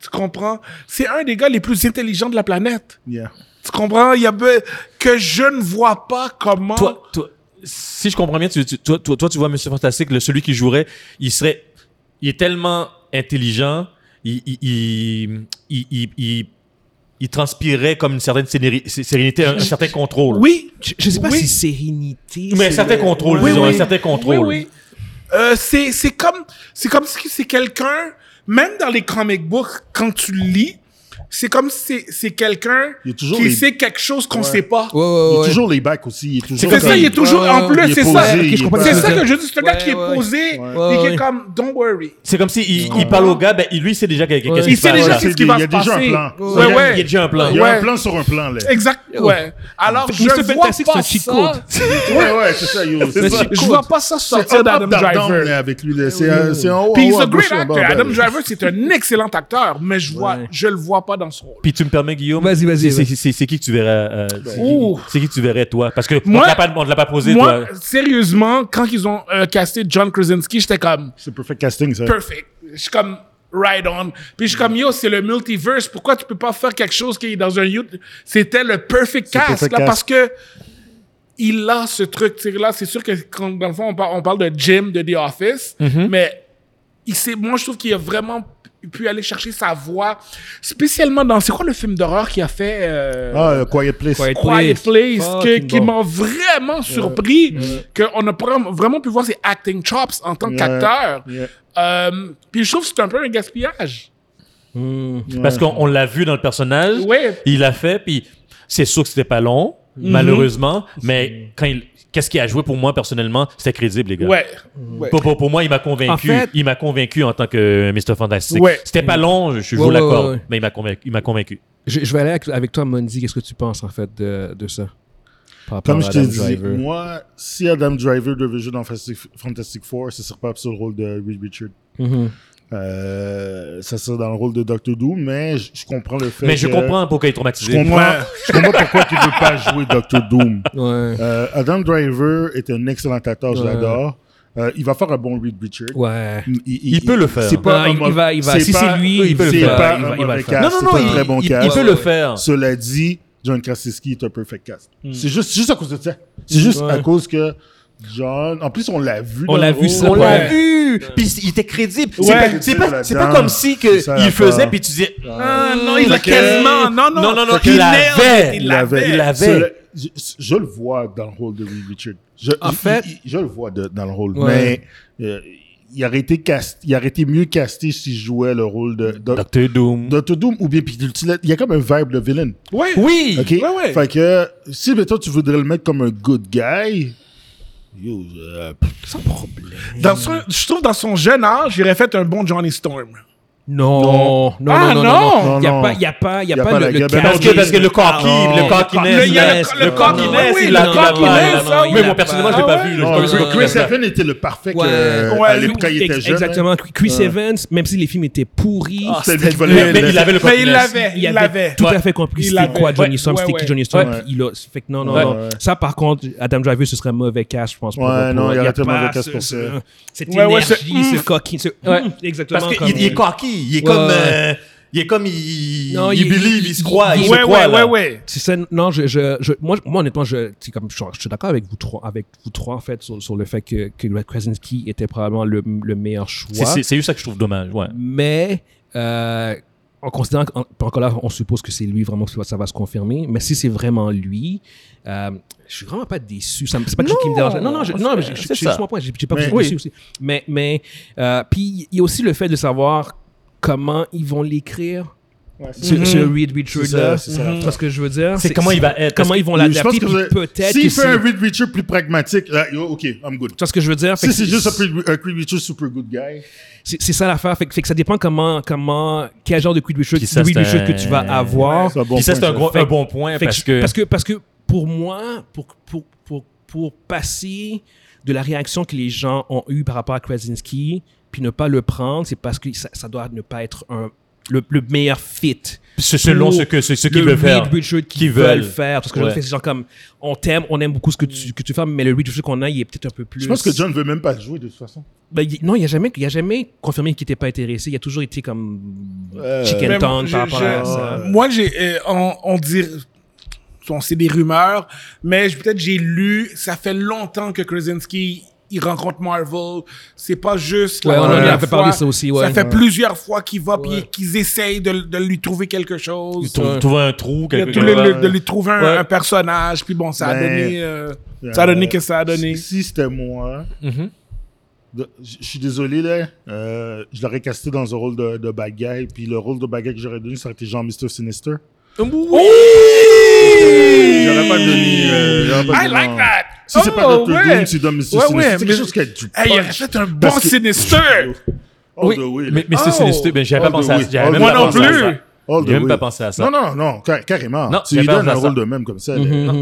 S3: Tu comprends? C'est un des gars les plus intelligents de la planète.
S2: Yeah.
S3: Tu comprends? Il y a be- que je ne vois pas comment.
S4: Toi, toi, si je comprends bien, tu, tu- toi, toi, toi, tu vois Monsieur Fantastique, le, celui qui jouerait, il serait, il est tellement intelligent, il, il, il, il, il, il- il transpirait comme une certaine sénéri- sé- sérénité, un, un certain contrôle.
S3: oui,
S1: Je, je sais pas
S3: Oui.
S1: si sérénité.
S4: Mais un
S1: c'est-
S4: certain contrôle,
S3: Oui,
S4: disons,
S3: oui.
S4: un certain contrôle.
S3: Oui, oui. Euh, c'est, c'est comme, c'est comme si c'est quelqu'un, même dans les comic books, quand tu lis, c'est comme si c'est- c'est quelqu'un
S2: Il y a
S3: qui
S2: toujours les-
S3: sait quelque chose qu'on sait pas.
S5: Ouais, ouais,
S2: Il
S5: ouais,
S2: est
S5: ouais.
S2: toujours les bacs aussi. Il est toujours.
S3: C'est ça,
S2: comme-
S3: il est toujours.
S5: Ouais,
S3: en
S5: ouais,
S3: plus,
S2: il est
S3: c'est
S2: posé,
S3: ça.
S2: il est
S3: Ok, je comprends
S2: pas-
S3: C'est ça que je dis. C'est un gars qui est
S5: Ouais, ouais.
S3: posé,
S5: Ouais,
S3: et qui est
S5: ouais.
S3: comme, don't worry.
S4: C'est comme s'il il,
S5: Ouais.
S4: il parle au gars, ben, il- lui, c'est déjà qu'est-ce
S5: Ouais.
S4: qui
S3: Il
S4: se
S3: sait
S4: passe,
S3: déjà
S4: là.
S2: c'est
S3: qu'est-ce qui
S2: des-
S3: va
S2: il y
S3: se
S2: a déjà un
S3: passer.
S2: plan.
S3: Ouais,
S4: Il y a- Il y a
S3: ouais.
S4: déjà un plan.
S2: Il y a
S3: Ouais.
S2: un plan sur un plan, là.
S3: Exact. Ouais. Alors, je
S1: Mr.
S3: vois
S1: Fantastic, c'est
S3: pas
S1: un cheat
S3: ça.
S1: code.
S2: Ouais, ouais, c'est ça, yo. C'est ça.
S3: Je vois pas ça
S2: C'est
S3: sortir
S2: un
S3: d'Adam
S2: up d'Adam
S3: Driver.
S2: là, avec lui. là. C'est un- c'est en haut.
S3: Puis
S2: en
S3: he's
S2: haut, à
S3: a great
S2: gauche, en bas,
S3: actor.
S2: en bas,
S3: Adam
S2: là.
S3: Driver, c'est un excellent acteur, mais je vois, je le vois pas dans ce rôle.
S4: Puis tu me permets, Guillaume?
S1: Vas-y, vas-y,
S4: C'est-
S1: vas-y.
S4: c'est- C'est c'est qui que tu verrais? euh,
S2: Ben,
S4: c'est
S3: Ouh.
S4: qui- c'est qui que tu verrais, toi? Parce que on
S3: Moi-
S4: te l'a pas- on te l'a pas posé,
S3: Moi,
S4: toi.
S3: sérieusement, quand ils ont euh, casté John Krasinski, j'étais comme
S2: C'est perfect casting, ça.
S3: perfect. Je suis comme right on. Puis je suis comme yo, c'est le multiverse. Pourquoi tu peux pas faire quelque chose qui est dans un youth? C'était le perfect
S2: C'est
S3: cast
S2: perfect
S3: là,
S2: cast.
S3: parce que il a ce truc là. C'est sûr que quand, dans le fond on par- on parle, de Jim de The Office, mais il s'est- moi je trouve qu'il a vraiment pu aller chercher sa voix, spécialement dans c'est quoi le film d'horreur qu'il a fait? euh,
S2: Ah, le Quiet Place.
S1: Quiet
S3: Quiet Place, que-
S1: Fucking
S3: qui
S1: bon.
S3: m'a vraiment surpris, qu'on a pr- vraiment pu voir ses acting chops en tant
S2: Ouais.
S3: qu'acteur.
S2: Yeah.
S3: Euh, puis je trouve que c'est un peu un gaspillage.
S4: Parce qu'on on l'a vu dans le personnage.
S3: Ouais.
S4: Il l'a fait, puis c'est sûr que c'était pas long,
S2: Mhm.
S4: malheureusement, mais quand il... Qu'est-ce qu'il a joué pour moi, personnellement? C'était crédible, les gars.
S3: Ouais.
S4: Pour, pour- pour moi, il m'a convaincu.
S1: En fait-
S4: il m'a convaincu en tant que Mr. Fantastic.
S3: Ouais.
S4: C'était pas long, je, je
S1: Ouais,
S4: vous
S1: ouais,
S4: l'accorde,
S1: ouais, ouais.
S4: mais il m'a convaincu. Il m'a convaincu.
S1: Je, je vais aller avec, avec toi, Mondi. Qu'est-ce que tu penses, en fait, de, de ça? Par rapport
S2: Comme
S1: à
S2: je t'ai
S1: Adam
S2: dit,
S1: Driver.
S2: moi, si Adam Driver devait jouer dans Fantastic, Fantastic Four, ce serait pas sur le rôle de Reed Richard.
S1: Mhm.
S2: Euh, ça serait dans le rôle de Doctor Doom, mais je, je comprends le fait
S4: Mais je
S2: que-
S4: comprends pourquoi il est
S2: Je
S4: traumatisé.
S2: comprends, je comprends pourquoi tu ne veux pas jouer Doctor Doom.
S1: Ouais.
S2: Euh, Adam Driver est un excellent acteur, je
S1: Ouais.
S2: l'adore. Euh, il va faire un bon Reed Richard.
S1: Ouais.
S2: Il,
S4: Il peut le faire.
S2: C'est pas
S1: Non,
S2: un
S1: il-
S2: mau-
S1: il va- il va-
S2: c'est
S1: si
S2: pas-
S1: c'est lui, il peut le
S2: c'est
S1: faire.
S2: pas
S1: Il va- il
S2: un
S1: va
S2: mauvais
S1: le faire.
S2: cast,
S4: Non, non,
S2: c'est
S4: non,
S2: pas un
S4: il,
S2: très bon
S4: il-
S2: cast.
S4: il peut le faire.
S2: Cela dit, John Krasinski est un perfect cast.
S1: Hmm.
S2: C'est juste, c'est juste à cause de ça. C'est juste à cause que John. En plus, on l'a vu.
S1: On
S2: dans
S1: l'a
S2: le
S1: vu, ça,
S2: rôle.
S1: ouais.
S4: l'a vu. Puis il était crédible. C'est
S2: Ouais.
S4: pas- c'est pas, c'est pas
S2: Là-dedans.
S4: comme si
S2: C'est
S4: que
S2: ça,
S4: il
S2: la
S4: faisait
S2: part.
S4: puis tu disais.
S3: Ah, non, il l'a
S2: ok.
S3: quasiment. Non, non,
S4: Non, non, non,
S3: il
S4: il
S3: nailed it,
S4: l'avait.
S3: Il l'avait.
S4: Il l'avait.
S2: Cela- je, je le vois dans le rôle de Reed Richard. Je,
S1: En
S2: je-
S1: fait-
S2: je- je le vois de- dans le rôle,
S1: Ouais.
S2: mais euh, il aurait été cast, il aurait été mieux casté s'il jouait le rôle de, de,
S4: Docteur Doom.
S2: Dr. Doom ou bien puis tu l'as- il y a comme un vibe de villain.
S3: Ouais.
S4: Oui.
S2: OK?
S3: Ouais, ouais.
S2: Fait que si mais toi tu voudrais le mettre comme un good guy, yo, euh, pff,
S3: Sans problème. Dans son- je trouve dans son jeune âge, il aurait fait un bon Johnny Storm.
S1: Non, non, non,
S3: Ah,
S1: non,
S2: non.
S1: non, Il y a
S2: Non,
S1: pas,
S2: non.
S1: il y a pas, il y a
S2: Il y
S1: pas,
S2: a pas
S1: le,
S2: la
S1: le
S2: gueule. Ben,
S4: Parce que, parce que le cocky,
S1: Ah,
S4: le cockiness.
S3: Le- il y a le- le cockiness,
S4: il
S3: oui,
S4: l'a
S3: le
S4: il l'a
S3: cockiness,
S4: pas.
S3: hein,
S4: Mais
S1: il
S4: moi,
S1: l'a
S4: personnellement,
S1: pas.
S4: je l'ai pas
S3: Ah
S4: vu.
S3: ouais.
S4: là, je l'ai pas vu.
S2: Chris Evans était le parfait que,
S1: Ouais.
S2: euh,
S3: Ouais,
S2: à
S3: lui,
S2: l'époque, quand il était
S1: Ex-
S2: jeune. hein.
S1: Exactement. Chris Evans, même si les films étaient pourris,
S2: Ah, c'était lui qui volait
S4: Mais
S2: la
S4: mais il
S2: vedette.
S4: avait le
S3: Mais il
S4: cockiness.
S3: l'avait.
S1: il
S3: Il
S1: avait
S3: l'avait.
S1: tout à fait compris
S3: Il
S1: c'était
S3: l'avait.
S1: quoi Johnny Storm,
S3: Ouais,
S1: c'était qui
S3: ouais.
S1: Johnny Storm,
S2: Ouais.
S1: puis il a. Fait que non, non,
S4: Ouais.
S1: non.
S2: Ouais.
S1: Ça, par contre, Adam Driver, ce serait un mauvais cash, je pense. pour-
S2: Ouais,
S1: pour-
S2: non, il
S1: y
S2: aurait
S1: a
S2: été
S1: pas
S2: mauvais cash
S1: ce-
S2: pour ça.
S1: ce- Cette
S3: Ouais, ouais, ce-
S1: énergie, ce
S3: Mm.
S1: cocky, ce- Mm, exactement.
S4: Parce
S1: comme-
S4: qu'il il est cocky. Il est
S1: Ouais.
S4: comme. euh, Il est comme. Il
S1: Non,
S4: il
S1: il-
S4: believe, il se croit. Ah, il se
S3: Ouais,
S4: croit,
S3: ouais,
S4: là.
S3: ouais, ouais.
S1: C'est ça, non, je, je, je- moi, moi, honnêtement, je, c'est comme, je, je suis d'accord avec vous trois, avec vous trois, en fait, sur, sur le fait que, que Krasinski était probablement le, le meilleur
S4: C'est-
S1: choix.
S4: C'est c'est juste ça que je trouve dommage. Ouais.
S1: Mais, euh, en considérant qu'en- encore là, on suppose que c'est lui vraiment que ça va se confirmer. Mais si c'est vraiment lui, euh, je suis vraiment pas déçu. Ça me- C'est pas quelque chose qui me dérange. Non, non, je, non, mais je, je-
S4: c'est
S1: c'est
S4: ça.
S1: juste mon point. J'ai j'ai pas
S2: Mais-
S1: besoin de déçu aussi. Mais, mais, euh, puis il y a aussi le fait de savoir comment ils vont l'écrire. Ce, ce Reed Richard là,
S2: C'est ça, c'est ça.
S1: parce que je veux dire,
S4: C'est comment il va être.
S1: comment
S4: Parce
S1: ils vont
S2: Je
S1: l'adapter,
S2: pense
S1: puis
S2: que
S1: peut-être que
S2: s'il fait un
S1: c'est-
S2: Reed Richard plus pragmatique, là, yo, ok, I'm good.
S1: tu vois ce que je veux dire? Fait
S2: Si
S1: que
S2: c'est juste un Reed- un Reed Richard super good guy,
S1: C'est c'est ça l'affaire. Fait, que- fait que ça dépend comment, comment, quel genre de Creed Richard,
S4: Puis ça,
S1: Reed
S4: c'est
S1: Richard
S4: un-
S1: que tu vas avoir.
S2: c'est un bon
S4: Puis ça, c'est
S2: point,
S4: un
S2: ça.
S4: gros-
S1: Fait
S4: un
S1: que-
S4: bon point
S1: Fait que
S4: parce
S1: je-
S4: que.
S1: parce que parce que pour moi, pour pour pour pour passer de la réaction que les gens ont eue par rapport à Krasinski, puis ne pas le prendre, c'est parce que ça, ça doit ne pas être un le, le meilleur fit.
S4: C'est selon
S1: pour
S4: ce que ce, ce qu'ils
S1: le
S4: veulent faire.
S1: Reed Richard
S4: Qu'ils
S1: qu'ils veulent
S4: veulent.
S1: faire. Parce que
S4: Ouais.
S1: je fais c'est genre comme on t'aime, on aime beaucoup ce que tu que tu fais, mais le Reed Richard qu'on a, il est peut-être un peu plus.
S2: Je pense que John ne veut même pas le jouer de toute façon.
S1: Ben, il- non, il a jamais, il a jamais confirmé qu'il n'était pas intéressé. Il a toujours été comme
S2: Euh,
S1: chicken
S3: Mais
S1: town
S3: je-
S1: par rapport à
S3: je-
S1: ça.
S3: Moi, j'ai, euh, on, on dit, on sait des rumeurs, mais je- peut-être j'ai lu, ça fait longtemps que Krasinski, il rencontre Marvel. C'est pas juste. la
S1: Ouais, on en
S3: première
S1: avait
S3: fois.
S1: parlé, ça aussi, ouais.
S3: Ça fait
S1: Ouais.
S3: plusieurs fois qu'il va, puis
S1: Ouais.
S3: qu'ils essayent de, de lui trouver quelque chose.
S4: Trouve-
S1: Ouais.
S4: trouver un trou
S3: De,
S4: quelque
S3: tout le- le- de lui trouver un,
S1: Ouais.
S3: un personnage, puis bon, ça a
S2: Ben, Euh,
S3: donné, euh, ça a donné que ça a donné.
S4: Mm-hmm.
S2: Si, si c'était moi, de- je je suis désolé, là. euh, je l'aurais casté dans un rôle de, de bad guy. Puis le rôle de bad guy que j'aurais donné, ça aurait été genre Mr. Sinister.
S3: Oh!
S2: J'aurais pas donné. euh, j'aurais pas
S3: I
S2: donné
S3: like
S2: un-
S3: that!
S2: Si c'est pas
S3: Oh,
S2: Dr. Doom, tu donnes Mr.
S3: Ouais,
S2: Sinister.
S3: ouais,
S2: c'est
S3: mais-
S2: quelque chose qui a du
S3: Hey, il aurait
S2: punch.
S3: fait un bon
S2: Parce que-
S3: Sinister!
S2: All
S4: Oui,
S2: the way, là.
S4: mais, mais c'est
S3: Oh!
S4: sinistré. Mais j'avais pas
S2: Oh,
S4: pensé à
S2: oui.
S4: ça. J'avais
S2: Oh,
S4: même
S2: moi
S4: pas
S2: non
S4: pensé à
S3: plus.
S4: ça.
S2: All the
S4: J'ai même
S2: way.
S4: pas pensé à ça.
S2: Non, non, non, ca- carrément.
S4: Non,
S2: tu
S4: j'ai
S2: lui
S4: pas
S2: donnes un
S4: pensé à ça. Mm-hmm.
S2: rôle de même comme ça. là. Ah,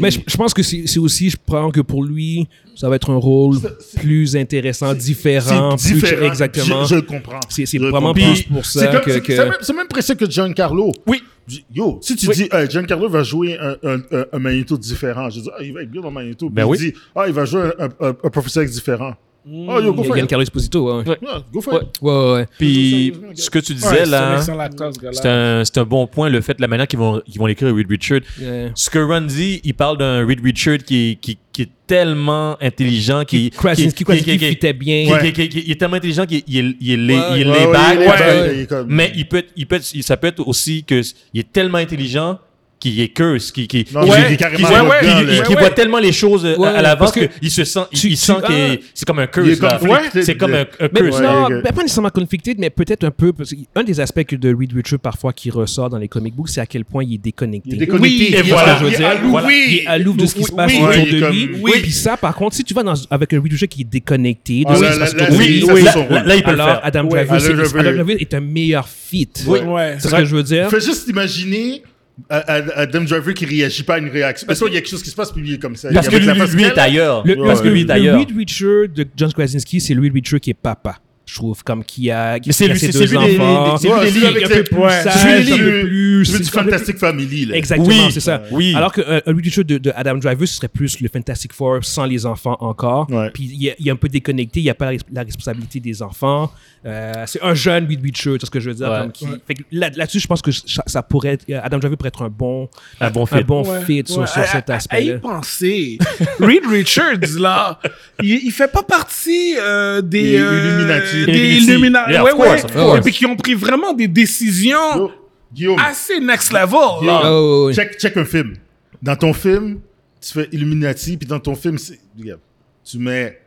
S1: Mais je, je pense que c'est c'est aussi, je prends que pour lui, ça va être un rôle plus intéressant, différent,
S2: C'est
S1: plus-
S2: différent.
S1: exactement.
S2: Je, je le comprends.
S1: C'est- c'est
S2: Je le
S1: vraiment
S2: comprends.
S1: plus pour ça
S2: C'est comme-
S1: que-
S2: c'est-
S1: que-
S2: C'est même, c'est même presque que Giancarlo.
S3: Oui.
S2: J- Yo, si tu
S3: Oui.
S2: dis euh, Giancarlo va jouer un, un, un- un Magneto différent, je dis ah, il va être bien dans Magneto. Puis
S4: Ben
S2: il
S4: oui.
S2: dit ah, il va jouer un, un- un- un professeur X différent. Oh, yo, go
S1: Il y
S2: for
S1: a
S2: it.
S1: Giancarlo Esposito, ouais.
S4: Ouais.
S2: Yeah, go for it.
S1: Ouais, ouais, ouais.
S4: Puis ce que tu disais
S3: Ouais, C'est un
S4: là,
S3: excellent acteur, ce
S4: hein. c'est
S3: gars-là.
S4: un, c'est un bon point, le fait de la manière qu'ils vont, qu'ils vont l'écrire, Reed Richard.
S1: Euh,
S4: Ce que Ron dit, il parle d'un Reed Richard qui, qui, qui est tellement intelligent, qui,
S1: Krasinski,
S4: qui- qui-
S1: Krasinski
S4: qui- qui-
S1: fitait bien.
S4: qui- qui- qui- qui- il est tellement intelligent qu'il il est, il est,
S1: Ouais,
S4: il est
S2: Ouais,
S4: laid
S2: ouais,
S4: back,
S2: il est
S4: ouais.
S2: back, il est comme-
S4: mais il peut, être- il peut, être- il- ça peut être aussi que s- il est tellement intelligent qu'il est curse, qu'il qu'il-
S2: Non,
S4: qu'il-
S2: ouais,
S4: qu'il-
S2: il est carrément
S4: qu'il-
S2: là-dedans,
S4: qu'il-
S2: là.
S4: qu'il-
S2: Ouais,
S4: qu'il
S3: ouais.
S4: voit tellement les choses euh,
S1: Ouais,
S4: à
S1: parce
S4: l'avance
S1: que
S4: qu'il se sent, il,
S1: tu-
S4: il
S1: tu-
S4: sent
S1: ah.
S4: qu'il est- c'est comme un
S2: Il est
S4: curse. là.
S2: conflicted.
S4: C'est comme un, un
S1: Mais
S4: curse.
S2: Ouais.
S1: non,
S2: les gars.
S1: ben, pas nécessairement conflicted, mais peut-être un peu. Parce que un des aspects que de Reed Richard parfois qui ressort dans les comic books, c'est à quel point il est déconnecté.
S2: Il est déconnecté.
S4: et
S2: Il est-
S4: voilà.
S1: ce que je veux
S2: il est
S1: dire.
S2: alloué.
S4: Voilà.
S1: Il est à l'ouvre de ce qui se passe
S2: oui,
S1: autour
S2: oui,
S1: de
S2: comme-
S1: lui.
S2: oui.
S1: Puis ça, par contre, si tu vas dans, avec un Reed Richard qui est déconnecté de
S2: Ah,
S1: ce qui
S2: là,
S1: se passe
S2: là,
S1: autour
S2: là,
S1: de lui,
S4: Oui,
S2: ça, c'est
S4: là,
S2: son rôle.
S4: là, il peut le
S1: alors
S4: faire.
S1: Adam
S3: Ouais.
S1: Driver,
S2: Adam
S1: c'est-
S2: Driver.
S1: Adam Driver est un meilleur fit.
S2: Oui.
S3: Ouais.
S1: C'est ce que je veux dire.
S2: Fais juste imaginer à- à- Adam Driver qui réagit pas à une réaction. Parce qu'il y a quelque chose qui se passe, puis il est comme ça.
S4: Parce
S2: Il
S4: que
S2: y a
S4: lui,
S2: la face
S4: lui est
S2: pleine.
S4: ailleurs.
S1: Le,
S2: Ouais,
S1: parce que
S2: ouais.
S4: lui
S1: le
S4: est ailleurs.
S1: Reed Richard de John Krasinski, c'est le Reed Richard qui est papa. Je trouve comme qui a, qui
S4: Mais c'est
S1: qui a
S4: lui-
S1: ses
S4: c'est
S1: deux
S4: lui les- les-
S1: enfants.
S4: c'est lui
S2: Ouais,
S4: les
S2: c'est
S4: ligues.
S2: avec
S1: un
S2: les-
S1: peu plus
S2: c'est
S1: sage,
S2: lui
S1: un
S2: les-
S1: peu plus.
S2: Tu veux du
S1: c'est comme-
S2: Fantastic Family, là.
S1: Exactement,
S4: Oui,
S1: c'est ça.
S4: oui.
S1: Alors que euh, un Reed Richard de, de Adam Driver, ce serait plus le Fantastic Four sans les enfants encore.
S2: Ouais.
S1: Puis il est- il est un peu déconnecté, il n'y a pas la, res- la responsabilité des enfants. Euh, c'est un jeune Reed Richard, c'est ce que je veux dire.
S4: Ouais.
S1: comme qui- fait que là- Là-dessus, je pense que ça, ça pourrait être, euh, Adam Driver pourrait être un bon,
S4: Un bon
S1: un
S4: fit.
S1: bon
S3: Ouais,
S1: fit sur,
S3: ouais.
S1: sur
S3: À-
S1: cet
S3: à- À
S1: aspect-là.
S3: y penser. Reed Richards, là, il, il fait pas partie euh, des...
S2: Des
S3: euh,
S2: Illuminati.
S3: Des
S4: Illuminati.
S3: Illuminati.
S4: Yeah, of
S3: ouais,
S4: course,
S3: ouais.
S4: of course.
S3: Et puis qui ont pris vraiment des décisions
S2: Yo, Guillaume.
S4: Ah,
S3: assez next level, là.
S2: Guillaume.
S1: Oh, oui.
S2: Check, check un film. Dans ton film, tu fais Illuminati, puis dans ton film, c'est- regarde, tu mets,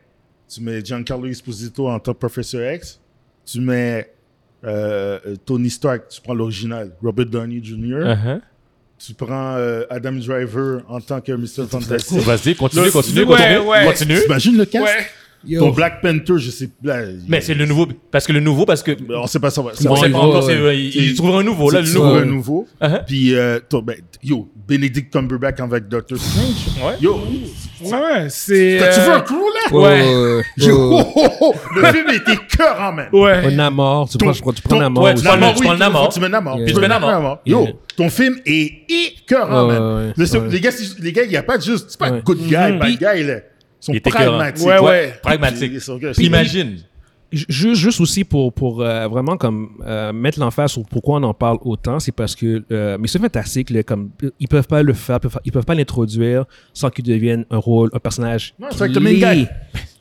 S2: tu mets Giancarlo Esposito en top Professor X, tu mets euh, euh, Tony Stark, tu prends l'original, Robert Downey Jr.,
S4: Uh-huh.
S2: tu prends euh, Adam Driver en tant que Mr. Fantastic.
S4: Vas-y, continue,
S2: Le-
S4: continue,
S3: Ouais,
S4: continue.
S3: ouais.
S4: continue.
S2: T'imagines le cast?
S3: Ouais.
S1: Yo.
S2: Ton Black Panther, je sais pas.
S4: Mais c'est le nouveau. Parce que le nouveau, parce que.
S2: On sait pas ça. va- ça
S4: on
S2: va-
S4: sait pas
S1: ouais,
S4: encore,
S1: ouais.
S4: c'est- euh, il, il
S2: C'est-
S4: trouvera un nouveau, là, le
S2: tu
S4: nouveau.
S2: trouves un nouveau.
S4: Uh-huh.
S2: Puis, euh, ton- ben, yo, Benedict Cumberbatch avec Doctor Strange.
S4: Ouais.
S2: Yo,
S3: Ouais, c'est...
S2: t'as-tu
S3: euh,
S2: vu un crew, là?
S1: Ouais.
S2: Yo, oh, oh, oh, *laughs* le film était cœur en même.
S3: Ouais.
S1: Un amor, tu
S2: Ton-
S1: prends, tu prends- tu prends
S2: ton-
S1: un amor
S4: ouais,
S1: aussi.
S4: tu prends le-
S2: oui,
S4: prends le Namor.
S2: faut que Tu mets Namor.
S1: Yeah.
S2: Tu mets
S4: Namor.
S2: Namor. Yo,
S1: Yeah.
S2: ton film est écœurant,
S1: Ouais,
S2: man.
S1: ouais, ouais.
S2: Le seul-
S1: Ouais.
S2: Les gars, c'est- les gars, il n'y a pas de juste, c'est pas
S1: Ouais.
S2: good guy, bad guy, là. Ils sont
S4: Mm-hmm. Il est écœurant.
S2: pragmatiques.
S3: Ouais, ouais.
S4: Pragmatique.
S2: Ils sont- ils sont-
S4: Imagine.
S1: Ju- Juste, juste aussi pour, pour euh, vraiment comme euh, mettre l'emphase sur pourquoi on en parle autant, c'est parce que euh, mais c'est fantastique, là, comme ils peuvent pas le faire, peuvent- ils peuvent pas l'introduire sans qu'il devienne un rôle, un personnage
S2: Ouais, ça va être le main guy.
S1: clé,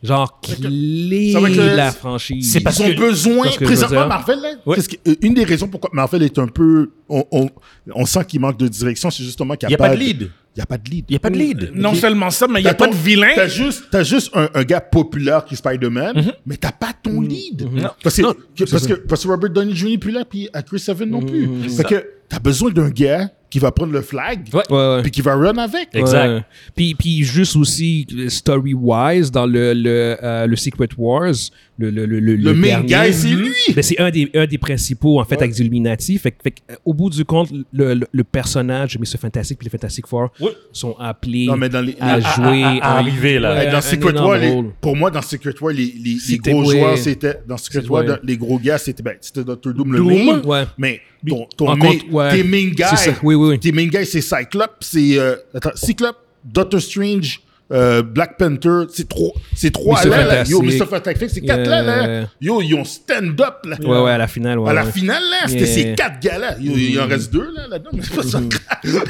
S1: genre clé
S2: ça va être le-
S1: de la franchise.
S4: c'est parce
S2: Ils ont
S4: que-
S2: besoin,
S1: parce que je veux
S2: présentement,
S1: dire-
S2: Marvel, là,
S4: Ouais.
S2: qu'est-ce que- euh, une des raisons pourquoi Marvel est un peu, on, on, on sent qu'il manque de direction, c'est justement qu'il
S4: Il n'y
S2: n'y
S4: a pas de lead.
S2: Il n'y a pas de lead. Mm.
S4: Il n'y a pas de lead.
S3: Non seulement ça, mais il n'y
S2: T'as
S3: a pas
S2: ton-
S3: de vilain.
S2: T'as juste, t'as juste un, un gars populaire qui est Spider-Man, mais t'as pas ton lead.
S4: Mm-hmm. Mm. Non. Mm,
S2: Parce, que, que- parce, que, parce que Robert Downey Jr. n'est plus là, puis à Chris Evans non plus. Fait que t'as besoin d'un gars qui va prendre le flag,
S4: Ouais.
S1: Ouais, ouais.
S2: puis qui va run avec.
S4: Ouais. Exact.
S1: Ouais. Puis, puis juste aussi, euh, story-wise, dans le, le, euh, le Secret Wars, le, le, le, le,
S2: Le main
S1: dernier,
S2: guy, c'est lui.
S1: ben, c'est un des, un des principaux, en fait, avec Illuminati. Fait, que- fait que, euh, au bout du compte, le, le, le personnage, mais ce Fantastic puis le Fantastic Four,
S4: Oui.
S1: sont appelés
S2: Non, mais dans les-
S1: à
S2: à-
S1: jouer.
S4: à- à
S2: Ah,
S1: un-
S4: arriver, là.
S1: ouais,
S2: Hey, dans
S1: Euh, un
S2: Secret
S1: énorme
S2: War, les-
S1: rôle.
S2: pour moi, dans Secret War, les, les- les
S1: C'était-
S2: gros
S1: ouais.
S2: joueurs, c'était. Dans Secret
S1: C'est-
S2: War,
S1: ouais.
S2: dans- les gros gars, c'était ben, c'était Dr. Doom, le
S1: Doom,
S2: main.
S1: ouais.
S2: Mais ton, ton
S1: En
S2: main-
S1: contre, ouais.
S2: tes main guys,
S1: C'est ça, oui, oui, oui.
S2: tes main guys, c'est Cyclope, c'est. euh, attends, Cyclope, Doctor Strange, euh, Black Panther, c'est trois, c'est trois
S1: Mr.
S2: là, là. Yo,
S1: Fantastic.
S2: Mr. Fantastic, c'est quatre là, là.
S1: Yeah.
S2: Yo, ils ont stand up, là.
S1: Ouais, ouais, à la finale. Ouais,
S2: À la
S1: ouais.
S2: finale, là, c'était
S1: Yeah. Mm.
S2: ces quatre gars là. Yo, Il en reste deux, là, là-dedans, mais c'est pas ça.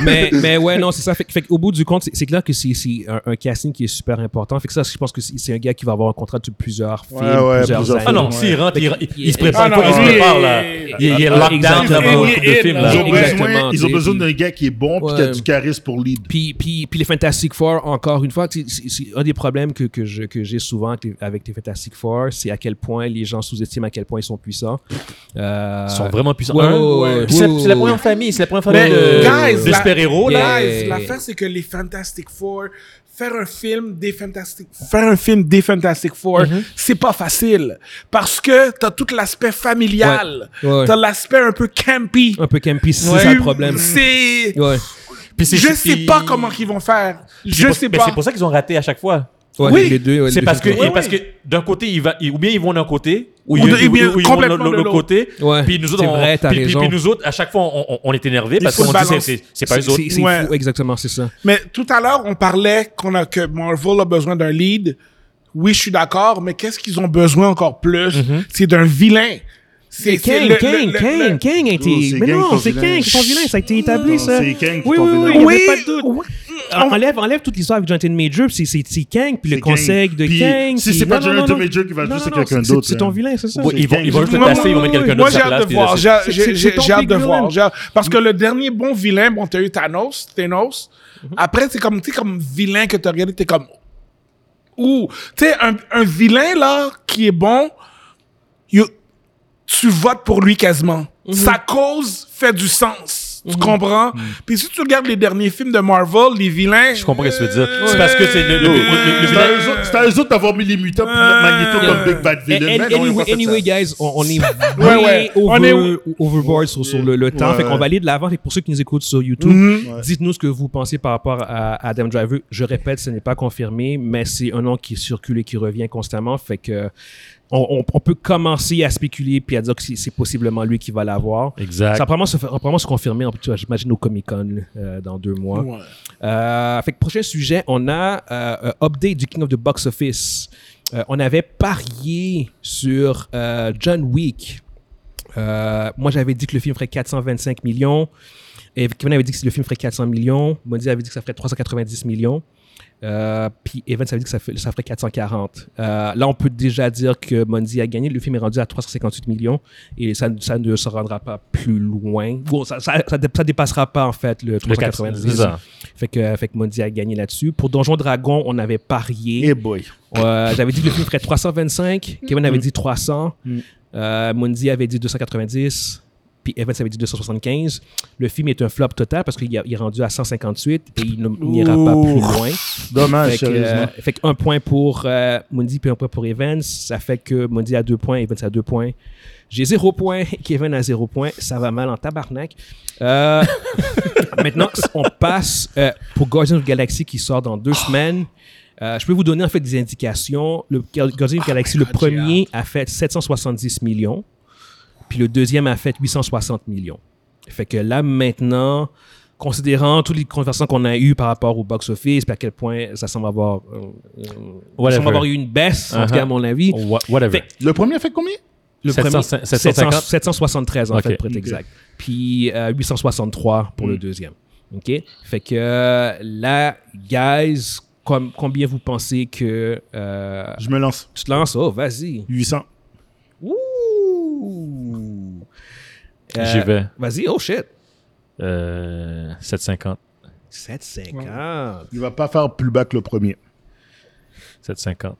S1: mais, mais ouais, non, c'est ça. Fait, que- fait qu'au bout du compte, c'est, c'est clair que c'est, c'est un, un casting qui est super important. Fait que ça, je pense que c'est, c'est un gars qui va avoir un contrat de plusieurs films,
S2: Ouais, ouais,
S1: plusieurs,
S2: plusieurs
S1: années.
S4: Ah non,
S2: Ouais.
S4: s'il rentre, il, il- il se prépare.
S3: Ah
S4: il faut
S3: non,
S4: qu'il se
S3: lui,
S4: prépare, là.
S3: il-
S4: il est- il est
S1: Ah,
S4: locked down dans
S1: exactement.
S4: beaucoup
S3: Il est
S4: de films.
S3: in,
S4: là.
S2: Ils ont
S1: Exactement,
S2: besoin,
S1: tu
S2: ils ont
S1: sais,
S2: besoin
S1: puis-
S2: d'un gars qui est bon puis qui a
S1: Ouais.
S2: du charisme pour lead.
S1: Puis, puis, puis les Fantastic Four, encore une fois, tu sais, c'est c'est un des problèmes que, que je- que j'ai souvent avec les, avec les Fantastic Four, c'est à quel point les gens sous-estiment à quel point ils sont puissants. Euh,
S4: Ils sont vraiment puissants.
S1: Ouais,
S4: Un,
S1: ouais, ouais.
S4: puis c'est la-
S1: Ouais,
S4: c'est la
S1: ouais.
S4: première famille, c'est la première
S3: Mais,
S1: Ben,
S4: famille de,
S3: guys,
S4: de
S3: la-
S4: super-héros. là.
S1: euh, Yeah.
S3: Guys, l'affaire, c'est que les Fantastic Four, faire un film des Fantastic faire un film des Fantastic Four,
S1: Mhm.
S3: c'est pas facile. Parce que t'as tout l'aspect familial.
S1: Ouais. Ouais.
S3: T'as l'aspect un peu campy.
S1: un peu campy, c'est
S4: Ouais.
S1: ça le problème.
S3: C'est...
S1: Ouais.
S4: Puis c'est-
S3: Je sais
S4: puis-
S3: pas comment qu'ils vont faire.
S4: c'est
S3: Je
S4: pour-
S3: sais
S4: mais
S3: pas.
S4: c'est pour ça qu'ils ont raté à chaque fois.
S1: Ouais,
S3: Oui,
S1: les deux, ouais, les
S4: C'est
S1: deux
S4: parce que,
S1: films.
S4: et parce que d'un côté, il va, il- ou bien ils vont d'un côté, ou,
S3: Ou
S4: ils-
S3: de-
S4: ils-
S3: ou bien
S4: ou ils vont
S3: complètement
S4: de l'autre-
S3: de l'autre.
S4: l'autre côté.
S1: Ouais,
S4: Puis nous autres,
S1: c'est
S4: on,
S1: vrai, t'as
S4: puis, puis-
S1: raison.
S4: puis nous autres, à chaque fois, on, on- on est énervé parce
S3: faut
S4: qu'on
S3: le
S4: dit c'est-
S3: balance.
S4: c'est c'est pas eux autres.
S1: C'est c'est
S3: Ouais.
S1: fou, exactement, c'est ça.
S3: Mais tout à l'heure, on parlait qu'on a, que Marvel a besoin d'un lead. Oui, je suis d'accord, mais qu'est-ce qu'ils ont besoin encore plus?
S1: Mhm.
S3: C'est d'un vilain. C'est c'est
S1: Kang,
S3: le-
S1: Kang,
S3: le- le-
S1: Kang,
S3: le-
S1: Kang a été.
S2: Oh, c'est
S1: Mais
S2: Kang
S1: non,
S2: qui
S1: c'est
S2: sont
S1: Kang qui sont vilains, ça a été établi,
S2: Non,
S1: ça.
S2: c'est Kang qui Ah,
S1: Oui,
S2: sont
S1: oui, oui,
S2: vilains.
S1: il y
S3: Oui,
S1: avait pas de doute.
S3: oui.
S1: En- Enlève, enlève toute l'histoire avec Jonathan Major, puis c'est- c'est c'est Kang, puis le
S2: C'est
S1: conseil
S2: Kang.
S1: de
S2: Puis
S1: Kang.
S2: si
S1: puis-
S2: c'est pas
S1: non, non, non,
S2: Jonathan
S1: non.
S2: Major qui va le
S1: Non, non,
S2: jouer, c'est
S1: non,
S2: quelqu'un
S1: c'est-
S2: d'autre, hein.
S1: C'est
S2: là.
S1: ton vilain, c'est ça.
S4: Ouais, ils vont, ils vont le
S2: Moi,
S4: faire
S2: moi,
S4: passer, ils vont mettre quelqu'un
S3: Moi,
S4: d'autre
S3: j'ai
S4: à sa
S3: hâte
S4: place.
S3: de
S4: puis
S3: voir.
S4: là,
S3: J'ai
S4: c'est-
S1: c'est-
S3: j'ai-
S1: c'est
S3: j'ai-
S1: ton
S3: j'ai hâte de
S1: big
S3: voir.
S1: villain.
S3: J'ai- Parce que le dernier bon vilain, bon, t'as eu Thanos, Thanos.
S4: Mhm.
S3: Après, c'est comme, tu sais, comme vilain que t'as regardé, t'es comme... Ouh! Tu sais, un, un vilain, là, qui est bon, you- tu votes pour lui quasiment.
S4: Mhm.
S3: Sa cause fait du sens. Tu comprends? Puis si tu regardes les derniers films de Marvel, les vilains...
S4: Je comprends ce que tu veux dire. C'est parce que c'est le, le- le- le- le
S2: C'est à eux autres- c'est à eux autres d'avoir mis les mutants pour mettre Magneto comme Big Bad
S1: And-
S2: Villain.
S1: and-
S2: Mais non, ils ont
S1: Ah. Eh, anyway,
S2: pas fait
S1: anyway,
S2: ça.
S1: guys, on, on
S3: *laughs*
S1: est
S3: Ouais,
S1: way
S3: ouais. On
S1: over-
S3: est-
S1: overboard sur, sur le, le temps.
S2: Ouais,
S1: fait qu'on
S2: ouais.
S1: va aller de l'avant. Et pour ceux qui nous écoutent sur YouTube,
S3: Mhm.
S2: Ouais.
S1: dites-nous ce que vous pensez par rapport à Adam Driver. Je répète, ce n'est pas confirmé, mais c'est un nom qui circule et qui revient constamment. Fait que on, on- on peut commencer à spéculer puis à dire que c'est c'est possiblement lui qui va l'avoir.
S4: Exact.
S1: Ça va probablement se, faire- probablement se confirmer, en plus, j'imagine, au Comic-Con euh, dans deux mois.
S3: Ouais.
S1: Euh, fait que prochain sujet, on a euh, euh, update du King of the Box Office. Euh, on avait parié sur euh, John Wick. Euh, moi, j'avais dit que le film ferait 425 millions. Et Kevin avait dit que le film ferait 400 millions. Mondi avait dit que ça ferait 390 millions. Euh, puis Evans avait dit que ça, fait- ça ferait 440. Euh, là, on peut déjà dire que Mondi a gagné. Le film est rendu à 358 millions et ça, ça ne se rendra pas plus loin. Bon, ça, ça, ça dé- ça dépassera pas, en fait, le
S4: Le 90
S1: 390. Fait que, euh, fait que Mondi a gagné là-dessus. Pour Donjon Dragon, on avait parié.
S2: Eh boy.
S1: Euh, J'avais dit que le film ferait 325. Kevin avait dit 300.
S2: Mm.
S1: Euh, Mondi avait dit 290. Puis Evans avait dit 275. Le film est un flop total parce qu'il y a- il est rendu à 158 et il ne- n'ira pas plus
S2: Ouh.
S1: loin.
S2: Dommage,
S1: Fait que, euh,
S2: sérieusement.
S1: fait que un point pour euh, Mundi puis un point pour Evans. Ça fait que Mundi a deux points, Evans a deux points. J'ai zéro point, *laughs* Kevin a zéro point. Ça va mal en tabarnak. Euh, *laughs* maintenant, on passe euh, pour Guardians of the Galaxy qui sort dans deux semaines. Euh, je peux vous donner en fait des indications. Le Guardians of the Galaxy, le
S3: God,
S1: premier a fait 770 millions, puis le deuxième a fait 860 millions. Fait que là, maintenant, considérant toutes les conversations qu'on a eues par rapport au box-office, puis à quel point ça semble avoir, euh, euh,
S4: Whatever.
S1: ça semble avoir eu une baisse, en tout
S4: Uh-huh.
S1: cas à mon avis.
S4: Wha- Whatever.
S1: Fait-
S2: Le premier a fait combien
S1: Le
S4: 700
S1: premier,
S4: 750?
S1: 773 en
S4: Ok. Hmm.
S1: fait, pour être
S2: Ok.
S1: exact. Puis euh, 863 pour le deuxième. OK? Fait que euh, là, guys, com- combien vous pensez que... euh,
S2: Je me lance.
S1: tu te lances? Oh, vas-y.
S2: 800.
S1: Ouh! Euh,
S4: J'y vais.
S1: Vas-y, oh shit.
S4: Euh, 750.
S1: 750.
S2: Il va pas faire plus bas que le premier.
S4: 750.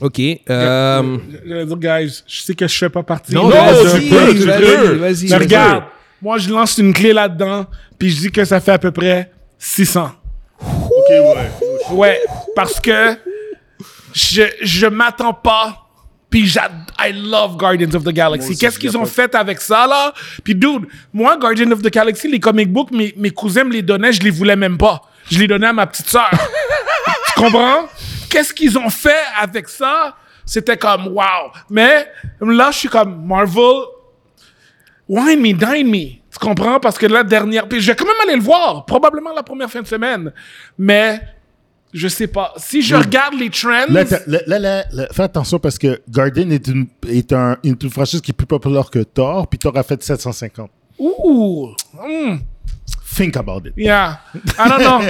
S1: OK. euh,
S3: Je vais dire, guys, je sais que je fais pas partie.
S1: Non,
S3: de-
S1: vas-y,
S2: tu peux, tu
S1: vas-y,
S2: peux.
S1: vas-y,
S3: Mais
S1: vas-y.
S3: regarde, moi, je lance une clé là-dedans, puis je dis que ça fait à peu près 600.
S2: Ok, ouais.
S3: Ouais, parce que je, je m'attends pas, puis j'ad- I love Guardians of the Galaxy. Qu'est-ce qu'ils ont fait avec ça, là? Puis dude, moi, Guardians of the Galaxy, les comic books, mes, mes cousins me les donnaient, je les voulais même pas. Je les donnais à ma petite sœur. tu comprends? Qu'est-ce qu'ils ont fait avec ça? C'était comme, wow. Mais là, je suis comme, Marvel, Wine me, dine me. Tu comprends? Parce que la dernière. Puis je vais quand même aller le voir, probablement la première fin de semaine. Mais je sais pas. Si
S1: Hmm.
S3: je regarde les trends.
S2: Là, t'as- là, là, là, là, fais attention parce que Guardian est une, est un, une, une franchise qui est plus populaire que Thor, puis Thor a fait 750.
S3: Ouh! hmm,
S2: think about it.
S3: Yeah. I
S1: *laughs*
S3: don't know.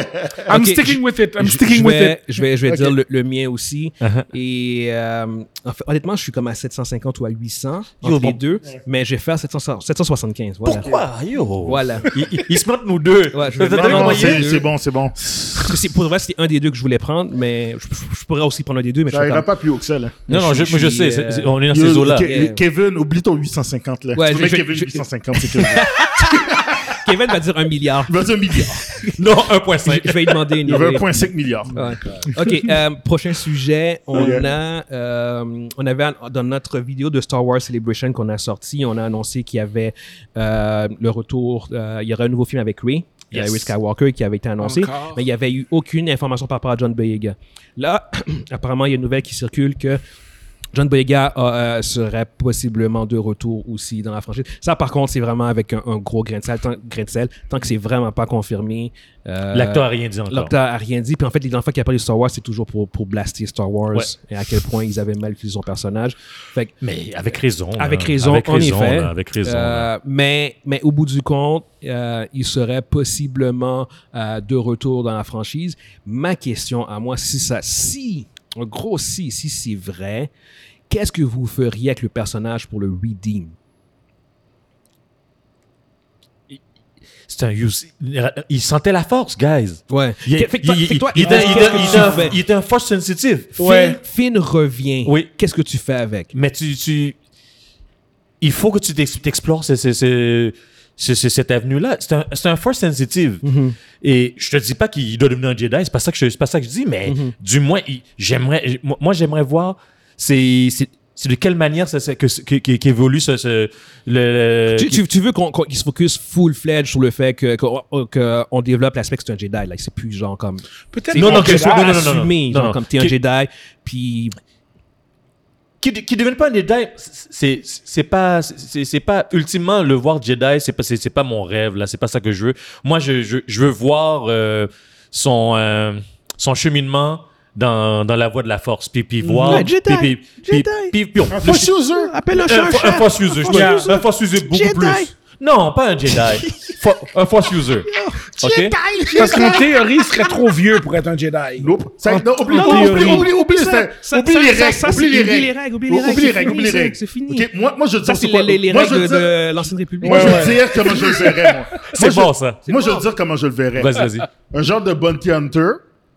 S3: I'm
S1: Ok,
S3: sticking with it. I'm
S1: Je-
S3: *laughs* sticking
S1: je
S3: with
S1: vais,
S3: it.
S1: Je vais, je vais
S2: Ok.
S1: dire le, le mien aussi. Et euh, en fait, honnêtement, je suis comme à 750 ou à 800 entre
S4: Yo,
S1: les
S4: bon.
S1: deux, mais je vais faire 700 775. Voilà.
S4: Pourquoi, yo?
S1: Voilà.
S4: Il, il- il se moque de nous deux.
S1: Ouais, je vais
S4: T'as
S1: le
S2: Non, non,
S4: envoyé-
S1: envoyer
S2: c'est
S1: deux.
S2: c'est bon, c'est bon.
S1: Parce que c'est- pour le vrai, c'est un des deux que je voulais prendre, mais je, je- je pourrais aussi prendre un des deux, mais
S2: Ça
S1: je suis
S2: ira
S1: comme-
S2: pas plus haut que ça, là.
S4: Non, non, je,
S1: Je
S4: moi, je
S1: suis,
S4: sais. c'est-
S1: euh,
S4: c'est- on est dans
S2: Yo,
S4: ces eaux-là.
S2: Ke-
S1: Yeah.
S2: Kevin, oublie ton 850, là.
S1: Ouais,
S2: tu
S1: je-
S2: mets
S1: je-
S2: Kevin
S1: je-
S2: 850, c'est Kevin. *laughs*
S1: Kevin va dire un milliard.
S2: Il va dire un milliard.
S4: *laughs* Non,
S1: Je,
S4: 1.5.
S1: je vais lui demander une
S2: Il veut
S1: idée.
S2: 1,5 milliard.
S1: Ouais. OK, euh, prochain sujet. On
S2: Ouais.
S1: a, euh, on avait dans notre vidéo de Star Wars Celebration qu'on a sorti, on a annoncé qu'il y avait euh, le retour, euh, il y aurait un nouveau film avec Ray. Il y a
S4: Yes.
S1: Ray Skywalker qui avait été annoncé,
S3: Encore.
S1: mais il n'y avait eu aucune information par rapport à John Boyega. Là, *clears throat* apparemment, il y a une nouvelle qui circule que John Boyega a, euh, serait possiblement de retour aussi dans la franchise. Ça, par contre, c'est vraiment avec un, un gros grain de sel. Tant, grain de sel, tant que c'est vraiment pas confirmé. euh,
S4: L'acteur a rien dit encore.
S1: L'Octa a rien dit. Puis en fait, les enfants qui appellent Star Wars, c'est toujours pour, pour blaster Star Wars
S4: Ouais.
S1: et à quel point ils avaient mal utilisé son personnage. Fait que,
S4: Mais avec raison.
S1: avec
S4: hein.
S1: raison,
S4: Avec
S1: en
S4: raison,
S1: effet.
S4: là, Avec raison. là.
S1: Euh, mais, mais au bout du compte, euh, il serait possiblement euh, de retour dans la franchise. Ma question à moi, si ça, si, un gros si, si c'est vrai, qu'est-ce que vous feriez avec le personnage pour le redeem?
S4: C'est un use. Il sentait la force, guys.
S1: Ouais.
S4: Il
S1: Fait que toi- fait que toi,
S4: il était-
S1: qu'est-ce que
S4: il
S1: tu
S4: était-
S1: fais?
S4: il était un force sensitive.
S1: Finn- Finn revient.
S4: Oui.
S1: Qu'est-ce que tu fais avec?
S4: Mais tu, tu- Il faut que tu t'ex- t'explores ce- ce- ce- ce- ce- cette avenue-là. C'est un, c'est un force sensitive.
S1: Mm-hmm.
S4: Et je te dis pas qu'il doit devenir un Jedi, c'est pas ça que je, c'est pas ça que je dis, mais
S1: Mm-hmm.
S4: du moins, il- j'aimerais, moi, moi, j'aimerais voir c'est, c'est, c'est de quelle manière ça, ça- que, que- que- qu'évolue ce, ce- le,
S1: Tu, tu- tu veux qu'on qu'on- qu'il se focus full-fledged sur le fait que- qu'on que on développe l'aspect que c'est un Jedi. Là, c'est plus genre comme.
S3: Peut-être
S4: Non,
S3: qu'on
S4: non, que-
S3: verra.
S4: non, non, non.
S1: assumé,
S4: non,
S1: genre
S4: non.
S1: comme t'es un
S4: Qui-
S1: Jedi, puis
S4: qui, qui deviennent pas un Jedi, c'est, c'est pas, c'est, c'est pas, ultimement, le voir Jedi, c'est pas, c'est, c'est pas mon rêve, là, c'est pas ça que je veux. Moi, je, je, je veux voir euh, son, euh, son cheminement dans, dans la voie de la force, puis, puis voir...
S1: Ouais, Jedi,
S4: puis, puis, puis,
S1: Jedi.
S4: puis, puis on-
S2: Un
S4: le
S2: faux
S4: chi-
S2: user.
S1: appelle un
S4: un, fo- un force user, je
S1: force
S4: dois-
S1: user.
S4: un force user beaucoup
S1: Jedi.
S4: plus. Non, pas un Jedi, Fo- un force user, ok?
S3: Parce qu'en théorie, il serait trop vieux pour être un Jedi.
S2: Nope. Ça-
S4: Ah.
S2: non, oublie,
S1: en
S2: oublie,
S1: théorie.
S2: oublie, oublie, oublie, c'est-
S1: ça-
S2: oublie
S1: ça-
S2: les
S1: ça-
S2: règles,
S1: ça,
S2: oublie
S1: c'est-
S2: les
S1: oublie
S2: règles,
S1: les règles, oublie les règles, c'est fini,
S2: oublie les
S1: c'est-
S2: règles.
S1: c'est fini.
S2: Ok, moi, moi, je veux
S1: Ça,
S2: dire
S1: c'est
S2: c'est quoi-
S1: les, les
S2: moi,
S1: règles
S2: je veux
S1: de,
S2: dire-
S1: de l'ancienne République.
S2: Moi, je
S3: Ouais,
S2: veux dire comment je le verrais, moi.
S4: *laughs* C'est
S2: Moi, je-
S4: bon, ça.
S2: Moi, je veux dire comment je le verrais.
S4: Vas-y, vas-y.
S2: Un genre de bounty hunter,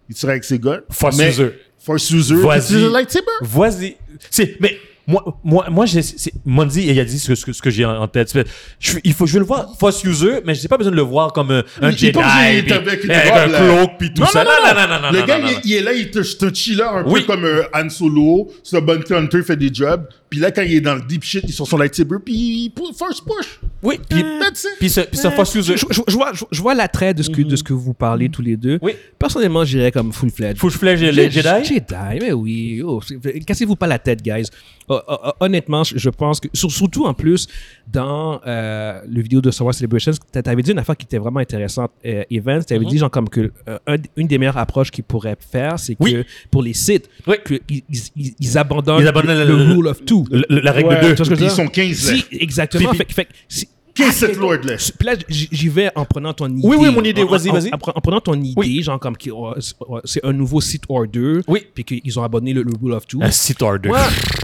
S2: il serait avec ses gars.
S4: Force
S2: mais-
S4: user.
S2: Force user.
S4: Vas-y.
S2: C'est lightsaber.
S4: Vas-y. C'est, mais moi, moi, moi, j'ai, c'est- Mondi, il a dit ce que, ce que, ce que j'ai en en tête. C'est- Je, suis- il faut, je vais le voir force user, mais j'ai pas besoin de le voir comme euh, un
S2: Il est
S4: Jedi,
S2: pas obligé
S4: puis-
S2: d'être avec une
S4: avec
S2: robe,
S4: un
S2: là.
S4: cloak, puis tout
S2: Non,
S4: ça.
S2: non,
S4: non, non, non,
S2: Le
S4: non,
S2: gars,
S4: non,
S2: il,
S4: non.
S2: il est là, il te- c'est un chiller un
S4: Oui.
S2: peu comme euh, Han Solo. C'est un bounty hunter, il fait des jobs. Puis là, quand il est dans le deep shit, il sort son lightsaber, puis il pou- force push.
S4: Oui, puis,
S2: That's it.
S4: puis, ce, puis ce force user.
S1: Je, je- je vois, je, je vois l'attrait de ce
S2: Mhm.
S1: que de ce que vous parlez tous les deux.
S4: Oui.
S1: Personnellement, j'irais comme full fledged.
S4: Faut que je flèche les Jedi.
S1: Jedi, mais oui. Oh, c'est- Cassez-vous pas la tête, guys. Oh, oh, oh, honnêtement, je je pense que, sur- surtout en plus, dans euh, le vidéo de Star Wars Celebration, t'a- t'avais dit une affaire qui était vraiment intéressante, euh, Evans. T'avais
S4: Mm-hmm.
S1: dit, genre, comme que euh, un- une des meilleures approches qu'ils pourraient faire, c'est que
S4: Oui.
S1: pour les sites,
S4: Oui.
S1: que qu'ils ils, ils abandonnent,
S4: Ils abandonnent
S1: le,
S4: le-
S1: le rule of two.
S4: Le- le- la règle
S3: Ouais.
S4: de
S1: Tu vois
S4: deux.
S1: ce que je veux
S2: Ils
S1: dire?
S2: sont 15 là.
S1: Si, exactement.
S4: Puis-
S1: Fait, que- fait que si-
S2: Qu'est-ce que
S1: Ah,
S2: cette lord, là?
S1: Puis là, j- j'y vais en prenant ton idée.
S4: Oui, oui, mon idée,
S1: En-
S4: vas-y,
S1: en-
S4: vas-y.
S1: En, pre- en prenant ton idée,
S4: Oui.
S1: genre comme qui- oh, c'est- oh, c'est un nouveau site order,
S4: Oui.
S1: puis qu'ils ont abonné le, le Rule of Two.
S4: Ah, Un Sith Order.
S1: Moi,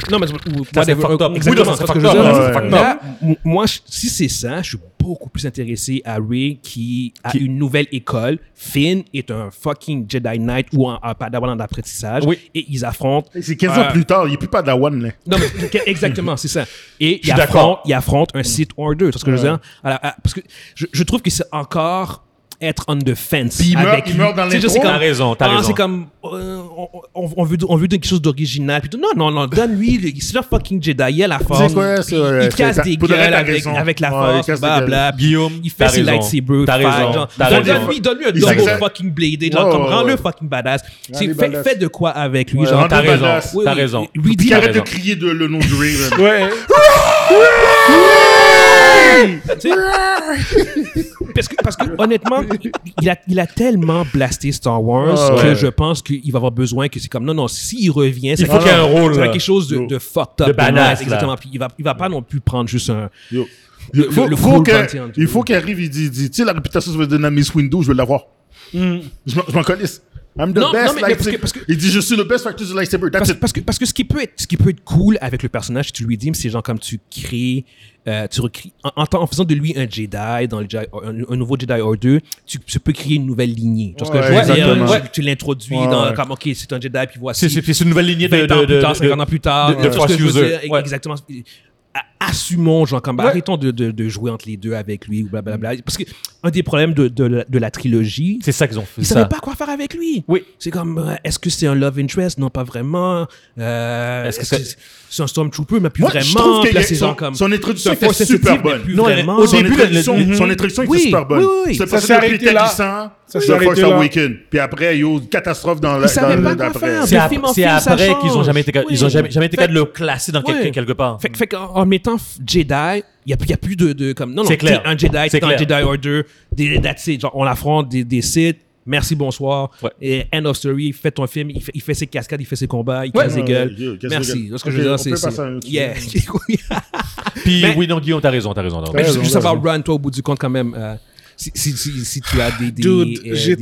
S1: non, mais c'est- ou-
S4: Ça, c'est
S1: whatever,
S4: fucked
S1: un-
S4: up. Oui,
S1: exactement,
S4: non,
S1: c'est ce
S4: c'est
S1: que
S4: fucked
S1: je veux
S4: up.
S1: dire.
S4: Ouais, c'est fucked up.
S1: Là, m- moi, je- si c'est ça, je suis beaucoup plus intéressé à Ray qui a une nouvelle école. Finn est un fucking Jedi Knight ou un, un padawan en apprentissage.
S4: Oui.
S1: Et ils affrontent
S2: C'est 15 ans
S1: Euh,
S2: plus tard, il est plus pas d'Awan, là.
S1: non, mais que- exactement, c'est ça. Et il
S4: d'accord.
S1: affronte, il affronte un site ou un deux. C'est ce que je veux dire. Alors, ah, parce que je, je trouve que c'est encore être on the fence.
S2: il meurt-
S1: avec
S2: il
S1: lui.
S2: meurt dans
S1: Tu sais,
S2: l'intro.
S1: c'est comme-
S4: T'as raison, t'as
S1: ah,
S4: raison.
S1: C'est comme, euh, on, on- on veut, on veut quelque chose d'original. Puis tout. non, non, non, donne-lui, le- c'est le fucking Jedi, il a la force.
S2: quoi, c'est-
S1: Puis
S2: ouais,
S1: il
S2: c'est-
S1: casse
S2: t'as-
S1: des
S2: pour de vrai,
S1: gueules
S2: t'as
S1: avec,
S2: raison.
S1: avec la
S2: Ouais, il
S1: force,
S2: casse des
S1: bla, bla.
S4: Guillaume,
S1: Il fait
S4: t'as
S1: ses
S4: raison.
S1: lightsabers.
S4: T'as
S1: fight,
S4: raison,
S1: genre.
S4: t'as
S1: Donne-
S4: raison.
S1: Donne-lui, donne-lui un
S2: Il
S1: double
S2: s'exerce.
S1: fucking bladed. Genre,
S2: Ouais,
S1: comme,
S2: ouais,
S1: rends-le
S2: ouais.
S1: fucking badass.
S2: Rends-les
S1: C'est- Fais
S2: badass.
S1: fais de quoi avec lui,
S2: Ouais,
S1: genre.
S2: rends-le
S4: T'as raison,
S2: badass.
S1: Oui,
S4: t'as
S1: oui.
S4: raison.
S1: Oui,
S2: Puis
S1: dis-
S2: qu'il arrête de
S4: raison.
S2: crier de, le nom *laughs* de Ray, là.
S3: Ouais.
S1: Tu sais, parce, que, parce que honnêtement, il a, il a tellement blasté Star Wars
S2: Ah ouais.
S1: que je pense qu'il va avoir besoin que c'est comme non, non, s'il revient,
S4: Il faut qu'il y ait un rôle. là.
S1: quelque chose de, de fucked up.
S4: De
S1: nice,
S4: badass, là.
S1: exactement. Puis il va, il va pas non plus prendre juste un.
S2: Yo. Il faut,
S1: le
S2: faut
S1: full
S2: que-
S1: pantheon, tu
S2: il
S1: veux
S2: faut qu'il arrive, il dit, dit tu sais, la réputation, ça va donner à Miss Windows, je vais l'avoir. Je m'en- je m'en colisse. I'm
S1: Mm.
S2: the
S1: Non, non,
S2: best
S1: mais- mais parce
S2: lightsaber.
S1: que- parce que-
S2: Il dit, je suis le best facteur du lightsaber. That's
S1: Parce,
S2: it.
S1: parce que, parce que ce, qui peut être, ce qui peut être cool avec le personnage, si tu lui dis, mais c'est genre comme tu crées, euh, tu recrées- en, en- en faisant de lui un Jedi, dans le Jedi- un, un nouveau Jedi Order, tu, tu peux créer une nouvelle lignée. Tu vois ce que je veux
S2: Ouais,
S1: dire?
S2: exactement.
S1: Tu- Tu, l'introduis
S2: Ouais,
S1: dans
S2: ouais.
S1: comme, OK, c'est un Jedi, puis voici.
S4: C'est- C'est c'est une nouvelle lignée de.
S1: 20
S4: de-
S1: ans plus
S4: de-
S1: tard, 50
S4: de-
S1: ans plus tard.
S4: de-
S1: tu vois
S4: de
S1: ce que
S4: force
S1: je veux
S4: user,
S1: dire?
S4: ouais.
S1: Exactement. A- Assumons, genre, comme, bah,
S4: Ouais.
S1: arrêtons de, de- de jouer entre les deux avec lui, ou blablabla. Parce que un des problèmes de, de la- de la trilogie,
S4: C'est ça qu'ils ont fait.
S1: ils
S4: ça.
S1: savaient pas quoi faire avec lui.
S4: Oui.
S1: C'est comme, euh, est-ce que c'est un love interest? Non, pas vraiment. Euh, est-ce
S4: Est-ce que
S1: que
S4: ça-
S1: c'est c'est un stormtrooper, mais plus
S2: Moi,
S1: vraiment?
S2: je trouve
S1: Puis
S2: que
S1: là,
S2: y a-
S1: c'est genre
S2: son,
S1: comme-
S2: son
S1: c'est
S2: introduction
S1: un
S2: était
S1: force sensitive,
S2: super
S1: mais
S2: bonne.
S1: plus
S4: Non,
S1: vraiment.
S4: au
S2: Son
S4: début, le-
S2: introduction,
S4: le-
S2: son introduction
S1: Mm-hmm. Oui,
S2: était super bonne.
S1: oui, oui.
S2: C'était
S3: Ça
S2: passé
S3: s'est
S2: depuis
S3: arrêté là.
S2: Talissant,
S3: Ça s'est
S2: The Force
S3: arrêté là.
S2: Awakens. Puis après, il y a eu catastrophe dans la.
S1: Ils savaient
S2: dans
S1: pas
S2: le-
S1: quoi
S2: d'après.
S1: faire.
S4: C'est
S1: De
S4: ap-
S1: film en
S4: c'est
S1: film, ça
S4: après
S1: change.
S4: qu'ils ont jamais été, ca- ils ont
S1: Oui.
S4: jamais, jamais été
S1: Fait-
S4: capables de le classer dans
S1: Ouais.
S4: Ah, quelqu'un quelque part.
S1: Fait, fait qu'en en mettant f- Jedi, il n'y a, y a plus de, de comme non non
S4: C'est clair.
S1: t'es un Jedi,
S4: C'est
S1: t'es un
S4: clair.
S1: Jedi Order, des that's it. Genre on affronte des des Sith, merci bonsoir,
S4: Ouais.
S1: et end of story, il fait ton film, il fait, il fait ses cascades, il fait ses combats, il
S2: Ouais.
S1: casse ses
S2: Ouais,
S1: gueules.
S2: yeah, casse ses
S1: merci.
S2: gueules.
S1: Ce que je veux
S2: Ok,
S1: dire
S2: on
S1: c'est
S2: peut
S1: c'est-
S2: passer à un autre
S1: yeah. *laughs*
S2: sujet.
S1: Oui.
S4: Puis
S1: Mais-
S4: oui, non, Guillaume, t'as raison, t'as raison. t'as raison.
S1: Mais je
S2: raison,
S1: veux juste
S2: raison.
S1: savoir Run toi au bout du compte quand même euh, si, si, si, si tu as des, des
S3: Dude,
S1: euh,
S3: j'ai
S1: des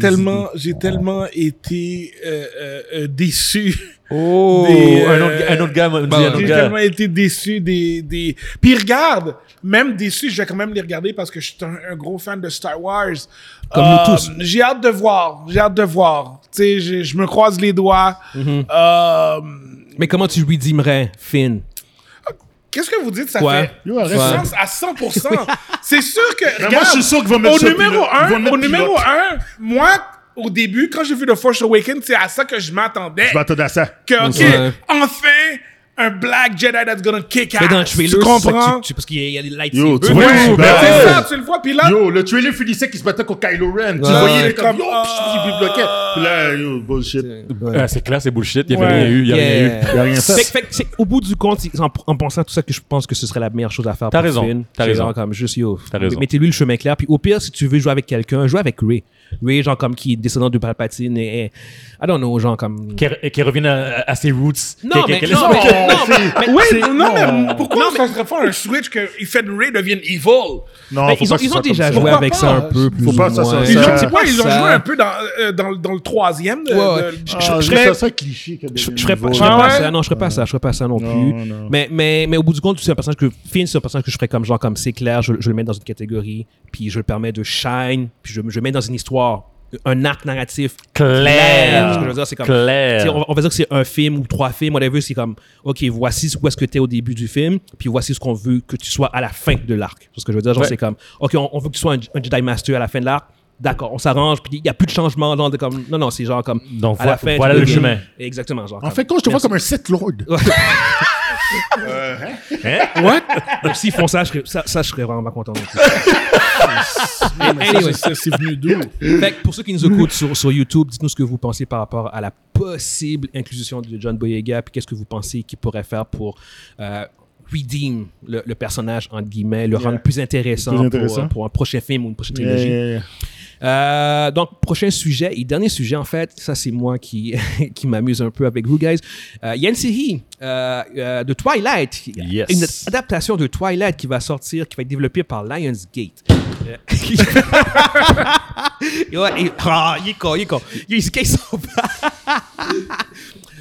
S1: idées.
S3: tellement, j'ai tellement été euh, euh, euh, déçu.
S4: Oh,
S3: Des,
S4: un,
S3: euh,
S4: autre, un autre gars m'a dit
S1: bah,
S4: un autre
S3: J'ai
S4: gars.
S3: tellement été déçu des, des. Puis regarde, même déçu, je vais quand même les regarder parce que je suis un, un gros fan de Star Wars. Euh,
S1: Comme nous tous.
S3: J'ai hâte de voir, j'ai hâte de voir. Tu sais, je, je me croise les doigts.
S1: Mhm.
S3: Euh,
S1: Mais comment tu redimerais Finn
S3: Qu'est-ce que vous dites, ça
S1: Quoi?
S3: fait
S2: Yo, arrête.
S1: Ouais.
S3: sens
S1: *laughs*
S3: à 100%. C'est sûr que.
S2: Mais
S3: regarde,
S2: moi, je suis sûr qu'ils vont mettre
S3: au
S2: ça
S3: numéro
S2: pilote. Ils vont
S3: 1,
S2: mettre
S3: Au numéro
S2: pilote.
S3: 1, moi, au début, quand j'ai vu The Force Awakens, c'est à ça que je m'attendais.
S2: Je m'attendais à ça.
S3: que, OK,
S1: Ouais.
S3: enfin, un black Jedi that's gonna kick ass.
S1: Mais dans le trailer,
S3: tu
S1: c'est ça que
S3: comprends?
S1: tu- tu- parce qu'il y a- il y a les lightsabers.
S2: Ah, Yo, tu
S3: Ouais,
S2: vois, je suis
S3: ben
S2: bad.
S3: c'est ça, tu le vois, puis là,
S2: Yo, le trailer finissait qu'il se battait contre Kylo Ren. Tu
S1: Ouais.
S2: voyais les Hein? comme, ah. yo,
S3: Comme-
S2: pis il bloquait. Puis là, yo, bullshit.
S1: Bah,
S4: Ah, c'est clair, c'est bullshit. Il n'y avait
S3: Ouais.
S4: rien eu. Il n'y avait rien eu.
S1: Yeah.
S2: Y a rien fait.
S1: Fait, que- fait que c'est- au bout du compte, c'est- en, en pensant à tout ça, que je pense que ce serait la meilleure chose à faire.
S4: T'as
S1: pour
S4: raison,
S1: Finn.
S4: t'as
S1: C'est
S4: raison.
S1: genre Comme juste, yo,
S4: T'as raison.
S1: Mettez-lui le chemin clair. Puis au pire, si tu veux jouer avec quelqu'un, joue avec Ray. Ray, genre comme qui est descendant de Palpatine et, et- I don't know, genre comme.
S4: Qui re- Qui revient à, à ses roots.
S1: Non,
S4: Qui-
S1: mais,
S4: qui-
S1: non, mais,
S4: *laughs*
S1: non, mais- mais-
S3: Oui,
S1: c'est-
S3: non, mais pourquoi ça serait pas un switch que Ethan Ray devienne evil?
S2: Non,
S1: mais
S2: faut
S1: ils ont, ils
S2: pas que ce
S1: ont
S2: soit comme
S1: déjà
S2: ça.
S1: joué
S3: Pourquoi
S1: avec
S3: pas?
S1: ça un peu, plus
S2: Faut
S1: ou
S2: pas que ça
S1: moins.
S2: soit
S3: Ils ont,
S2: ça.
S3: tu vois, ils ont
S1: Ça.
S3: joué un peu dans, euh, dans, dans le troisième. De,
S1: Ouais, ouais.
S3: de-
S1: Je-
S2: Ah,
S1: je- je
S2: juste
S1: ferais-
S2: à ça, cliché. que
S1: Je,
S2: des
S1: je ferais pas, je
S2: niveaux.
S1: ferais pas
S3: Ah ouais?
S1: ça, non, je ferais pas ça, je ferais pas ça non,
S2: Non,
S1: plus.
S2: non.
S1: Mais, mais, mais au bout du compte, c'est un personnage que Finn, c'est un personnage que je ferais comme genre, comme c'est clair, je, je le mets dans une catégorie, puis je le permets de shine, puis je, je le mets dans une histoire, un arc narratif.
S4: Clair.
S1: Ce que je veux dire, c'est comme.
S4: Clair.
S1: tu sais, On va, on va dire que c'est un film ou trois films, whatever, c'est comme, OK, voici où est-ce que t'es au début du film, puis voici ce qu'on veut que tu sois à la fin de l'arc. C'est ce que je veux dire, genre,
S4: Ouais.
S1: c'est comme, OK, on, on veut que tu sois un, un Jedi Master à la fin de l'arc. D'accord, on s'arrange, puis il n'y a plus de changement. genre, de comme, non, non, c'est genre comme.
S4: Donc,
S1: à la
S4: voilà-
S1: fin, tu
S4: voilà le
S1: deviens-
S4: chemin.
S1: Exactement, genre.
S2: En
S1: comme-
S2: fait, quand je te vois comme un Sith Lord.
S1: Donc, S'ils font ça, je serais, ça, ça, je serais vraiment pas *laughs* content. non plus.
S3: Anyway, ça, c'est venu *laughs* d'où?
S1: Fait que pour ceux qui nous écoutent sur, sur YouTube, dites-nous ce que vous pensez par rapport à la possible inclusion de John Boyega, puis qu'est-ce que vous pensez qu'il pourrait faire pour euh, redeem le, le personnage, entre guillemets, le rendre plus intéressant,
S2: Plus
S1: pour,
S2: intéressant.
S1: euh, Pour, un prochain film ou une prochaine
S2: Yeah,
S1: trilogie.
S2: yeah, yeah.
S1: Euh, donc, prochain sujet et dernier sujet, en fait, ça c'est moi qui, *laughs* qui m'amuse un peu avec vous, guys. Euh, Yancy Hee euh, euh, de Twilight,
S4: Yes.
S1: une adaptation de Twilight qui va sortir, qui va être développée par Lionsgate. Euh, *laughs* ouais, et- ah, il est con, il est con. Il est- il est sauvage.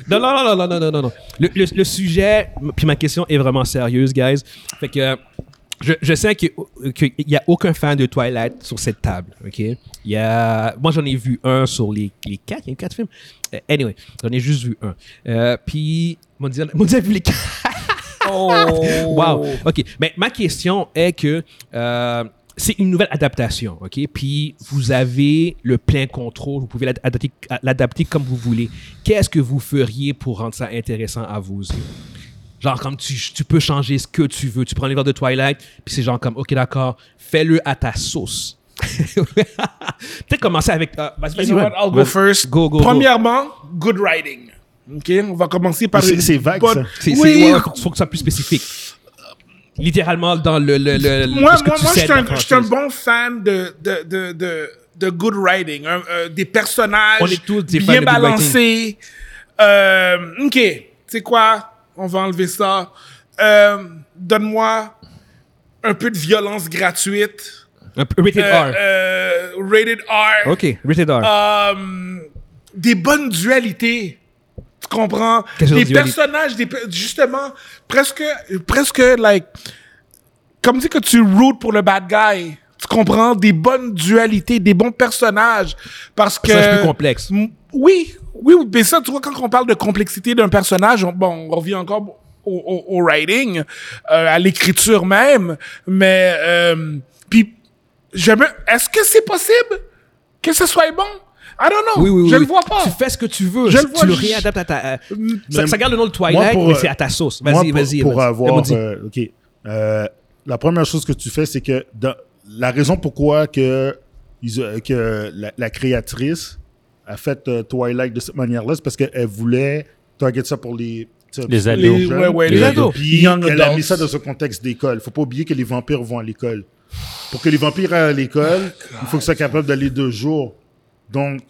S1: Non, non, non, non, non, non, non, non. Le, le, le sujet, m- puis ma question est vraiment sérieuse, guys. Fait que euh, je, je sais qu'il n'y a aucun fan de Twilight sur cette table, OK? Il y a, moi, j'en ai vu un sur les, les quatre, il y a eu quatre films. Euh, anyway, j'en ai juste vu un. Euh, puis, mon Dieu, mon Dieu a vu *laughs* les quatre.
S3: Oh,
S1: Wow. OK. Mais ma question est que euh, c'est une nouvelle adaptation, OK? Puis vous avez le plein contrôle, vous pouvez l'ad- adapter- l'adapter comme vous voulez. Qu'est-ce que vous feriez pour rendre ça intéressant à vos yeux? Genre, comme tu, tu peux changer ce que tu veux. Tu prends l'univers de Twilight, puis c'est genre comme, OK, d'accord, fais-le à ta sauce. *laughs* Peut-être commencer avec. euh, vas-y, vas-y,
S3: You know
S1: Ren.
S3: what, I'll go first.
S1: Go, go, go.
S3: Premièrement, good writing. OK? On va commencer par.
S2: C'est-
S3: une
S2: c'est vague, ça.
S1: C'est, c'est-
S3: oui,
S1: ouais, faut, faut que ce soit plus spécifique. Littéralement, dans le. le, le- le-
S3: moi,
S1: ce que
S3: moi,
S1: tu
S3: moi je
S1: sais
S3: suis
S1: de la
S3: un, je suis un
S1: franchise.
S3: bon fan de, de, de, de, de good writing. Un- euh, des personnages
S1: On est tous des fans de
S3: bien
S1: good
S3: balancés. Euh, OK. Tu sais quoi? On va enlever ça. Euh, Donne-moi un peu de violence gratuite.
S1: Un peu rated
S3: Euh,
S1: R.
S3: euh, rated R.
S1: OK, rated R.
S3: Euh, des bonnes dualités. Tu comprends?
S1: Quel genre
S3: des
S1: de dualité?
S3: personnages, des, pe- justement, presque, presque, like, comme dit que tu root pour le bad guy. Tu comprends? Des bonnes dualités, des bons personnages. Parce que.
S1: Personnage plus complexe.
S3: M- Oui, oui, oui, mais ça, tu vois, quand on parle de complexité d'un personnage, on, bon, on revient encore au, au- au writing, euh, à l'écriture même, mais euh, puis j'aime. Est-ce que c'est possible que ce soit bon? I don't know.
S1: Oui, oui, oui.
S3: je le
S1: oui.
S3: vois pas.
S1: Tu fais ce que tu veux.
S3: Je le
S1: tu
S3: vois,
S1: le
S3: je-
S1: réadaptes à ta. à- ça, ça garde le nom de Twilight,
S2: Euh, Moi, pour,
S1: mais
S2: euh,
S1: c'est à ta sauce.
S2: Moi,
S1: Vas-y,
S2: pour-
S1: vas-y.
S2: Pour
S1: vas-y.
S2: avoir.
S1: Maudit.
S2: euh, OK. Euh, la première chose que tu fais, c'est que dans- la raison pourquoi que, ils ont- que la, la créatrice a fait euh, Twilight de cette manière-là, c'est parce qu'elle voulait target ça pour les. tu sais,
S4: Les ados.
S3: Les-
S2: jeunes.
S3: ouais, ouais,
S4: Les
S3: les
S4: ados.
S1: Oh,
S3: ados.
S2: Puis
S3: Young
S2: elle a mis
S3: adults.
S2: ça dans ce contexte d'école. Faut pas oublier que les vampires vont à l'école. Pour que les vampires aillent à l'école, il faut que soient capables d'aller deux jours. Donc,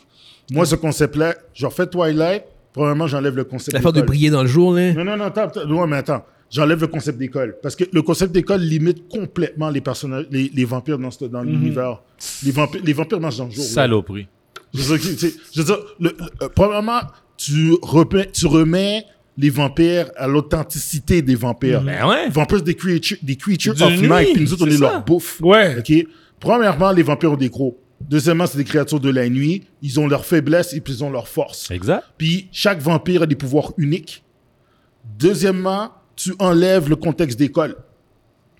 S2: moi, ce concept-là, je refais Twilight. Premièrement, j'enlève le concept
S1: L'affaire de
S2: d'école.
S1: briller dans le jour, là.
S2: Non, non, non, attends, attends, euh, ouais, mais attends. J'enlève le concept d'école. Parce que le concept d'école limite complètement les personnages, les, les vampires dans, ce- dans
S1: Mhm.
S2: l'univers. Les, vampires, les vampires marchent dans le jour. là.
S4: Saloperie.
S2: Je veux dire, tu sais, je veux dire, le- le- euh, premièrement, tu remets, tu remets les vampires à l'authenticité des vampires.
S1: Mhm.
S4: Ben ouais.
S2: Vampires, des creatures, des creatures
S4: De
S2: of
S4: nuit,
S2: night. Puis nous autres, on
S4: c'est
S2: est
S4: ça.
S2: leur bouffe.
S3: Ouais.
S2: OK? Premièrement, les vampires ont des crocs. Deuxièmement, c'est des créatures de la nuit. Ils ont leurs faiblesses et puis ils ont leurs forces.
S4: Exact.
S2: Puis chaque vampire a des pouvoirs uniques. Deuxièmement, tu enlèves le contexte d'école.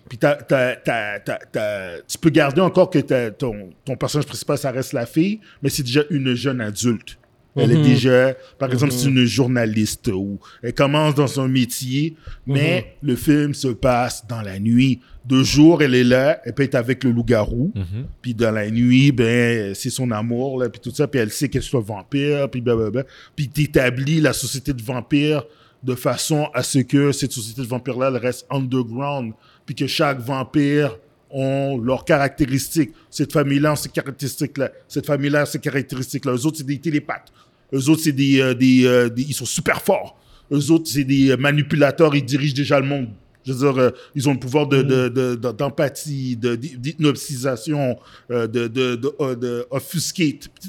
S2: Puis t'as- t'as- t'as- t'as- t'as- tu peux garder encore que t'as- ton, ton personnage principal, ça reste la fille, mais c'est déjà une jeune adulte. Elle est déjà, par exemple, c'est une journaliste ou elle commence dans son métier, mais le film se passe dans la nuit. De jour, elle est là, elle peut être avec le loup-garou. Puis dans la nuit, ben, c'est son amour, là, puis tout ça. Puis elle sait qu'elle soit vampire, puis blablabla. Puis t'établis la société de vampires de façon à ce que cette société de vampires-là, elle reste underground. Puis que chaque vampire ont leurs caractéristiques. Cette famille-là a ces caractéristiques-là. Cette famille-là a ces caractéristiques-là. Eux autres, c'est des télépathes. Eux autres, c'est des, euh, des, euh, des- Ils sont super forts. Eux autres, c'est des euh, manipulateurs. Ils dirigent déjà le monde. Je veux dire, euh, ils ont le pouvoir de- de- de- de- d'empathie, de, d'hy- d'hypnotisation, euh, de, de, de, euh, de offuscate. Tu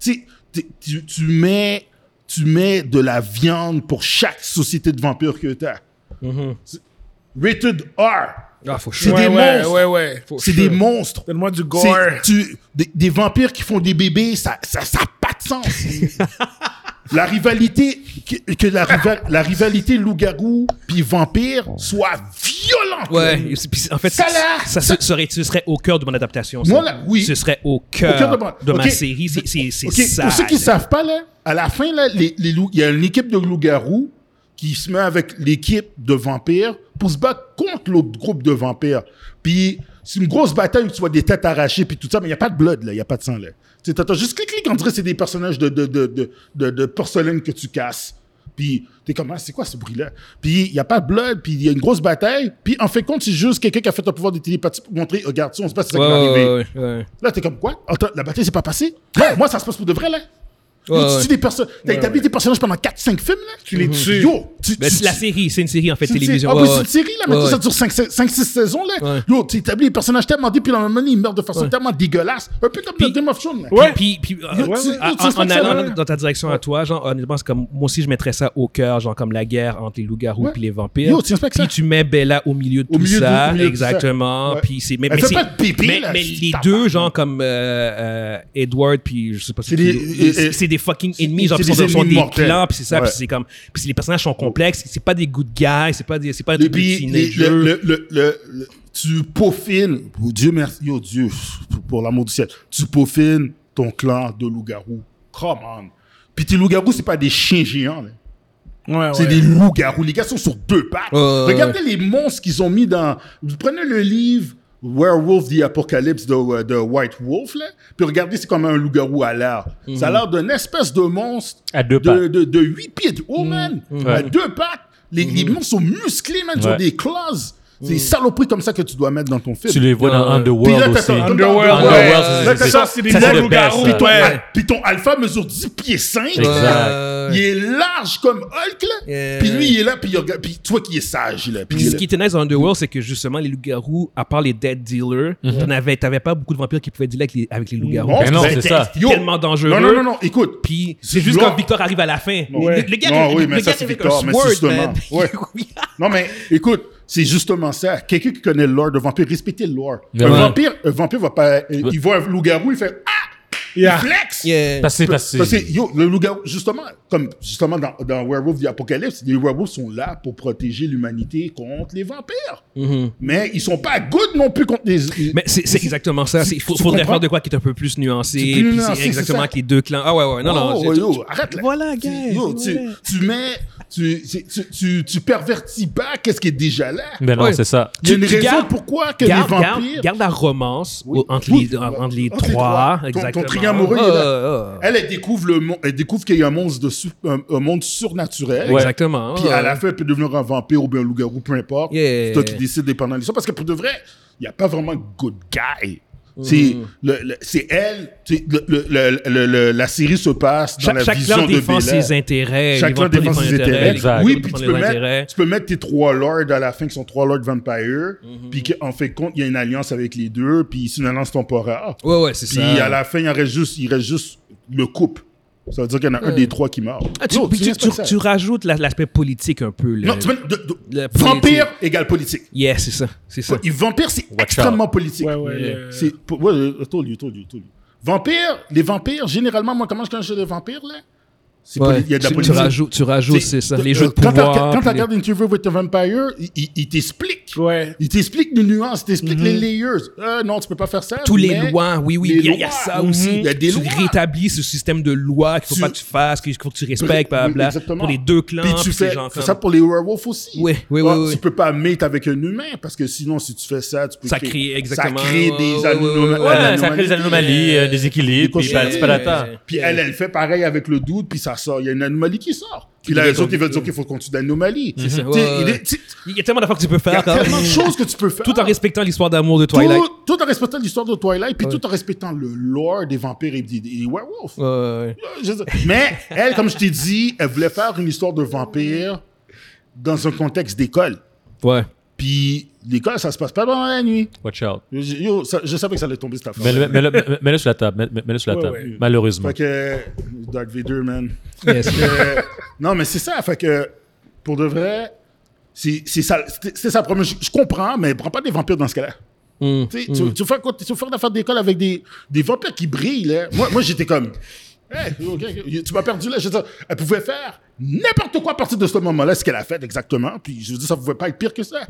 S2: sais, tu sais, tu, tu mets, tu mets de la viande pour chaque société de vampires que tu as. Rated R.
S1: Ah, faut
S2: C'est
S1: chier.
S3: Ouais,
S2: des
S3: ouais,
S2: monstres.
S3: ouais, ouais.
S2: C'est des monstres.
S3: Donne-moi du Oh, gore.
S2: C'est- tu- des, des vampires qui font des bébés, ça ça, ça a pas de sens. la rivalité que, que la, riva- la rivalité loup-garou puis vampire soit violente.
S1: Ouais, et c'est- puis c'est- en fait,
S2: Ça
S1: c'est-
S2: là,
S1: ça, se- serait, ce serait au cœur de mon adaptation. ça.
S2: Voilà, oui.
S1: Ce serait au
S2: Au cœur
S1: cœur
S2: mon-
S1: de ma
S2: Ok.
S1: série. C'est- C'est c'est
S2: Ok,
S1: ça.
S2: Pour ceux qui savent pas là, à la fin là, les, les loups- il y a une équipe de loups-garous qui se met avec l'équipe de vampires pour se battre contre l'autre groupe de vampires. Puis c'est une grosse bataille où tu vois des têtes arrachées puis tout ça, mais il y a pas de blood là, il y a pas de sang là. Tu sais, t'entends juste clic clic, on dirait que c'est des personnages de de, de, de, de- de porcelaine que tu casses. Puis t'es comme ah, c'est quoi ce bruit là Puis il y a pas de blood, puis il y a une grosse bataille, puis en fait compte c'est juste quelqu'un qui a fait un pouvoir de télépathie pour montrer regarde, ça, on se bat, c'est ça
S1: Ouais,
S2: qui va arriver.
S1: ouais, ouais, ouais.
S2: Là, t'es comme quoi Attends, la bataille s'est pas passée Ouais, Moi, ça se passe pour de vrai, là.
S1: Ouais,
S2: Yo, tu
S1: ouais.
S2: tues des personnes. T'as établi des personnages pendant 4-5 films, là Tu
S3: les tues.
S2: Yo tu,
S1: Ben,
S2: tu-
S1: c'est la
S2: tu-
S1: série, c'est une série en fait,
S2: c'est une série.
S1: télévision.
S2: Ah,
S1: Ouais,
S2: oui, c'est
S1: ouais.
S2: une série, là. Mais
S1: Ouais,
S2: tout ça
S1: ouais.
S2: dure 5-6 saisons, là.
S1: Ouais.
S2: Yo, tu établis des personnages tellement deep, puis dans la manière, ils meurent de façon tellement dégueulasse. Un peu comme dans Game of Thrones, là.
S3: Ouais.
S1: Puis, puis, euh, tu-
S2: ouais, ouais.
S1: en-
S2: Tu sais
S1: en,
S2: pas que ça,
S1: allant
S2: ouais.
S1: dans ta direction à toi, genre, honnêtement, c'est comme, moi aussi, je mettrais ça au cœur, genre, comme la guerre entre les loups-garous
S2: Ouais.
S1: et les vampires.
S2: Yo, tu respectes
S1: puis
S2: ça.
S1: tu mets Bella au milieu de
S2: Au
S1: tout
S2: milieu de-
S1: ça,
S2: au milieu de tout ça.
S1: exactement.
S2: Ouais.
S1: Puis c'est, mais,
S2: Elle
S1: mais
S2: fait
S1: c'est-
S2: pas de pipi,
S1: mais,
S2: là,
S1: mais
S2: c'est
S1: les
S2: tabac.
S1: deux, genre, comme euh, euh, Edward, puis je sais pas si
S2: C'est des- et- et-
S1: c'est des fucking ennemis, genre,
S2: c'est
S1: puis
S2: des
S1: ils sont
S2: ennemis
S1: des
S2: mortels.
S1: clans, puis c'est ça,
S2: Ouais.
S1: puis c'est comme, puis les personnages sont complexes, c'est pas des good guys, c'est pas des, c'est pas des
S2: Et puis, les-
S1: teenagers.
S2: le, le, le, le- le- tu peaufines, oh, Dieu merci, yo Dieu, pour- pour l'amour du ciel, tu peaufines ton clan de loups-garous. Come on. Puis tes loups-garous, c'est pas des chiens géants, là.
S3: Ouais,
S2: C'est
S3: ouais.
S2: des loups-garous. Les gars sont sur deux pattes.
S1: Ouais,
S2: Regardez les monstres qu'ils ont mis dans. Vous prenez le livre Werewolf the Apocalypse de, euh, de White Wolf, là, puis regardez, c'est comme un loup-garou à l'air.
S1: Mhm.
S2: Ça a l'air d'une espèce de monstre.
S4: À deux
S2: de,
S4: pattes.
S2: de, de
S1: Mhm.
S2: huit pieds de haut, man. À deux pattes. Les, les monstres sont musclés, man. Ils ont
S4: Ouais.
S2: des claws.
S1: Mhm.
S2: C'est des saloperies comme ça que tu dois mettre dans ton film.
S4: Tu les vois dans
S1: Ouais.
S2: Puis là,
S4: Underworld
S2: t'as
S4: aussi.
S2: ton
S3: Underworld,
S4: Underworld,
S3: ouais. Là,
S4: c'est-
S3: t'as
S4: c'est-
S3: ça, c'est des
S4: ça, c'est le
S3: loups-garous,
S4: best,
S2: Puis Ah ton,
S3: ouais.
S2: al- puis ton alpha mesure 10 pieds 5.
S4: Exact.
S2: Il est large comme Hulk, là.
S5: Yeah.
S2: Puis lui, il est là, puis, il regarde- puis tu vois qu'il est sage, là. Puis il est
S1: Ce
S2: là.
S1: qui était nice dans Underworld, c'est que justement, les loups-garous, à part les dead dealers, t'en avais- t'avais pas beaucoup de vampires qui pouvaient dealer avec les, avec les loups-garous.
S2: Non,
S4: Ben non,
S2: ben,
S4: c'est
S2: t'es-
S4: ça.
S1: C'était tellement dangereux.
S2: Non, non, non, non, écoute.
S1: Puis
S2: C'est
S1: c'est juste
S2: là.
S1: quand Victor arrive à la fin.
S2: Ouais.
S1: Le, le gars,
S2: Non,
S1: le,
S2: oui,
S1: le
S2: mais ça,
S1: gars
S2: c'est
S1: avec
S2: Victor,
S1: un
S2: mais c'est
S1: sword,
S2: justement.
S1: man. *laughs*
S2: Ouais. Non, mais écoute, c'est justement ça. Quelqu'un qui connaît le lore de vampire, respectez le lore. Un,
S4: Ouais.
S2: vampire, un vampire va pas. euh, Il voit un loup-garou, il fait Ah,
S3: Yeah.
S2: il flex
S5: Yeah.
S4: Parce que-
S1: Ah,
S4: parce
S2: Parce
S4: que-
S2: que, yo, le loup-garou, justement, comme justement dans, dans Werewolf the Apocalypse, les werewolves sont là pour protéger l'humanité contre les vampires.
S5: Mm-hmm.
S2: Mais ils sont pas good non plus contre les.
S1: Mais c'est c'est exactement ça. Il
S2: tu
S1: faudrait
S2: comprends?
S1: faire de quoi qui est un peu plus nuancé.
S2: C'est plus
S1: puis
S2: nuancé,
S1: c'est
S2: c'est
S1: exactement
S2: ça.
S1: avec les deux clans. Ah ouais, ouais, non, non.
S2: Oh,
S1: c'est-
S2: yo, arrête là.
S5: Voilà,
S2: Tu-
S5: guys,
S2: yo, tu,
S5: voilà.
S2: tu mets. Tu, c'est- tu, tu, tu pervertis pas qu'est-ce qui est déjà là.
S4: Ben non,
S1: Ouais.
S4: c'est ça.
S2: Il y a une
S1: Tu- tu
S2: raison
S1: gardes-
S2: pourquoi que
S1: Garde,
S2: les
S1: garde,
S2: vampires.
S1: garde la romance
S2: Oui.
S1: au- entre, les,
S2: Oui.
S1: entre les
S2: Entre les
S1: trois.
S2: trois. Ton- ton
S1: Exactement.
S2: triangle amoureux, il est
S1: Ah,
S2: là.
S1: ah, ah.
S2: Elle, elle découvre, le mon- elle découvre qu'il y a un monde, de su- un, un monde surnaturel.
S4: Ouais.
S1: Exactement.
S2: Puis
S1: ah.
S2: à la fin, elle peut devenir un vampire ou bien un loup-garou, peu importe.
S1: Yeah.
S2: C'est toi qui décides dépendant de l'histoire. Parce que pour de vrai, il n'y a pas vraiment de good guy. C'est
S1: Mm.
S2: le- le- c'est elle. c'est le- le- le- le- le- la série se passe dans
S1: Cha-
S2: la
S1: chaque
S2: vision
S1: clan
S2: de
S1: défend
S2: Bella.
S1: ses intérêts.
S2: Chaque
S1: les
S2: clan
S1: vampires
S2: défend
S1: défendent
S2: ses
S1: leurs
S2: intérêts.
S1: les vampires
S2: Oui, puis
S1: défendent
S2: tu
S1: leurs
S2: peux, mettre,
S1: intérêts.
S2: tu peux mettre tes trois lords à la fin qui sont trois lords vampires.
S1: Mm-hmm.
S2: Puis qu'en fait compte, il y a une alliance avec les deux. Puis c'est une alliance temporaire.
S1: Ouais, ouais, c'est
S2: Puis
S1: ça.
S2: à la fin, il en reste juste, il reste juste le couple. Ça veut dire qu'il y en a
S3: Hmm.
S2: un des trois qui meurt.
S1: Ah, tu,
S2: Yo,
S1: puis tu-
S2: respectes
S1: tu-
S2: ça.
S1: tu rajoutes la- l'aspect politique un peu. là.
S2: Non, tu mets- de- de-
S1: la politique.
S2: vampire égale politique.
S1: Yeah, c'est ça. C'est ça.
S2: Et vampire, c'est
S4: Watch
S2: extrêmement politique.
S3: Ouais, ouais, euh,
S2: C'est, pour- ouais, euh, told you, told you, told you. Vampire, les vampires, généralement, moi, comment je connais les vampires, là? C'est
S1: Ouais.
S2: poli- il y a de la
S1: Tu-
S2: politique.
S1: Tu rajoutes, tu rajoutes, c'est ça.
S2: de-
S1: Les
S2: euh,
S1: jeux de
S2: quand
S1: pouvoir.
S2: t'as- Quand tu
S1: puis les-
S2: regardes Interview with a Vampire, il, il- il t'explique.
S3: Ouais.
S2: Il t'explique les nuances, il t'explique les layers. Euh, non, tu peux pas faire ça.
S1: Mhm. tous les
S2: mais
S1: lois, oui, oui,
S2: les
S1: il y, a- il y a
S2: lois,
S1: ça
S2: mhm.
S1: aussi.
S2: Il y a des
S1: tu
S2: lois.
S1: rétablis ce système de lois qu'il faut
S2: Tu-
S1: pas que tu fasses, qu'il faut que tu respectes,
S2: Exactement.
S1: blablabla. pour les deux clans,
S2: Puis tu
S1: puis ces
S2: fais
S1: gens
S2: fais
S1: comme...
S2: ça pour les werewolves aussi.
S1: Oui, oui, oui,
S2: Ah,
S1: oui.
S2: Tu peux pas mate avec un humain parce que sinon, si tu fais ça, tu peux
S1: Ça
S2: créer-
S1: crée exactement-
S2: Ça crée des
S1: Ouais, ouais,
S2: anom-
S1: ouais, ouais.
S4: Ouais,
S2: anomalies.
S4: ça crée des anomalies, euh, des équilibres,
S2: Des
S4: puis ben,
S2: cochonneries.
S4: c'est pas la table.
S2: Puis elle, elle fait pareil avec le doute, puis ça sort. Il y a une anomalie qui sort. Puis là, les autres, ils veulent dire qu'il faut qu'on tue d'anomalie. Tu sais,
S1: ça, ouais,
S2: il est-
S1: ouais.
S2: tu sais,
S1: Il y a tellement d'affaires que tu peux
S2: il y a
S1: faire. hein.
S2: tellement de choses que tu peux faire.
S1: Tout en respectant l'histoire d'amour de
S2: Tout-
S1: Twilight.
S2: tout en respectant l'histoire de Twilight, puis tout en respectant le lore des vampires et des, des werewolves.
S1: Ouais, ouais.
S2: Je sais- Mais elle, comme je t'ai dit, elle voulait faire une histoire de vampire dans un contexte d'école.
S1: Ouais.
S2: Puis l'école, ça se passe pas pendant la nuit.
S4: Watch out.
S2: Je, yo, ça- je savais que ça allait tomber cette affaire.
S4: Mets-le mets-le- mets- mets-le sur la table. mets- mets- Mets-le sur la
S3: Ouais,
S4: table.
S3: ouais.
S4: Malheureusement.
S2: Fait que Dark Vader, man. *laughs*
S1: Yes.
S2: Euh, non, mais c'est ça. Fait que pour de vrai, c'est c'est ça. C'est c'est ça le problème. Je, je comprends, mais prends pas des vampires dans ce cas-là.
S1: Mm.
S2: Tu sais, Tu, tu fais quoi- tu fais une affaire d'école avec des, des vampires qui brillent. Là. Moi, moi j'étais comme. Hey, ok, ok, tu m'as perdu là. Je veux dire, elle pouvait faire n'importe quoi à partir de ce moment-là, ce qu'elle a fait exactement. Puis je veux dire, ça pouvait pas être pire que ça.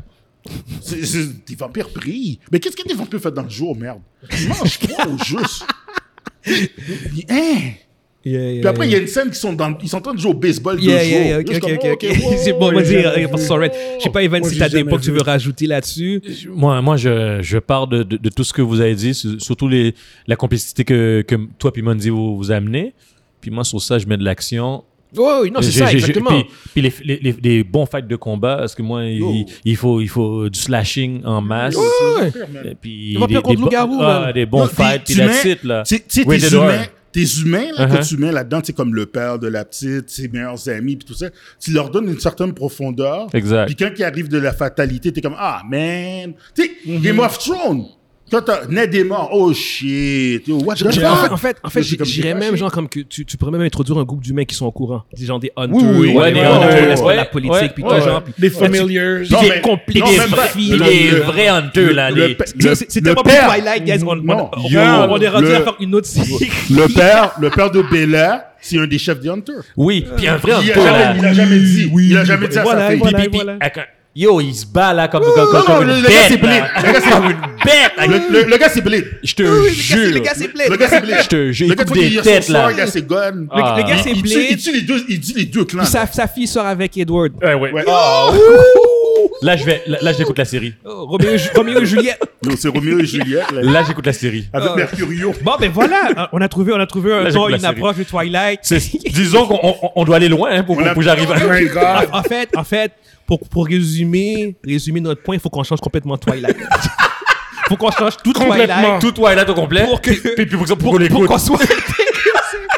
S2: C'est- c'est- des vampires brillent. Mais qu'est-ce que des vampires font dans le jour, merde? Ils mangent quoi au juste? Ils- hein?
S1: Yeah, yeah,
S2: Puis après, il y
S1: yeah.
S2: a une scène qui sont dans, ils sont en train de jouer au baseball
S1: Euh, Yeah,
S2: deux
S1: yeah, yeah,
S2: jours.
S1: ok,
S2: Là, je
S1: ok,
S2: suis comme,
S1: ok.
S2: oh,
S1: *laughs* C'est bon,
S2: wow,
S1: vas-y,
S2: yeah,
S1: euh, passe sur Red. Je sais pas, Evan,
S3: Moi,
S1: si
S3: j'ai
S1: t'as des
S3: jamais
S1: points que tu
S3: vu.
S1: veux rajouter là-dessus.
S4: Moi, moi je, je pars de, de- de tout ce que vous avez dit, su- surtout les, la complexité que, que toi puis Monzi vous, vous amenez. Puis moi, sur ça, je mets de l'action.
S1: Oh, oui, non, c'est
S4: J'ai-
S1: ça,
S4: j'ai- j'ai-
S1: exactement.
S4: Puis, puis les, les, les- les bons fights de combat, parce que moi,
S2: Oh.
S4: il, il faut, il faut du slashing en masse.
S1: Ouais.
S4: Et Puis
S1: On va faire contre
S4: bo-
S1: loup-garou,
S4: ah,
S1: man.
S4: des bons
S2: Non, puis
S4: fights, puis
S2: tu
S4: that's
S2: mets-
S4: it, là.
S2: Tu sais, tu sais,
S4: Rated
S2: tes
S4: R.
S2: humains, tes humains là,
S4: Uh-huh.
S2: que tu mets là-dedans, c'est comme le père de la petite, ses meilleurs amis, puis tout ça, tu leur donnes une certaine profondeur.
S4: Exact.
S2: Puis quand il arrive de la fatalité, t'es comme Ah, man. Tu sais,
S1: Mm-hmm.
S2: Game of Thrones. Quand t'as Ned est mort, oh shit. Yo, what the
S1: Je- en fait,
S2: fuck?
S1: en fait, en fait
S2: Je suis comme Ah,
S1: j'irais
S2: détaché.
S1: même genre comme que tu, tu pourrais même introduire un groupe d'humains qui sont au courant, des gens des hunters,
S2: Oui, oui,
S1: ou
S2: ouais,
S1: des
S2: des
S1: gens
S2: hunters,
S1: qui
S4: ouais,
S1: la
S4: ouais,
S1: politique, puis tout
S4: ouais.
S1: genre. puis-
S3: Des familiars.
S1: Puis
S2: Non,
S1: des
S2: mais-
S1: compliqués,
S2: non,
S1: des
S2: même pas.
S1: filles,
S2: Le-
S4: les
S2: le-
S4: vrais hunters, là.
S2: le
S4: les-
S2: pe-
S1: C'est-
S2: le-
S1: c'est- C'est
S2: le
S1: tellement
S2: père-
S1: pas Twilight, guys. On, on,
S2: Non.
S1: on-
S2: Yo,
S1: on est rendu
S2: le-
S1: à faire une autre série.
S2: Le père, le père de Bella, c'est un des chefs des Hunters.
S4: Oui, puis un vrai
S2: Il a
S4: hunter, là.
S2: jamais, il a jamais dit. il a jamais dit à
S1: voilà,
S2: sa fille.
S1: voilà.
S4: Puis- puis- puis- Yo, il se bat, là, comme, comme, comme,
S2: non,
S4: comme
S2: Oh, le-
S4: une
S2: le gars, c'est
S4: bête, là.
S2: blé. Le gars, c'est-
S4: Comme une bête, là.
S2: Le, le- le gars, c'est Blade.
S4: Je te jure.
S5: Le gars, c'est plein.
S2: Le gars, c'est Blade.
S4: Je te jure,
S2: Le
S4: il
S2: gars, tu
S4: coupe
S2: vois qu'il
S4: des
S2: a
S4: têtes,
S2: son sword,
S4: là.
S2: il a ses guns.
S1: Le, le gars,
S4: Ah.
S1: c'est
S2: Il tue, il
S1: Blade.
S2: tue les deux, il dit les deux clans.
S1: Sa, sa fille sort avec Edward.
S4: Ouais, ouais.
S2: Ouais.
S4: Ah,
S2: Ouh.
S4: Là, je vais, là, là, j'écoute la série.
S1: Oh, Roméo, et Ju- Roméo et Juliette.
S2: Non, c'est Roméo et Juliette, là,
S4: Là, j'écoute la série.
S2: avec
S1: Ah.
S2: Mercurio.
S1: *laughs* Bon, ben voilà, on a trouvé, on a trouvé un
S4: Là,
S1: ton,
S4: j'écoute la
S1: une
S4: série.
S1: approche de Twilight. *laughs*
S4: C'est- Disons qu'on on- on doit aller loin hein, pour,
S2: On
S4: pour,
S2: a-
S4: pour que j'arrive à...
S2: Oh my God.
S1: *laughs* En, en fait, en fait, pour, pour résumer, résumer notre point, il faut qu'on change complètement Twilight. *laughs* faut qu'on change tout Twilight
S4: Tout Twilight au complet.
S1: Pour que-
S4: Puis- puis pour, pour,
S1: pour, pour qu'on soit.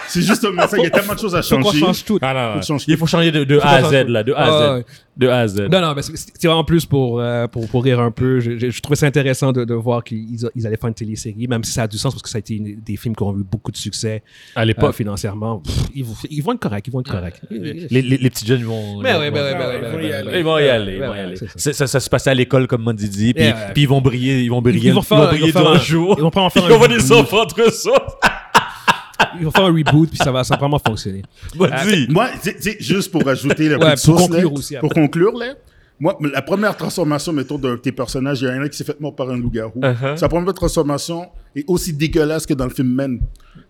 S2: C'est juste un message, il y a tellement de choses à
S1: faut qu'on
S2: changer.
S1: change tout.
S4: Ah, non, non.
S2: Faut changer.
S4: Il faut changer de, de
S1: Faut
S4: A à
S1: qu'on
S4: Z,
S1: change.
S4: là. De A
S1: Ah,
S4: à
S1: ouais.
S4: Z. De A à Z.
S1: Non, non, mais c'est c'est vraiment plus pour, euh, pour, pour rire un peu. Je, je- je trouvais ça intéressant de, de voir qu'ils ils allaient faire une télésérie, même si ça a du sens parce que ça a été une- des films qui ont eu beaucoup de succès
S4: À
S1: pas
S4: l'époque,
S1: financièrement. Pff, ils, vont- ils vont être corrects, ils vont être corrects.
S4: les, les, les petits jeunes ils
S1: Ah,
S4: vont...
S1: Mais
S4: ils
S1: ouais,
S4: vont-
S1: ben ouais, ben ouais,
S3: Ah ils
S1: ben
S3: vont
S1: ouais,
S3: y
S1: ben
S3: aller.
S1: ouais.
S4: Ils vont y aller, ils
S1: Ouais,
S4: vont y
S1: ouais,
S4: aller.
S1: c'est ça.
S4: C'est- Ça, ça se passait à l'école, comme Mandy dit, puis,
S1: Ouais, ouais.
S4: puis ils vont briller, ils vont briller,
S1: Ils vont faire-
S4: briller
S1: ils vont faire
S4: durant
S1: un-
S4: le jour.
S1: ils vont prendre- en faire
S4: *laughs* Ils vont
S1: un
S4: voir des
S1: bout.
S4: enfants entre ça.
S1: Ils vont faire un reboot, puis ça va, ça va vraiment fonctionner. Ah,
S4: Vas-y.
S2: Moi, tu sais, juste pour rajouter la
S1: Ouais,
S2: petite
S1: pour
S2: sauce,
S1: conclure
S2: là,
S1: aussi, après.
S2: pour conclure, là, moi, la première transformation, mettons, de tes personnages, il y en a un qui s'est fait mort par un loup-garou.
S4: Uh-huh.
S2: Sa première transformation est aussi dégueulasse que dans le film Men.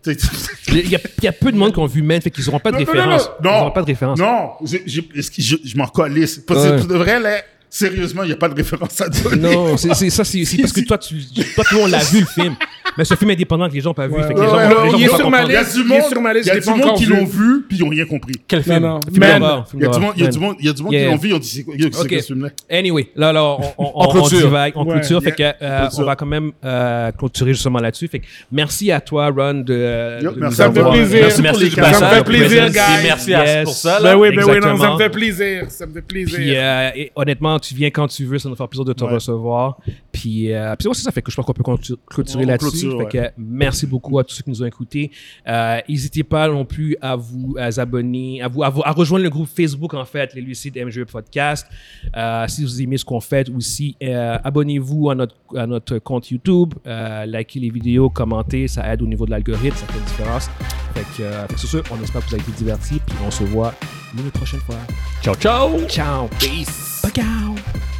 S2: Tu sais,
S1: Il y, a- il y a peu de monde qui ont vu Men, fait qu'ils n'auront pas de
S2: Non, non,
S1: référence.
S2: non, non.
S1: Ils n'auront pas de référence.
S2: Non, je, je, est-ce que je, je m'en calisse. Parce
S1: Ouais.
S2: que de vrai, là, sérieusement, il n'y a pas de référence à donner.
S1: Non, c'est c'est- ça, c'est c'est parce que toi, tu, toi, tout le monde l'a vu le film. Mais ce film indépendant que les gens n'ont pas vu, fait que les gens
S2: Ouais,
S1: vont-
S2: ouais,
S1: les gens
S2: il est
S1: vont pas
S2: sur
S3: ma
S1: comprendre.
S2: Il y a
S3: liste,
S2: du
S3: il est
S2: monde,
S3: sur ma list,
S2: il y a
S3: je l'ai
S2: du
S3: pas
S2: monde
S3: encore
S2: qui
S3: vu.
S2: l'ont vu, puis ils n'ont rien compris.
S4: Quel
S3: Non,
S4: film?
S3: non.
S1: Film
S3: Man.
S1: d'horreur,
S2: Il
S1: film
S2: y a du
S1: d'horreur.
S2: monde, il y a
S1: Man.
S2: du monde, il y a du monde
S1: Yeah.
S2: qui l'ont vu, ils ont dit, c'est quoi c'est quoi
S1: Ok.
S2: ce film-là?
S1: Anyway, là, là, on, on, on,
S4: On
S1: on
S4: clôture.
S1: divague, on
S2: Ouais,
S1: clôture,
S2: yeah.
S1: fait que, euh,
S2: Clôture.
S1: on va quand même euh, clôturer justement là-dessus. Fait que merci à toi, Ron, de,
S2: Yo,
S1: de
S2: merci,
S1: nous
S2: ça me fait
S1: avoir-
S2: plaisir. Merci
S4: Merci, merci
S2: pour les
S4: du
S2: cadeaux.
S4: passage.
S3: Ça me fait plaisir,
S4: Merci,
S3: guys.
S4: Merci à-
S1: Yes.
S4: pour ça. là.
S3: Ben oui, ben oui, non, ça
S1: Exactement.
S3: me fait plaisir. Ça me fait plaisir.
S1: Puis euh, et honnêtement, tu viens quand tu veux, ça nous fera plaisir de te
S2: hein. Ouais.
S1: recevoir. Puis, euh, puis ouais, c'est ça, fait que je pense qu'on peut clôtu- clôturer
S2: On
S1: là-dessus.
S2: clôture,
S1: Fait que merci beaucoup à tous ceux qui nous ont écoutés. Euh, N'hésitez pas non plus à vous à vous abonner, à, vous, à, vous- à rejoindre le groupe Facebook, en fait, les Lucides MGE E Podcast. Euh, si vous aimez ce qu'on fait aussi, euh, abonnez-vous à notre, à notre compte YouTube, euh, likez les vidéos, commentez, ça aide au niveau de l'algorithme, ça fait une différence. Fait que, euh, fait que sur ce, on espère que vous avez été divertis, puis on se voit une prochaine fois.
S4: Ciao, ciao.
S1: Ciao! Peace! Bye, ciao.